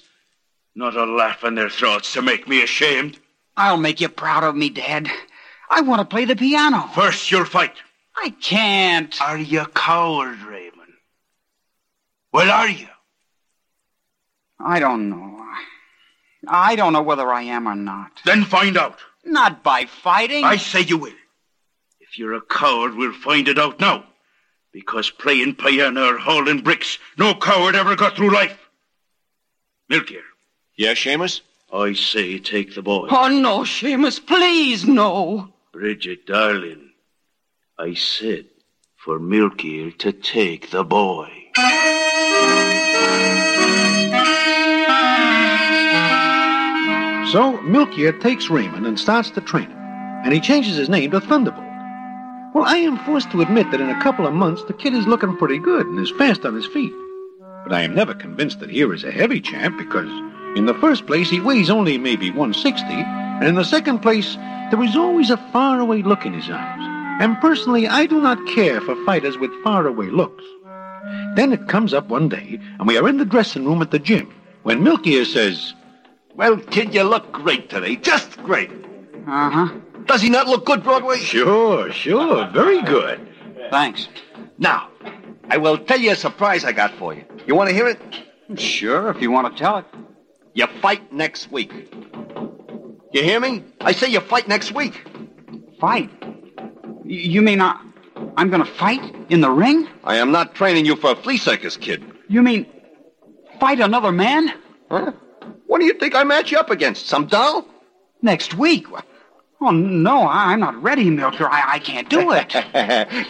Speaker 5: not a laugh in their throats to make me ashamed.
Speaker 9: I'll make you proud of me, Dad. I want to play the piano.
Speaker 5: First, you'll fight.
Speaker 9: I can't.
Speaker 5: Are you a coward, Raymond? Well, are you?
Speaker 9: I don't know. I don't know whether I am or not.
Speaker 5: Then find out.
Speaker 9: Not by fighting.
Speaker 5: I say you will. If you're a coward, we'll find it out now. Because playing piano or hauling bricks, no coward ever got through life. Milkier,
Speaker 22: Yeah, Seamus?
Speaker 5: I say take the boy.
Speaker 8: Oh, no, Seamus, please, no.
Speaker 5: Bridget, darling, I said for Milkier to take the boy.
Speaker 25: So Milkia takes Raymond and starts to train him, and he changes his name to Thunderbolt. Well, I am forced to admit that in a couple of months the kid is looking pretty good and is fast on his feet. But I am never convinced that here is a heavy champ because, in the first place, he weighs only maybe 160, and in the second place, there is always a faraway look in his eyes. And personally, I do not care for fighters with faraway looks. Then it comes up one day, and we are in the dressing room at the gym, when Milkia says,
Speaker 22: Well, kid, you look great today. Just great.
Speaker 9: Uh huh.
Speaker 22: Does he not look good, Broadway?
Speaker 25: Sure, sure. Very good.
Speaker 9: Thanks.
Speaker 22: Now, I will tell you a surprise I got for you. You want to hear it?
Speaker 9: Sure, if you want to tell it.
Speaker 22: You fight next week. You hear me? I say you fight next week.
Speaker 9: Fight? Y- You mean I, I'm going to fight in the ring?
Speaker 22: I am not training you for a flea circus, kid.
Speaker 9: You mean fight another man?
Speaker 22: Huh? What do you think I match you up against? Some doll?
Speaker 9: Next week? Wha- Oh, no, I- I'm not ready, Milker. I, I can't do it.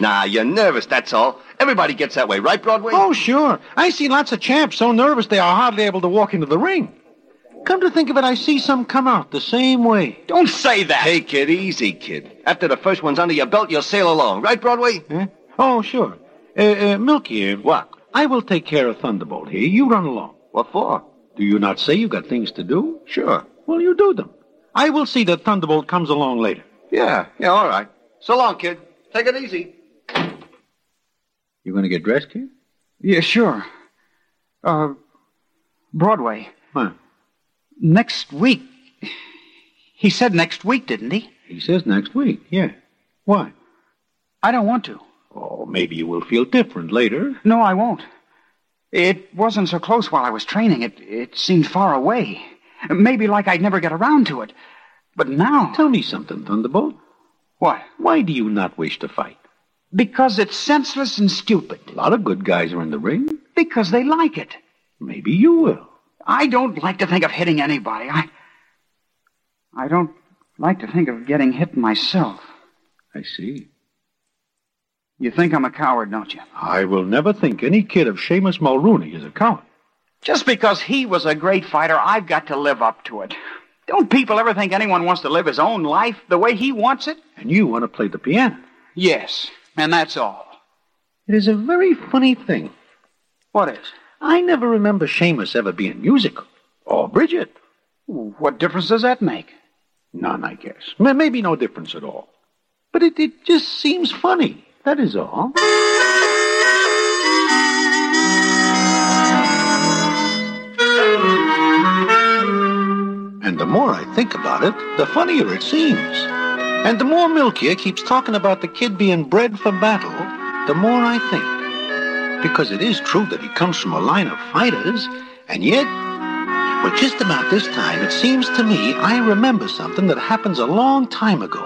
Speaker 22: *laughs* nah, you're nervous, that's all. Everybody gets that way, right, Broadway?
Speaker 25: Oh, sure. I see lots of champs so nervous they are hardly able to walk into the ring. Come to think of it, I see some come out the same way.
Speaker 22: Don't say that. Take it easy, kid. After the first one's under your belt, you'll sail along, right, Broadway?
Speaker 25: Huh? Oh, sure. Uh, uh, Milky. What? I will take care of Thunderbolt here. You run along.
Speaker 22: What for?
Speaker 25: Do you not say you've got things to do?
Speaker 22: Sure.
Speaker 25: Well, you do them. I will see that Thunderbolt comes along later.
Speaker 22: Yeah, yeah, all right. So long, kid. Take it easy.
Speaker 25: You going to get dressed, kid?
Speaker 9: Yeah, sure. Uh, Broadway.
Speaker 25: Huh.
Speaker 9: Next week. He said next week, didn't he?
Speaker 25: He says next week. Yeah. Why?
Speaker 9: I don't want to.
Speaker 25: Oh, maybe you will feel different later.
Speaker 9: No, I won't. It wasn't so close while I was training. It, it seemed far away. Maybe like I'd never get around to it. But now.
Speaker 25: Tell me something, Thunderbolt.
Speaker 9: What?
Speaker 25: Why do you not wish to fight?
Speaker 9: Because it's senseless and stupid.
Speaker 25: A lot of good guys are in the ring.
Speaker 9: Because they like it.
Speaker 25: Maybe you will.
Speaker 9: I don't like to think of hitting anybody. I. I don't like to think of getting hit myself.
Speaker 25: I see.
Speaker 9: You think I'm a coward, don't you?
Speaker 25: I will never think any kid of Seamus Mulrooney is a coward.
Speaker 9: Just because he was a great fighter, I've got to live up to it. Don't people ever think anyone wants to live his own life the way he wants it?
Speaker 25: And you want to play the piano.
Speaker 9: Yes, and that's all.
Speaker 25: It is a very funny thing.
Speaker 9: What is?
Speaker 25: I never remember Seamus ever being musical. Or Bridget.
Speaker 9: What difference does that make?
Speaker 25: None, I guess. Ma- Maybe no difference at all. But it, it just seems funny. That is all. And the more I think about it, the funnier it seems. And the more Milkia keeps talking about the kid being bred for battle, the more I think. Because it is true that he comes from a line of fighters, and yet, well, just about this time, it seems to me I remember something that happens a long time ago,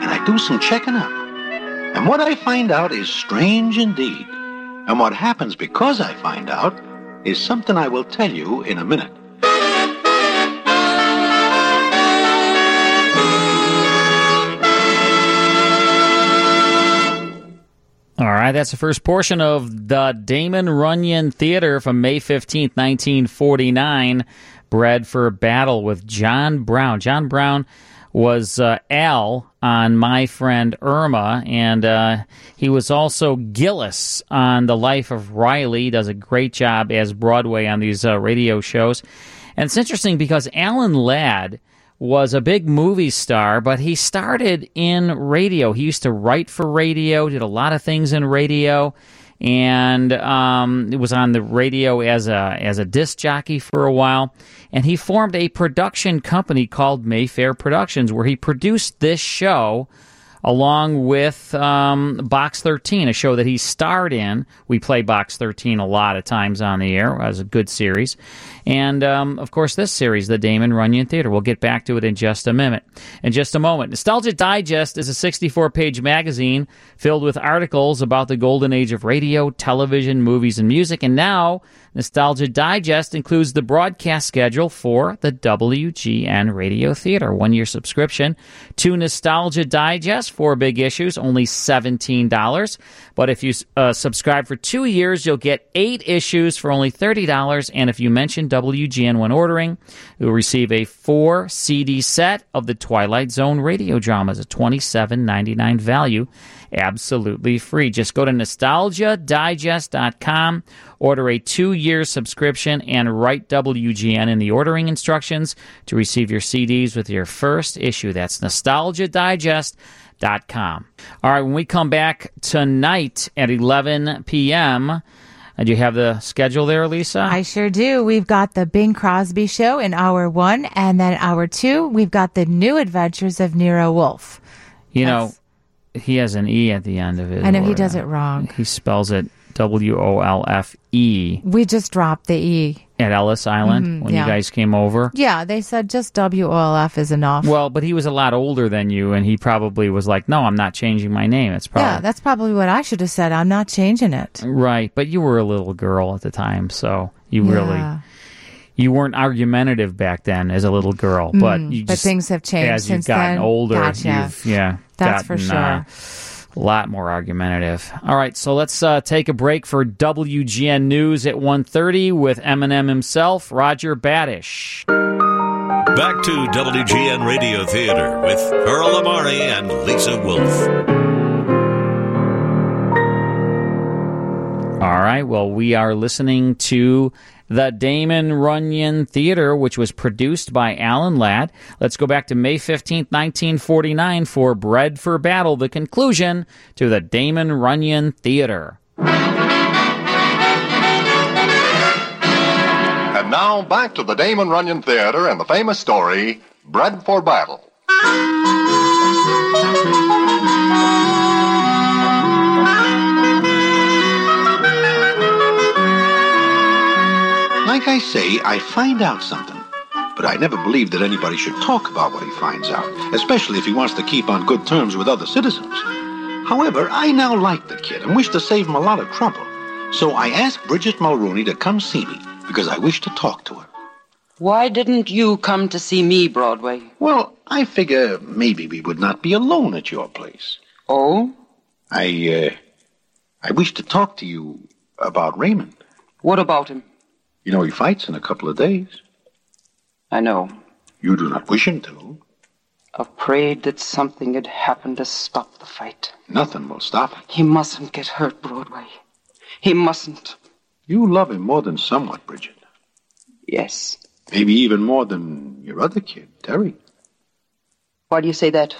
Speaker 25: and I do some checking up. And what I find out is strange indeed. And what happens because I find out is something I will tell you in a minute.
Speaker 12: All right, that's the first portion of the Damon Runyon Theater from May 15th, 1949. Bred for Battle with John Brown. John Brown was uh, Al on My Friend Irma, and uh, he was also Gillis on The Life of Riley. He does a great job as Broadway on these uh, radio shows. And it's interesting because Alan Ladd was a big movie star, but he started in radio. He used to write for radio, did a lot of things in radio, and um, was on the radio as a as a disc jockey for a while. And he formed a production company called Mayfair Productions, where he produced this show along with um, Box 13, a show that he starred in. We play Box 13 a lot of times on the air as a good series. And, um, of course, this series, The Damon Runyon Theater. We'll get back to it in just a minute. In just a moment. Nostalgia Digest is a 64 page magazine filled with articles about the golden age of radio, television, movies, and music. And now, Nostalgia Digest includes the broadcast schedule for the WGN Radio Theater. One year subscription to Nostalgia Digest, four big issues, only $17. But if you uh, subscribe for two years, you'll get eight issues for only $30. And if you mention WGN when ordering, you'll receive a four CD set of the Twilight Zone radio dramas, a $27.99 value absolutely free. Just go to nostalgiadigest.com, order a two year subscription, and write WGN in the ordering instructions to receive your CDs with your first issue. That's nostalgiadigest.com. All right, when we come back tonight at 11 p.m., uh, do you have the schedule there, Lisa?
Speaker 1: I sure do. We've got the Bing Crosby show in hour one, and then hour two, we've got the new adventures of Nero Wolf.
Speaker 12: You know, he has an E at the end of it. uh,
Speaker 1: I know he does it wrong.
Speaker 12: He spells it W O L F E
Speaker 1: We just dropped the E.
Speaker 12: at Ellis Island
Speaker 1: Mhm,
Speaker 12: when
Speaker 1: yeah.
Speaker 12: you guys came over.
Speaker 1: Yeah, they said just WOLF is enough.
Speaker 12: Well, but he was a lot older than you, and he probably was like, "No, I'm not changing my name." It's probably
Speaker 1: yeah, that's probably what I should have said. I'm not changing it.
Speaker 12: right. But you were a little girl at the time, so you
Speaker 1: Yeah.
Speaker 12: really you weren't argumentative back then as a little girl. But
Speaker 1: Mm,
Speaker 12: you
Speaker 1: but
Speaker 12: just-
Speaker 1: things have changed
Speaker 12: as
Speaker 1: since
Speaker 12: you've gotten
Speaker 1: then.
Speaker 12: older.
Speaker 1: Gotcha.
Speaker 12: You've, yeah,
Speaker 1: That's for
Speaker 12: gotten, uh, a lot more argumentative. All right, so let's uh, take a break for WGN News at 1.30 with Eminem himself, Roger Badish.
Speaker 3: Back to WGN Radio Theater with Earl Amari and Lisa Wolf.
Speaker 12: All right. Well, we are listening to the Damon Runyon Theater, which was produced by Alan Ladd. Let's go back to May 15, 1949 for Bread for Battle, the conclusion to the Damon Runyon Theater.
Speaker 19: And now back to the Damon Runyon Theater and the famous story, Bread for Battle.
Speaker 25: Like I say, I find out something. But I never believe that anybody should talk about what he finds out, especially if he wants to keep on good terms with other citizens. However, I now like the kid and wish to save him a lot of trouble. So I asked Bridget Mulrooney to come see me because I wish to talk to her.
Speaker 7: Why didn't you come to see me, Broadway?
Speaker 25: Well, I figure maybe we would not be alone at your place.
Speaker 7: Oh?
Speaker 25: I, uh, I wish to talk to you about Raymond.
Speaker 7: What about him?
Speaker 25: You know, he fights in a couple of days.
Speaker 7: I know.
Speaker 25: You do not wish him to.
Speaker 7: I've prayed that something had happened to stop the fight.
Speaker 25: Nothing will stop it.
Speaker 7: He mustn't get hurt, Broadway. He mustn't.
Speaker 25: You love him more than somewhat, Bridget.
Speaker 7: Yes.
Speaker 25: Maybe even more than your other kid, Terry.
Speaker 7: Why do you say that?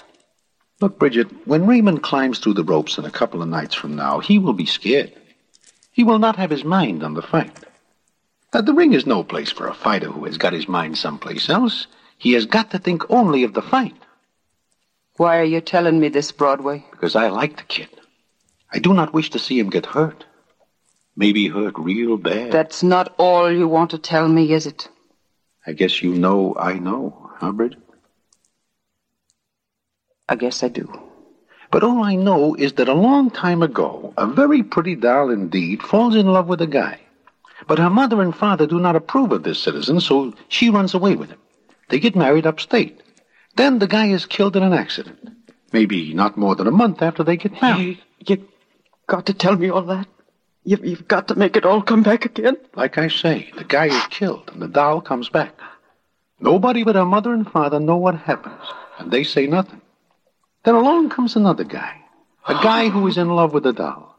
Speaker 25: Look, Bridget, when Raymond climbs through the ropes in a couple of nights from now, he will be scared. He will not have his mind on the fight. Now, the ring is no place for a fighter who has got his mind someplace else. He has got to think only of the fight.
Speaker 7: Why are you telling me this, Broadway?
Speaker 25: Because I like the kid. I do not wish to see him get hurt. Maybe hurt real bad.
Speaker 7: That's not all you want to tell me, is it?
Speaker 25: I guess you know I know, huh, Bridget?
Speaker 7: I guess I do.
Speaker 25: But all I know is that a long time ago, a very pretty doll indeed falls in love with a guy. But her mother and father do not approve of this citizen, so she runs away with him. They get married upstate. Then the guy is killed in an accident. Maybe not more than a month after they get married.
Speaker 7: You got to tell me all that. You've, you've got to make it all come back again.
Speaker 25: Like I say, the guy is killed and the doll comes back. Nobody but her mother and father know what happens, and they say nothing. Then along comes another guy, a guy who is in love with the doll.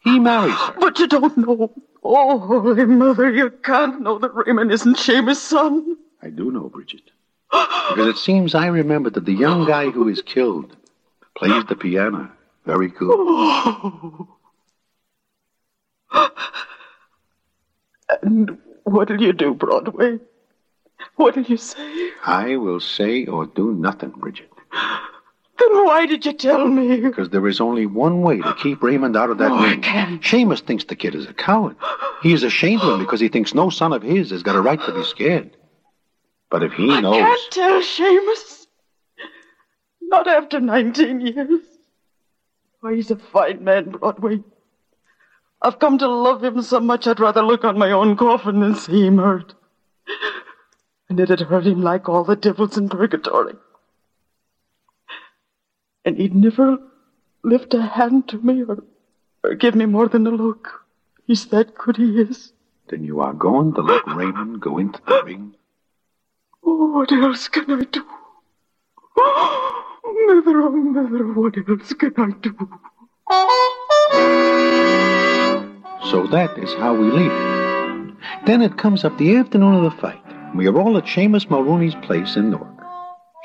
Speaker 25: He marries her.
Speaker 7: *gasps* But you don't know. Oh, Holy Mother, you can't know that Raymond isn't Seamus'
Speaker 25: *sighs*
Speaker 7: son.
Speaker 25: I do know, Bridget. Because it seems I remember that the young guy who is killed plays the piano very good.
Speaker 7: Oh. And what'll you do, Broadway? What'll you say?
Speaker 25: I will say or do nothing, Bridget.
Speaker 7: Then why did you tell me?
Speaker 25: Because there is only one way to keep Raymond out of that
Speaker 7: No, Oh, I
Speaker 25: ring.
Speaker 7: can't.
Speaker 25: Seamus thinks the kid is a coward. He is ashamed of him because he thinks no son of his has got a right to be scared. But if he knows,
Speaker 7: Can't tell Seamus. Not after 19 years. Why, he's a fine man, Broadway. I've come to love him so much I'd rather look on my own coffin than see him hurt. And it'd hurt him like all the devils in purgatory. And he'd never lift a hand to me or, or give me more than a look. He's that good, he is.
Speaker 25: then you are going to let Raymond go into the ring.
Speaker 7: Oh, what else can I do? *gasps* Mother, oh, mother, what else can I do?
Speaker 25: So that is how we leave it. Then it comes up the afternoon of the fight. We are all at Seamus Mulrooney's place in Newark.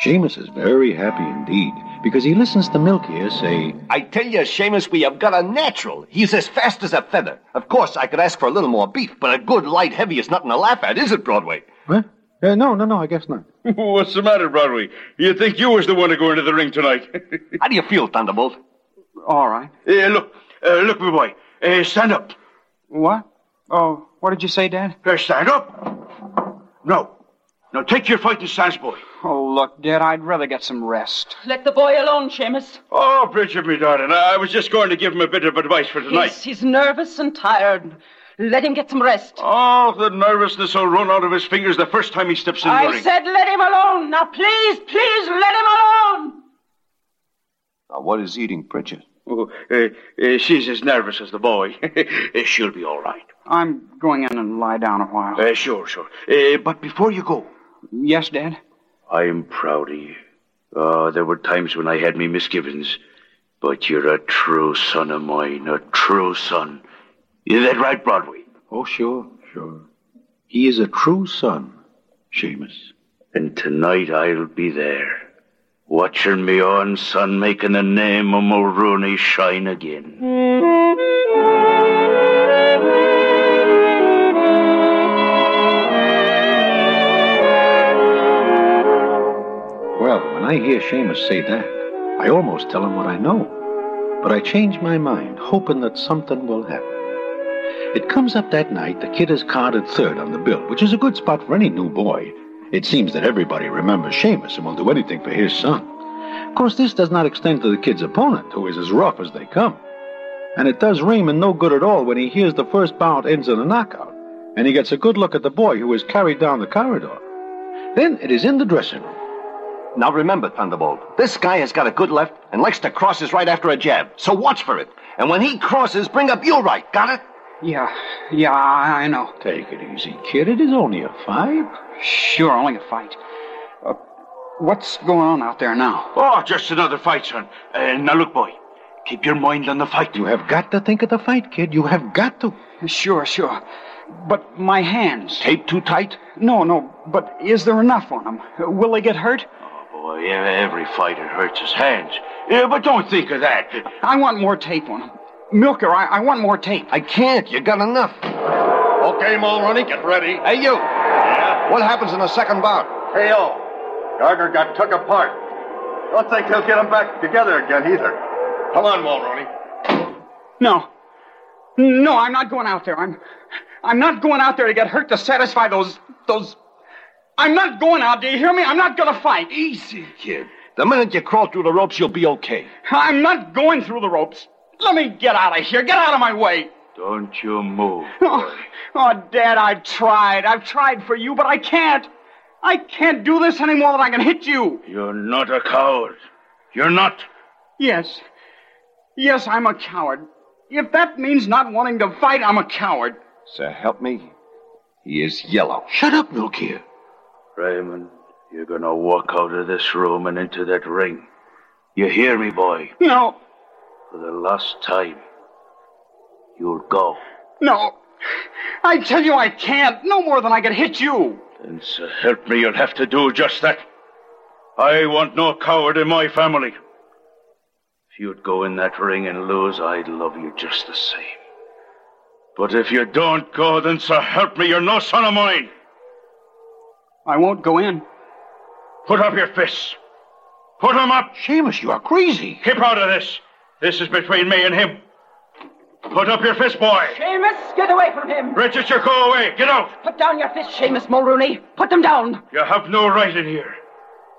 Speaker 25: Seamus is very happy indeed because he listens to Milk here say,
Speaker 22: I tell you, Seamus, we have got a natural. He's as fast as a feather. Of course, I could ask for a little more beef, but a good light heavy is nothing to laugh at, is it, *laughs* Broadway?
Speaker 25: Huh? Uh, no, no, no, I guess not.
Speaker 5: What's the matter, Broadway? You think you was the one to go into the
Speaker 22: *laughs*
Speaker 5: ring tonight?
Speaker 22: How do you feel, Thunderbolt?
Speaker 7: All right.
Speaker 5: Yeah, look, uh, look, my boy. Uh, stand up.
Speaker 9: What? Oh, what did you say, Dad?
Speaker 5: Uh, stand up. No. Now take your fighting stance, boy.
Speaker 9: Oh, look, Dad, I'd rather get some rest.
Speaker 31: Let the boy alone, Seamus.
Speaker 5: Oh, Bridget, me darling, I I was just going to give him a bit of advice for tonight.
Speaker 31: He's, he's nervous and tired. Let him get some rest.
Speaker 5: Oh, the nervousness will run out of his fingers the first time he steps in the
Speaker 31: I
Speaker 5: ring.
Speaker 31: said let him alone. Now, please, please, let him alone.
Speaker 22: Now, what is eating, Bridget?
Speaker 5: Oh, uh, uh, she's as nervous as the boy. *laughs* Uh, She'll be all right.
Speaker 9: I'm going in and lie down a while.
Speaker 5: Uh, sure, sure. Uh, but before you go,
Speaker 9: Yes, Dad?
Speaker 5: I'm proud of you. Oh, there were times when I had me misgivings, but you're a true son of mine, a true son. Is that right, Broadway?
Speaker 25: Oh, sure, sure. He is a true son, Seamus.
Speaker 5: And tonight I'll be there, watching me own son making the name of Mulrooney shine again.
Speaker 25: Well, when I hear Seamus say that, I almost tell him what I know. But I change my mind, hoping that something will happen. It comes up that night the kid is carded third on the bill, which is a good spot for any new boy. It seems that everybody remembers Seamus and will do anything for his son. Of course, this does not extend to the kid's opponent, who is as rough as they come. And it does Raymond no good at all when he hears the first bout ends in a knockout, and he gets a good look at the boy who is carried down the corridor. Then it is in the dressing room.
Speaker 22: Now remember, Thunderbolt, this guy has got a good left and likes to cross his right after a jab, so watch for it. And when he crosses, bring up your right, got it?
Speaker 9: Yeah, yeah, I I know.
Speaker 25: Take it easy, kid. It is only a fight.
Speaker 9: Sure, only a fight. Uh, what's going on out there now?
Speaker 24: Oh, just another fight, son. Uh, now look, boy, keep your mind on the fight.
Speaker 25: You have got to think of the fight, kid. You have got to.
Speaker 9: Sure, sure. But my hands.
Speaker 24: Taped too tight?
Speaker 9: No, no, but is there enough on them? Uh, Will they get hurt?
Speaker 24: Boy, e- every fighter hurts his hands. Yeah, but don't think of that.
Speaker 9: I want more tape on them. Milker, I, I want more tape.
Speaker 22: I can't. You got enough. Okay, Mulroney, get ready. Hey, you. Yeah? What happens in the second bout?
Speaker 2: KO. Gardner got took apart. Don't think he'll get him back together again either. Come on, Mulroney.
Speaker 9: No. No, I'm not going out there. I'm I'm not going out there to get hurt to satisfy those those I'm not going out. Do you hear me? I'm not gonna fight. Easy.
Speaker 22: Kid, the minute you crawl through the ropes, you'll be okay.
Speaker 9: I'm not going through the ropes. Let me get out of here. Get out of my way.
Speaker 5: Don't you move.
Speaker 9: Oh, oh, Dad, I've tried. I've tried for you, but I can't. I can't do this any more than I can hit you.
Speaker 5: You're not a coward. You're not.
Speaker 9: Yes. Yes, I'm a coward. If that means not wanting to fight, I'm a coward.
Speaker 22: So help me. He is yellow.
Speaker 9: Shut up, Milky.
Speaker 5: Raymond, you're gonna walk out of this room and into that ring. You hear me, boy?
Speaker 9: No,
Speaker 5: For the last time, you'll go.
Speaker 9: no. I tell you, I can't. No more than I can hit you.
Speaker 5: And so help me, you'll have to do just that. I want no coward in my family. If you'd go in that ring and lose, I'd love you just the same. But if you don't go, then so help me, you're no son of mine.
Speaker 9: I won't go in.
Speaker 5: Put up your fists. Put 'em up.
Speaker 25: Seamus, you are crazy.
Speaker 5: Keep out of this. This is between me and him. Put up your fist, boy.
Speaker 7: Seamus, get away from him!
Speaker 5: Richard, you go away. Get out.
Speaker 7: Put down your fists, Seamus Mulrooney. Put them down.
Speaker 5: You have no right in here.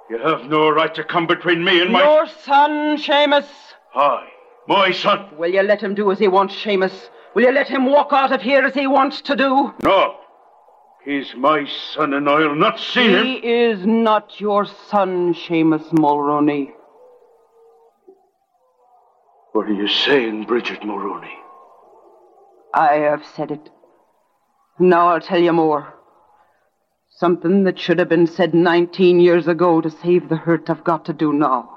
Speaker 5: You have no right to come between me and my.
Speaker 7: Your son, Seamus.
Speaker 5: I, my son.
Speaker 7: Will you let him do as he wants, Seamus? Will you let him walk out of here as he wants to do?
Speaker 5: No. He's my son, and I'll not see
Speaker 7: He
Speaker 5: him.
Speaker 7: is not your son, Seamus Mulrooney.
Speaker 5: What are you saying, Bridget Mulrooney?
Speaker 7: I have said it. Now I'll tell you more. Something that should have been said 19 years ago to save the hurt I've got to do now.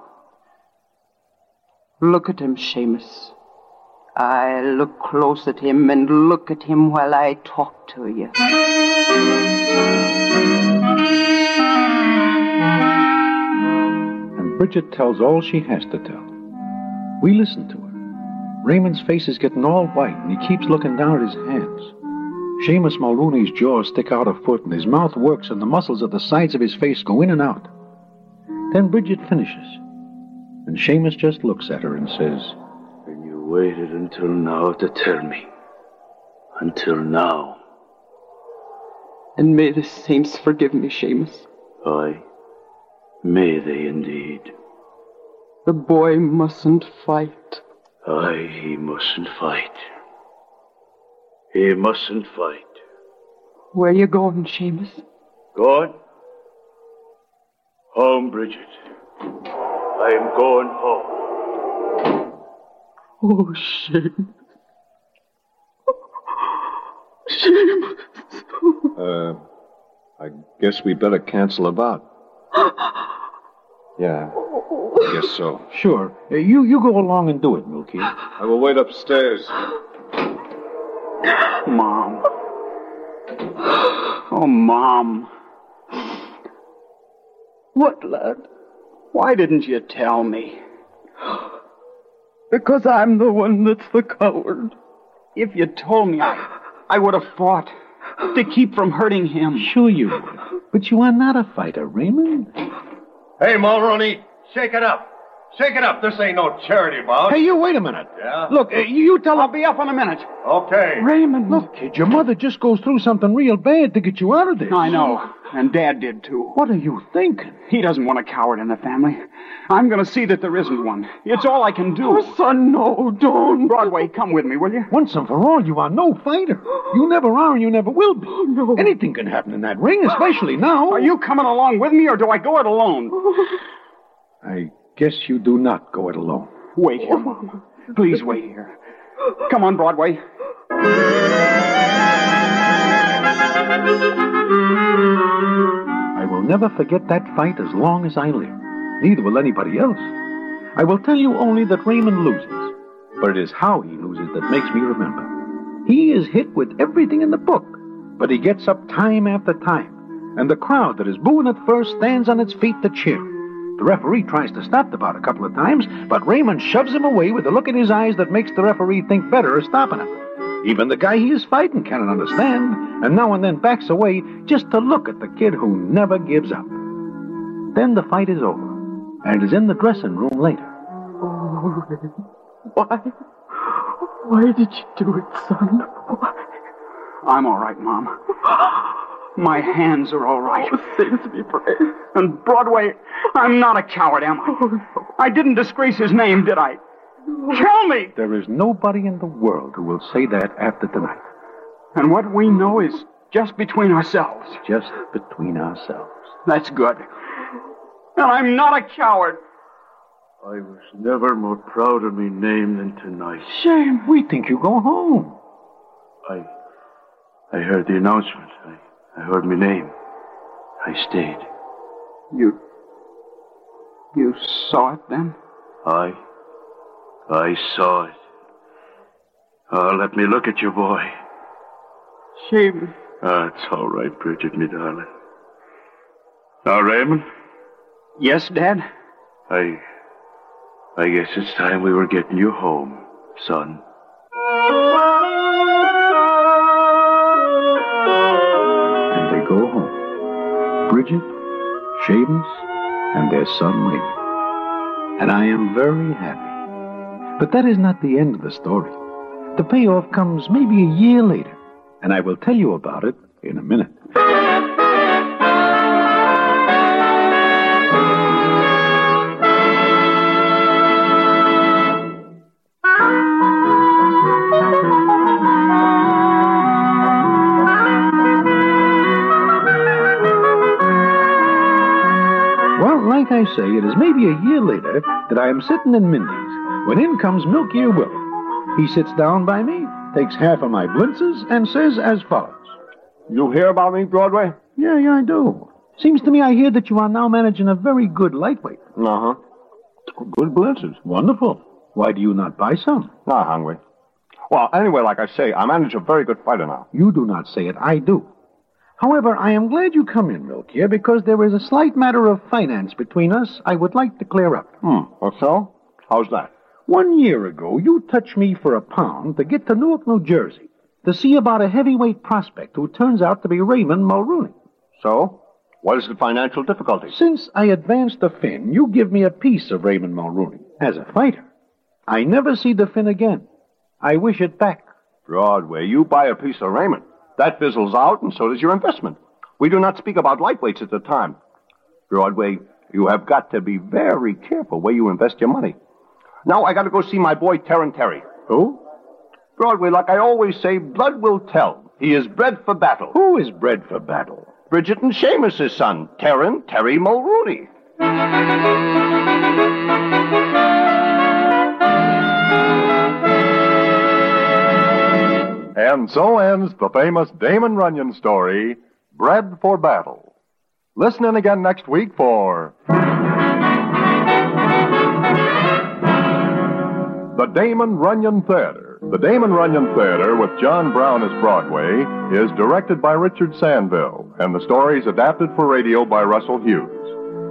Speaker 7: Look at him, Seamus. I look close at him and look at him while I talk to you.
Speaker 25: and Bridget tells all she has to tell. We listen to her. Raymond's face is getting all white, and he keeps looking down at his hands. Seamus Mulrooney's jaws stick out a foot, and his mouth works, and the muscles at the sides of his face go in and out. Then Bridget finishes, and Seamus just looks at her and says,
Speaker 5: And you waited until now to tell me. Until now.
Speaker 7: And may the saints forgive me, Seamus.
Speaker 5: I. May they indeed.
Speaker 7: The boy mustn't fight.
Speaker 5: I. He mustn't fight. He mustn't fight.
Speaker 7: Where you going, Seamus? *laughs*
Speaker 5: Go on. Home, Bridget. I'm going home.
Speaker 7: Oh, Seamus.
Speaker 23: Seamus. Uh, I guess we better cancel about. Yeah. I guess so.
Speaker 25: Sure, uh, you, you go along and do it, Milky.
Speaker 23: I will wait upstairs.
Speaker 9: Mom. Oh, Mom. What, lad? Why didn't you tell me?
Speaker 7: Because I'm the one that's the coward.
Speaker 9: If you told me, I, I would have fought to keep from hurting him.
Speaker 25: Sure you would. But you are not a fighter, Raymond.
Speaker 18: Hey, Mulrooney, shake it up. Shake it up. This ain't no charity bout.
Speaker 25: Hey, you wait a minute.
Speaker 18: Yeah?
Speaker 25: Look, uh,
Speaker 9: you tell I'll be up in a minute.
Speaker 18: Okay.
Speaker 9: Raymond,
Speaker 25: look, kid, your mother just goes through something real bad to get you out of this.
Speaker 9: I know. And Dad did too.
Speaker 25: What are you thinking?
Speaker 9: He doesn't want a coward in the family. I'm going to see that there isn't one. It's all I can do. Oh, son, no, don't. Broadway, come with me, will you?
Speaker 25: Once and for all, you are no fighter. You never are, and you never will be. no. Anything can happen in that ring, especially now.
Speaker 9: Oh,
Speaker 25: Oh.
Speaker 9: Are you coming along with me, or do I go it alone?
Speaker 25: I guess you do not go it alone.
Speaker 9: Wait here, Mama. Please wait here. Come on, Broadway.
Speaker 25: I will never forget that fight as long as I live. Neither will anybody else. I will tell you only that Raymond loses, but it is how he loses that makes me remember. He is hit with everything in the book, but he gets up time after time, and the crowd that is booing at first stands on its feet to cheer. him. The referee tries to stop the bout a couple of times, but Raymond shoves him away with a look in his eyes that makes the referee think better of stopping him. Even the guy he is fighting cannot understand, and now and then backs away just to look at the kid who never gives up. Then the fight is over, and is in the dressing room later.
Speaker 7: Oh, Raymond, why? Why did you do it, son?
Speaker 9: Oh. I'm all right, Mom. My hands are all right.
Speaker 7: Saves me, brave.
Speaker 9: And Broadway, I'm not a coward, am I? I didn't disgrace his name, did I? Kill me!
Speaker 25: There is nobody in the world who will say that after tonight,
Speaker 9: And what we know is just between ourselves.
Speaker 25: just between ourselves.
Speaker 9: That's good. And I'm not a coward.
Speaker 5: I was never more proud of me name than tonight.
Speaker 25: Shame. We think you go home.
Speaker 5: I, I heard the announcement. I, I heard my name. I stayed.
Speaker 9: You. You saw it then?
Speaker 5: I, I saw it. Oh, let me look at you, boy.
Speaker 9: Shame.
Speaker 5: Ah, it's all right, Bridget, me darling. Now, Raymond.
Speaker 9: Yes, Dad.
Speaker 5: I, I guess it's time we were getting you home, son.
Speaker 25: And they go home. Bridget, Shamus, and their son Raymond. And I am very happy. But that is not the end of the story. The payoff comes maybe a year later, and I will tell you about it in a minute. Well, like I say, it is maybe a year later that I am sitting in Mindy's when in comes Milk Ear Willie. He sits down by me, takes half of my blintzes, and says as follows You hear about me, Broadway? Yeah, yeah, I do. Seems to me I hear that you are now managing a very good lightweight. Uh huh. Good blintzes. Wonderful. Why do you not buy some? Not hungry. Well, anyway, like I say, I manage a very good fighter now. You do not say it, I do. However, I am glad you come in, Milk, here, because there is a slight matter of finance between us I would like to clear up. Hmm. Well, so? How's that? One year ago, you touched me for a pound to get to Newark, New Jersey, to see about a heavyweight prospect who turns out to be Raymond Mulrooney. So? What is the financial difficulty? Since I advanced the Finn, you give me a piece of Raymond Mulrooney as a fighter. I never see the Finn again. I wish it back.
Speaker 22: Broadway, you buy a piece of Raymond. That fizzles out, and so does your investment. We do not speak about lightweights at the time. Broadway, you have got to be very careful where you invest your money. Now I got to go see my boy Terran Terry. Who? Broadway, like I always say, blood will tell. He is bred for battle.
Speaker 25: Who is bred for battle?
Speaker 22: Bridget and Seamus' son, Terran Terry Mulrooney.
Speaker 19: And so ends the famous Damon Runyon story, Bred for Battle. Listen in again next week for. The Damon Runyon Theater. The Damon Runyon Theater with John Brown as Broadway is directed by Richard Sandville, and the story is adapted for radio by Russell Hughes.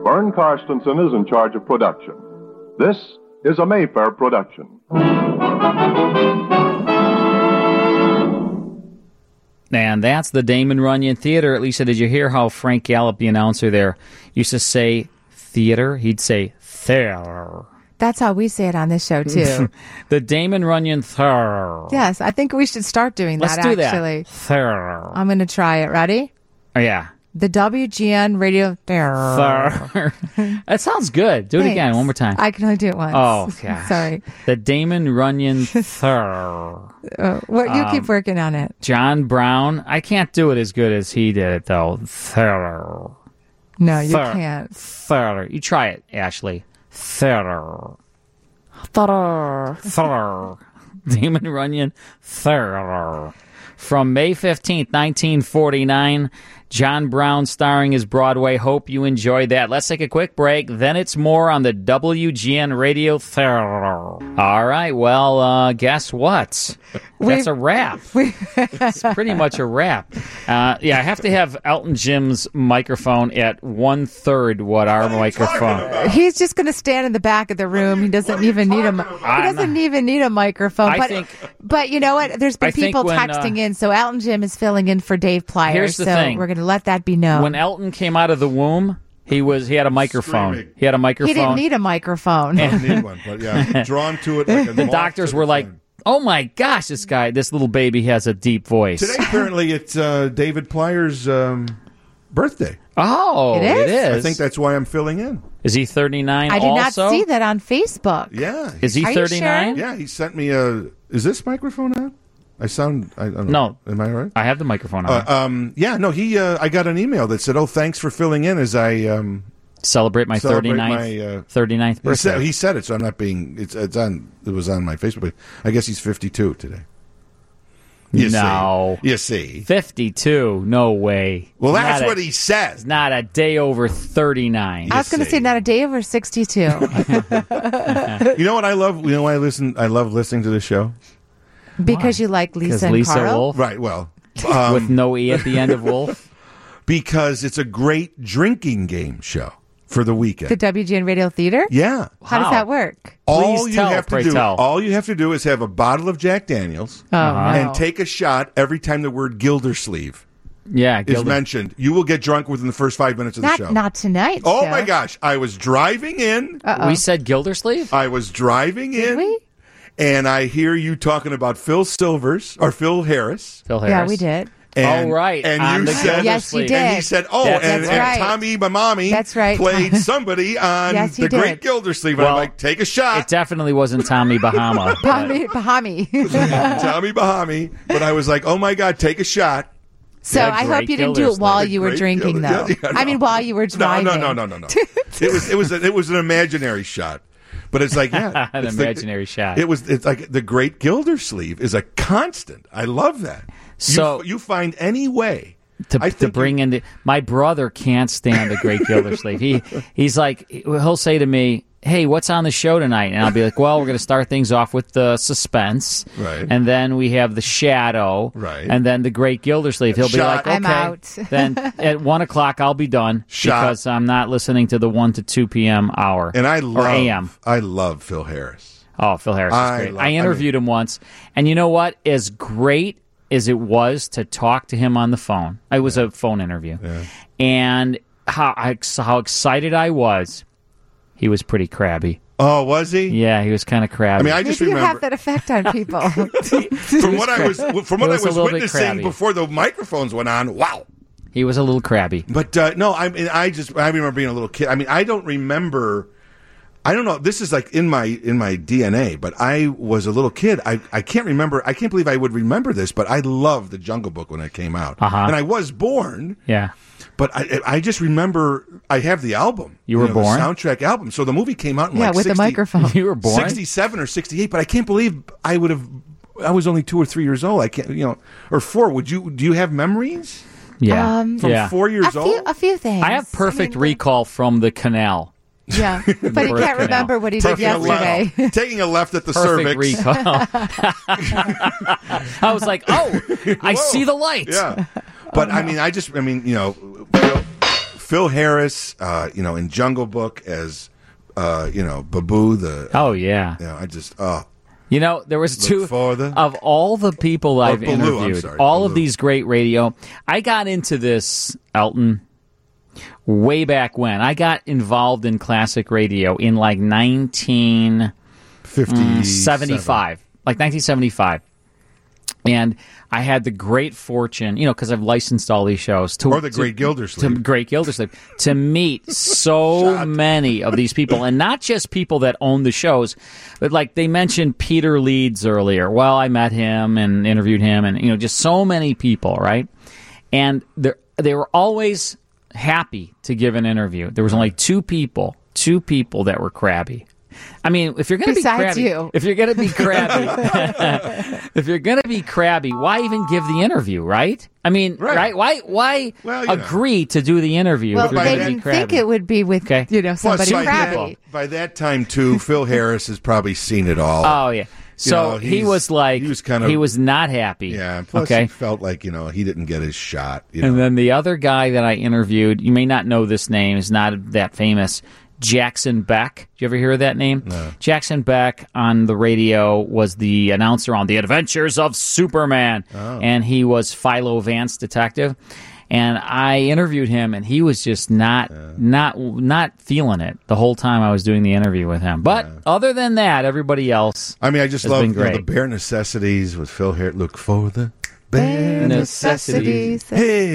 Speaker 19: Vern Karstensen is in charge of production. This is a Mayfair production.
Speaker 12: And that's the Damon Runyon Theater. At least, did you hear how Frank Gallup, the announcer there, used to say theater? He'd say theater.
Speaker 1: That's how we say it on this
Speaker 12: *laughs*
Speaker 1: show too.
Speaker 12: the Damon Runyon Theater.
Speaker 1: yes, I think we should start doing
Speaker 12: Let's
Speaker 1: that.
Speaker 12: do that.
Speaker 1: actually,
Speaker 12: Theater.
Speaker 1: I'm going to try it. Ready?
Speaker 12: Oh, yeah.
Speaker 1: The WGN Radio.
Speaker 12: Theater. *laughs* that sounds good. Do it again
Speaker 1: Thanks.
Speaker 12: one more time.
Speaker 1: I can only do it once.
Speaker 12: Oh,
Speaker 1: *laughs*
Speaker 12: gosh.
Speaker 1: sorry.
Speaker 12: The Damon
Speaker 1: *laughs*
Speaker 12: Runyon Theater.
Speaker 1: Uh, what you
Speaker 12: Um,
Speaker 1: keep working on it.
Speaker 12: John Brown. I can't do it as good as he did it though. Theater.
Speaker 1: No, you can't.
Speaker 12: Theater. You try it, Ashley. Theater.
Speaker 1: Theater.
Speaker 12: Thur. *laughs* Damon Runyon. Thur. From May 15th, 1949, John Brown starring his Broadway. Hope you enjoyed that. Let's take a quick break. Then it's more on the WGN Radio Theater. All right. Well, uh, guess what? That's
Speaker 1: We've-
Speaker 12: a wrap. it's pretty much a wrap. Uh, yeah, I have to have Elton Jim's microphone at one third what our microphone.
Speaker 1: He's just going to stand in the back of the room. He doesn't even need a. mi- He
Speaker 12: I'm-
Speaker 1: doesn't even need a microphone.
Speaker 12: I
Speaker 1: but,
Speaker 12: think-
Speaker 1: but you know what? There's been
Speaker 12: I think
Speaker 1: people
Speaker 12: when, uh,
Speaker 1: texting in, so Elton Jim is filling in for Dave Plyer.
Speaker 12: Here's the
Speaker 1: so
Speaker 12: thing.
Speaker 1: we're going to let that be known.
Speaker 12: When Elton came out of the womb, he was he had a microphone. He had a microphone.
Speaker 1: he didn't need a microphone.
Speaker 12: And- *laughs*
Speaker 1: *laughs*
Speaker 15: But yeah, drawn to it like a
Speaker 12: the
Speaker 15: moth
Speaker 12: doctors were like, "Oh my gosh, this guy, this little baby has a deep voice." *laughs*
Speaker 15: Today, apparently, it's uh, David Plyer's um, birthday.
Speaker 12: Oh, It it is?
Speaker 15: I think that's why I'm filling in.
Speaker 12: Is he 39
Speaker 1: I did
Speaker 12: also?
Speaker 1: not see that on Facebook.
Speaker 15: Yeah.
Speaker 12: Is he Are you 39? sure?
Speaker 15: Yeah, he sent me a. Is this microphone on? I sound. I, I don't
Speaker 12: No.
Speaker 15: know. Am I right?
Speaker 12: I have the microphone on.
Speaker 15: Uh, um, yeah, no, he. Uh, I got an email that said, "Oh, thanks for filling in as I um,
Speaker 12: celebrate my
Speaker 15: thirty
Speaker 12: 39th, 39th
Speaker 15: He said,
Speaker 12: birthday.
Speaker 15: he said it, so I'm not being. It's, it's on. It was on my Facebook. But I guess he's 52 today. You
Speaker 12: no.
Speaker 15: see. You see.
Speaker 12: 52. No way.
Speaker 15: Well, that's
Speaker 12: Not a-
Speaker 15: what he says.
Speaker 12: Not a day over 39.
Speaker 1: I was going to say not a day over
Speaker 12: *laughs*
Speaker 1: 62
Speaker 15: you know what I love? You know why I listen? I love listening to the show
Speaker 1: because you like Lisa and Carl.
Speaker 15: Right. Well, um,
Speaker 12: With no e at the end
Speaker 15: *laughs*
Speaker 12: of Wolf,
Speaker 15: because it's a great drinking game show for the weekend.
Speaker 1: The WGN Radio Theater?
Speaker 15: yeah.
Speaker 1: How does that work?
Speaker 15: All you have to do, all you have to do, is have a bottle of Jack Daniels
Speaker 1: Oh, Uh-huh. no.
Speaker 15: and take a shot every time the word Gildersleeve
Speaker 12: yeah,
Speaker 15: is mentioned. You will get drunk within the first five minutes of the
Speaker 1: Not,
Speaker 15: show.
Speaker 1: not tonight.
Speaker 15: Oh
Speaker 1: sir.
Speaker 15: my gosh! I was driving in.
Speaker 1: Uh-oh. We
Speaker 12: said Gildersleeve.
Speaker 15: I was driving in, and I hear you talking about Phil Silvers or Phil Harris.
Speaker 12: Phil
Speaker 1: Yeah, we did.
Speaker 15: And,
Speaker 12: Oh, right, on
Speaker 15: And you
Speaker 12: the
Speaker 15: said,
Speaker 1: Yes, you Gildersleeve.
Speaker 15: And he
Speaker 1: did.
Speaker 15: said, "Oh,
Speaker 1: That's
Speaker 15: and, and
Speaker 1: right.
Speaker 15: Tommy, my mommy,
Speaker 1: That's right. *laughs*
Speaker 15: played somebody on
Speaker 1: Yes, he
Speaker 15: the
Speaker 1: did. *laughs*
Speaker 15: Great Gildersleeve." And I'm like, "Take a
Speaker 12: It
Speaker 15: shot,
Speaker 12: definitely wasn't Tommy Bahama. *laughs* but-
Speaker 1: Bahami.
Speaker 15: *laughs*
Speaker 1: Bahami.
Speaker 15: Tommy Bahami." But I was like, "Oh my God, take a shot."
Speaker 1: so
Speaker 15: The
Speaker 1: I hope
Speaker 15: Great
Speaker 1: you didn't do it while
Speaker 15: Gildersleeve.
Speaker 1: you were
Speaker 15: The Great
Speaker 1: drinking, though.
Speaker 15: Gildersleeve. Yeah, yeah,
Speaker 1: I mean, while you were
Speaker 15: No,
Speaker 1: driving.
Speaker 15: no, no,
Speaker 12: *laughs*
Speaker 15: no, no, no. it was it was a, it was an imaginary shot, but
Speaker 12: *laughs*
Speaker 15: it's like yeah,
Speaker 12: An
Speaker 15: it's the-
Speaker 12: imaginary shot.
Speaker 15: It was it's like the Great Gildersleeve is a constant. I love that.
Speaker 12: So-
Speaker 15: you, you find any way.
Speaker 12: to, to bring in the, my brother can't stand the great gildersleeve he he's like he'll say to me hey what's on the show tonight and i'll be like well we're going to start things off with the suspense
Speaker 15: Right.
Speaker 12: and then we have the shadow
Speaker 15: Right.
Speaker 12: and then the great gildersleeve he'll
Speaker 15: Shot.
Speaker 12: be like okay
Speaker 15: I'm out.
Speaker 1: *laughs*
Speaker 12: then at one o'clock i'll be done
Speaker 15: Shot.
Speaker 12: because i'm not listening to the 1 to 2 p.m hour
Speaker 15: And I love
Speaker 12: or am
Speaker 15: I love Phil Harris.
Speaker 12: Oh, Phil Harris is
Speaker 15: I
Speaker 12: great.
Speaker 15: love-
Speaker 12: I
Speaker 15: I
Speaker 12: interviewed him once, and you know what? As great as it was to talk to him on the phone, it was a phone interview, and how I, how excited I was. He was pretty crabby.
Speaker 15: Oh, was he?
Speaker 12: Yeah, he was kind of crabby.
Speaker 15: I
Speaker 1: Maybe
Speaker 15: just
Speaker 1: you have
Speaker 15: remember-
Speaker 1: that effect on
Speaker 15: *laughs*
Speaker 1: people. *laughs*
Speaker 15: From what I was from what
Speaker 12: It
Speaker 15: I
Speaker 12: was a
Speaker 15: was
Speaker 12: little bit
Speaker 15: witnessing
Speaker 12: crabby.
Speaker 15: before the microphones went on. Wow.
Speaker 12: He was a little crabby.
Speaker 15: But uh, no, I mean, I just I remember being a little kid. I mean, I don't remember. I don't know. This is like in my in my DNA. But I was a little kid. I I can't remember. I can't believe I would remember this. But I loved the Jungle Book when it came out,
Speaker 12: Uh-huh.
Speaker 15: and I was born.
Speaker 12: Yeah.
Speaker 15: But I I just remember I have the album.
Speaker 12: You were
Speaker 15: know, the
Speaker 12: born?
Speaker 15: soundtrack album. So the movie came out. In
Speaker 1: Yeah,
Speaker 15: like
Speaker 1: with the
Speaker 12: *laughs*
Speaker 15: 60
Speaker 1: microphone. You were born?
Speaker 15: sixty-seven or sixty-eight. But I can't believe I would have. I was only two or three years old. I can't, you know, or four. Would you? Do you have memories?
Speaker 12: Yeah. Um,
Speaker 15: from
Speaker 1: *laughs*
Speaker 12: Yeah.
Speaker 15: four years
Speaker 1: a
Speaker 15: old.
Speaker 1: few, a few things.
Speaker 12: I have perfect recall from the canal. *laughs*
Speaker 1: Yeah, but he
Speaker 15: Birth
Speaker 1: can't
Speaker 15: canal.
Speaker 1: remember what he did
Speaker 15: Taking a left-
Speaker 1: yesterday.
Speaker 15: taking a left at the
Speaker 12: Perfect
Speaker 15: cervix. *laughs*
Speaker 12: recall.
Speaker 1: *laughs*
Speaker 12: I was like, oh, I see the light.
Speaker 15: Yeah. But
Speaker 1: Oh,
Speaker 15: I mean, I just, I mean, you know, Phil, Phil Harris, uh, you know, in Jungle Book as, uh, you know, Babu the.
Speaker 12: Oh yeah.
Speaker 15: Yeah, I just. Uh,
Speaker 12: You know, there was
Speaker 15: Look
Speaker 12: two of all the people I've
Speaker 15: Baloo, I'm
Speaker 12: interviewed.
Speaker 15: sorry,
Speaker 12: all of these great radio. I got into this Elton way back when. I got involved in classic radio in like 1975, like 1975. And I had the great fortune, you know, because I've licensed all these shows to
Speaker 15: Or the
Speaker 12: to-
Speaker 15: Great Gildersleeve.
Speaker 12: to Great Gildersleeve to meet
Speaker 15: *laughs*
Speaker 12: so many of these people, and not just people that own the shows, but like they mentioned Peter Leeds earlier. Well, I met him and interviewed him, and you know, just so many people, right? And they they were always happy to give an interview. There was only two people, two people that were crabby. I mean, if you're going to be
Speaker 1: Besides
Speaker 12: crabby,
Speaker 1: you.
Speaker 12: if you're going to be crabby, *laughs* if you're going to be crabby, why even give the interview, right? I mean, right? Why why
Speaker 15: you know.
Speaker 12: agree to do the interview
Speaker 1: well,
Speaker 12: if you're
Speaker 1: they
Speaker 12: going to be
Speaker 1: didn't
Speaker 12: crabby?
Speaker 1: think it would be with you know
Speaker 15: plus,
Speaker 1: somebody
Speaker 15: by that-
Speaker 1: crabby.
Speaker 15: by that time, too, Phil Harris has probably seen it all.
Speaker 12: Oh yeah.
Speaker 15: You
Speaker 12: So
Speaker 15: know,
Speaker 12: he
Speaker 15: he's-
Speaker 12: was like,
Speaker 15: he was kind of-
Speaker 12: he was not happy.
Speaker 15: Yeah. Plus,
Speaker 12: okay.
Speaker 15: he felt like, you know, he didn't get his shot. You know?
Speaker 12: And then the other guy that I interviewed, you may not know this name, is not that famous. Jackson Beck. Did you ever hear of that name? No. Jackson Beck on the radio was the announcer on The Adventures of Superman.
Speaker 15: Oh.
Speaker 12: And he was Philo Vance detective. And I interviewed him and he was just not not not feeling it the whole time I was doing the interview with him. But other than that, everybody else
Speaker 15: I mean, I just
Speaker 12: has
Speaker 15: love
Speaker 12: been
Speaker 15: you know,
Speaker 12: great.
Speaker 15: the bare necessities with Phil Harris. Look for the bare
Speaker 12: necessities.
Speaker 15: necessities.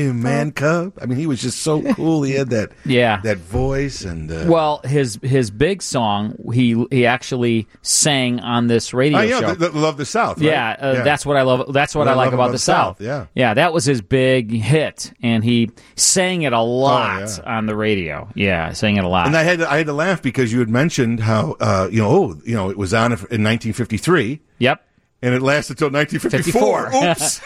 Speaker 15: Hey, man, cub. I mean, he was just so cool. He had that *laughs*
Speaker 12: yeah.
Speaker 15: that voice and uh,
Speaker 12: Well, his his big song he he actually sang on this radio
Speaker 15: I know,
Speaker 12: show.
Speaker 15: Oh, the- the Love the South. right?
Speaker 12: Yeah, uh, that's what I love. That's what, I, like about, the South.
Speaker 15: Yeah.
Speaker 12: yeah, that was his big hit, and he sang it a lot on the radio. Yeah, sang it a lot.
Speaker 15: And I had to, I had to laugh because you had mentioned how uh, you know oh you know it was on in 1953.
Speaker 12: Yep.
Speaker 15: And it lasted till 1954.
Speaker 12: *laughs*
Speaker 15: Oops.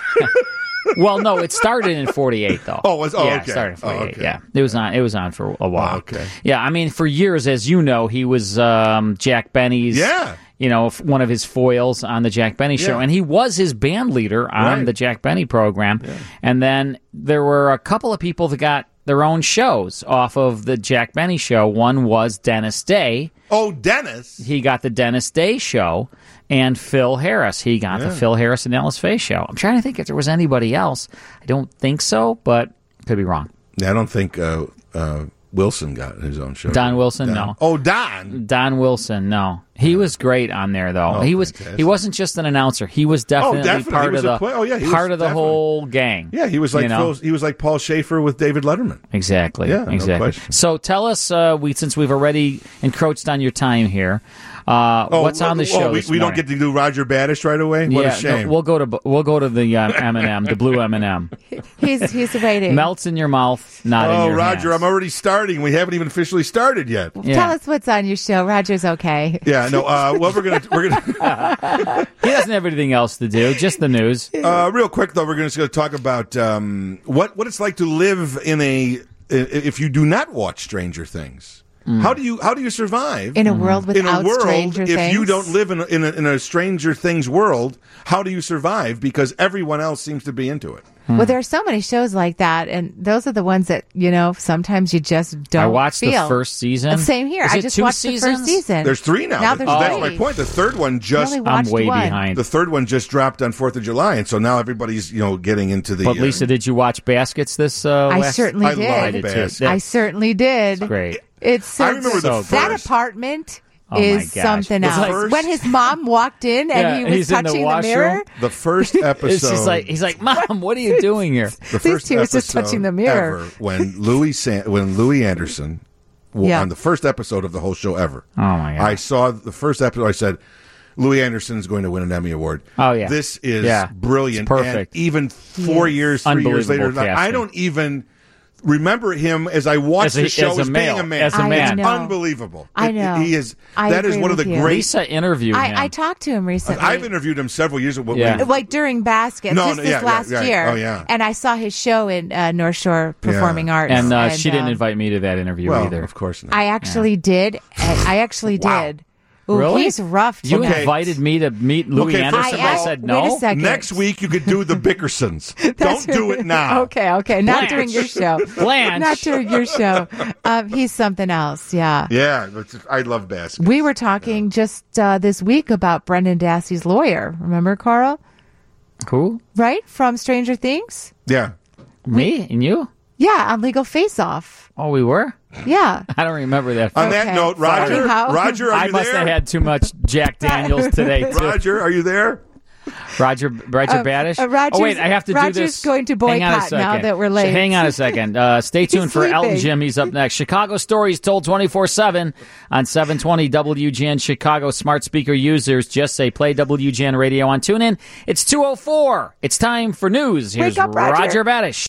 Speaker 12: well, no, it started in '48 though.
Speaker 15: Oh, was- oh,
Speaker 12: yeah, it
Speaker 15: okay.
Speaker 12: started in
Speaker 15: Oh,
Speaker 12: '48.
Speaker 15: okay. Oh,
Speaker 12: Yeah, it was on. It was on for a while. okay. Yeah, I mean, for years, as you know, he was um, Jack Benny's.
Speaker 15: Yeah.
Speaker 12: You know, f- one of his foils on the Jack Benny show,
Speaker 15: Yeah.
Speaker 12: and he was his band leader on
Speaker 15: Right.
Speaker 12: the Jack Benny program. And then there were a couple of people that got their own shows off of the Jack Benny show. One was Dennis Day.
Speaker 15: Oh, Dennis.
Speaker 12: He got the Dennis Day show and Phil Harris. He got the
Speaker 11: Yeah.
Speaker 12: Phil Harris and Alice Faye show. I'm trying to think if there was anybody else. I don't think so, but could be wrong.
Speaker 15: Yeah, I don't think uh, uh, Wilson got his own show.
Speaker 12: Don Wilson, no.
Speaker 15: Oh, Don.
Speaker 12: Don Wilson, no. He was great on there though.
Speaker 15: Oh,
Speaker 12: he was he
Speaker 15: fantastic.
Speaker 12: wasn't just an announcer. He was definitely,
Speaker 15: oh, definitely.
Speaker 12: part
Speaker 15: he was
Speaker 12: of the
Speaker 15: a play- oh, yeah, he was
Speaker 12: part of the
Speaker 15: definitely-
Speaker 12: whole gang.
Speaker 15: Yeah, he was like
Speaker 12: you know?
Speaker 15: Phil, he was like Paul Schaefer with David Letterman.
Speaker 12: Exactly.
Speaker 15: Yeah, no
Speaker 12: exactly.
Speaker 15: question.
Speaker 12: so tell us, uh, we since we've already encroached on your time here, uh,
Speaker 15: Oh,
Speaker 12: what's on the
Speaker 15: oh,
Speaker 12: show?
Speaker 15: we,
Speaker 12: this
Speaker 15: we don't
Speaker 12: morning?
Speaker 15: get to do Roger Badish right away. What
Speaker 12: yeah,
Speaker 15: a shame.
Speaker 12: no, we'll go to bu- we'll go to the um, M and M, the blue M and M.
Speaker 1: He's he's waiting.
Speaker 12: Melts in your mouth, not in
Speaker 15: oh,
Speaker 12: your
Speaker 15: Roger,
Speaker 12: hand.
Speaker 15: I'm already starting. We haven't even officially started yet.
Speaker 1: Tell us what's on your show. Roger's okay.
Speaker 15: Yeah, no. Uh, well, we're gonna we're gonna
Speaker 12: *laughs* He doesn't have anything else to do. Just the news.
Speaker 15: Uh, real quick though, we're just going to talk about um, what what it's like to live in a i- if you do not watch Stranger Things.
Speaker 12: Mm.
Speaker 15: How do you how do you survive
Speaker 1: In a world
Speaker 15: in a
Speaker 1: without
Speaker 15: world
Speaker 1: Stranger
Speaker 15: if
Speaker 1: Things?
Speaker 15: you don't live in a, in, a, in a Stranger Things world? How do you survive? Because everyone else seems to be into it.
Speaker 12: Hmm.
Speaker 1: Well, there are so many shows like that, and those are the ones that you know sometimes you just don't.
Speaker 12: I watched the
Speaker 1: feel.
Speaker 12: first season.
Speaker 1: Same here.
Speaker 12: Is
Speaker 1: I
Speaker 12: it
Speaker 1: just
Speaker 12: two
Speaker 1: watched the
Speaker 12: seasons?
Speaker 1: first season.
Speaker 15: There's three now.
Speaker 1: Now there's
Speaker 15: That's
Speaker 1: three.
Speaker 15: my point. The third one just
Speaker 1: only watched I'm way one. behind.
Speaker 15: The third one just dropped on Fourth of July, and so now everybody's you know getting into the.
Speaker 12: But
Speaker 15: uh,
Speaker 12: Lisa, did you watch Baskets this? Uh,
Speaker 1: I
Speaker 12: last-
Speaker 1: certainly did.
Speaker 12: I did too.
Speaker 1: I
Speaker 12: That's
Speaker 1: certainly did.
Speaker 12: great.
Speaker 1: It's so
Speaker 12: I remember the
Speaker 1: good. that
Speaker 12: first-
Speaker 1: apartment
Speaker 12: Oh my
Speaker 1: is
Speaker 12: gosh.
Speaker 1: something
Speaker 12: The
Speaker 1: else.
Speaker 12: first-
Speaker 1: When his mom walked in and
Speaker 12: Yeah,
Speaker 1: he was
Speaker 12: he's in the
Speaker 1: touching the,
Speaker 12: washroom.
Speaker 1: mirror,
Speaker 15: The first episode.
Speaker 12: *laughs* It's just like he's like, Mom, what
Speaker 1: *laughs*
Speaker 12: are you doing here?
Speaker 15: the
Speaker 1: These
Speaker 15: first
Speaker 1: two was just
Speaker 15: episode
Speaker 1: touching the mirror.
Speaker 15: ever when Louis San- when Louis Anderson w-
Speaker 1: Yeah.
Speaker 15: on the first episode of the whole show ever. Oh
Speaker 12: my
Speaker 15: god! I saw the first episode. I said. Louis Anderson is going to win an Emmy Award.
Speaker 12: Oh, yeah.
Speaker 15: this is
Speaker 12: Yeah.
Speaker 15: brilliant,
Speaker 12: It's perfect.
Speaker 15: And even four
Speaker 12: Yes.
Speaker 15: years, three years
Speaker 12: Unbelievable
Speaker 15: later, I
Speaker 12: casting.
Speaker 15: don't even remember him as I watched
Speaker 12: As a-
Speaker 15: the show
Speaker 12: as a
Speaker 15: being
Speaker 12: male,
Speaker 15: a man.
Speaker 12: as a I man.
Speaker 15: It's
Speaker 12: know.
Speaker 15: unbelievable.
Speaker 1: I
Speaker 15: It- it-
Speaker 1: know.
Speaker 15: he is.
Speaker 1: I
Speaker 15: that is
Speaker 1: agree
Speaker 15: one of the
Speaker 1: with you.
Speaker 15: great.
Speaker 1: Lisa
Speaker 12: interviewed
Speaker 1: I, I talked to him recently.
Speaker 15: I've interviewed him several years ago.
Speaker 12: Yeah.
Speaker 1: like during baskets,
Speaker 15: No,
Speaker 1: just
Speaker 15: no,
Speaker 1: this
Speaker 15: yeah, yeah,
Speaker 1: last
Speaker 15: yeah.
Speaker 1: year.
Speaker 15: Oh, yeah.
Speaker 1: And I saw his show in uh, North Shore Performing Arts.
Speaker 12: And, uh, she didn't
Speaker 1: um,
Speaker 12: invite me to that interview
Speaker 15: Well,
Speaker 12: either.
Speaker 15: Of course
Speaker 1: I actually did. and I actually did. Ooh,
Speaker 12: really?
Speaker 1: He's rough.
Speaker 12: You
Speaker 1: tonight. *laughs*
Speaker 12: invited me to meet Louis
Speaker 15: okay,
Speaker 12: Anderson.
Speaker 15: first of
Speaker 12: I
Speaker 15: all,
Speaker 12: said no.
Speaker 15: Next week you could do the Bickersons.
Speaker 1: *laughs*
Speaker 15: Don't do it now.
Speaker 1: Okay, okay. Not
Speaker 12: Blanche.
Speaker 1: during your show.
Speaker 12: *laughs* Blanche.
Speaker 1: Not during your
Speaker 12: *laughs*
Speaker 1: show. Um, he's something else. Yeah.
Speaker 15: Yeah, but I love baskets.
Speaker 1: We were talking just uh, this week about Brendan Dassey's lawyer. Remember, Carl?
Speaker 12: Who?
Speaker 1: Right? From Stranger Things?
Speaker 15: Yeah.
Speaker 12: Me and you?
Speaker 1: Yeah, on Legal Face Off.
Speaker 12: Oh, we were?
Speaker 1: Yeah. *laughs*
Speaker 12: I don't remember that.
Speaker 1: On that Okay. note, Roger- *laughs* Anyhow. Roger, are
Speaker 12: I
Speaker 1: you
Speaker 12: must
Speaker 1: there?
Speaker 12: have had too much
Speaker 1: *laughs*
Speaker 12: Jack Daniels today. Too.
Speaker 15: Roger, are you there?
Speaker 12: Roger, Roger
Speaker 1: Uh,
Speaker 12: Badish.
Speaker 1: uh,
Speaker 12: oh
Speaker 1: Roger's-
Speaker 12: wait, I have to
Speaker 1: Roger's
Speaker 12: do this.
Speaker 1: going to
Speaker 12: Hang on a
Speaker 1: boycott now
Speaker 12: second.
Speaker 1: that we're late.
Speaker 12: Sh- Hang on a second.
Speaker 1: *laughs*
Speaker 12: Uh, stay tuned for Elton
Speaker 1: sleeping.
Speaker 12: Jim. He's up next. Chicago stories told twenty four seven on seven twenty WGN Chicago smart speaker users. Just say play WGN radio on TuneIn. It's two oh four. It's time for news. Here's
Speaker 1: Wake up, Roger.
Speaker 12: Roger Badish.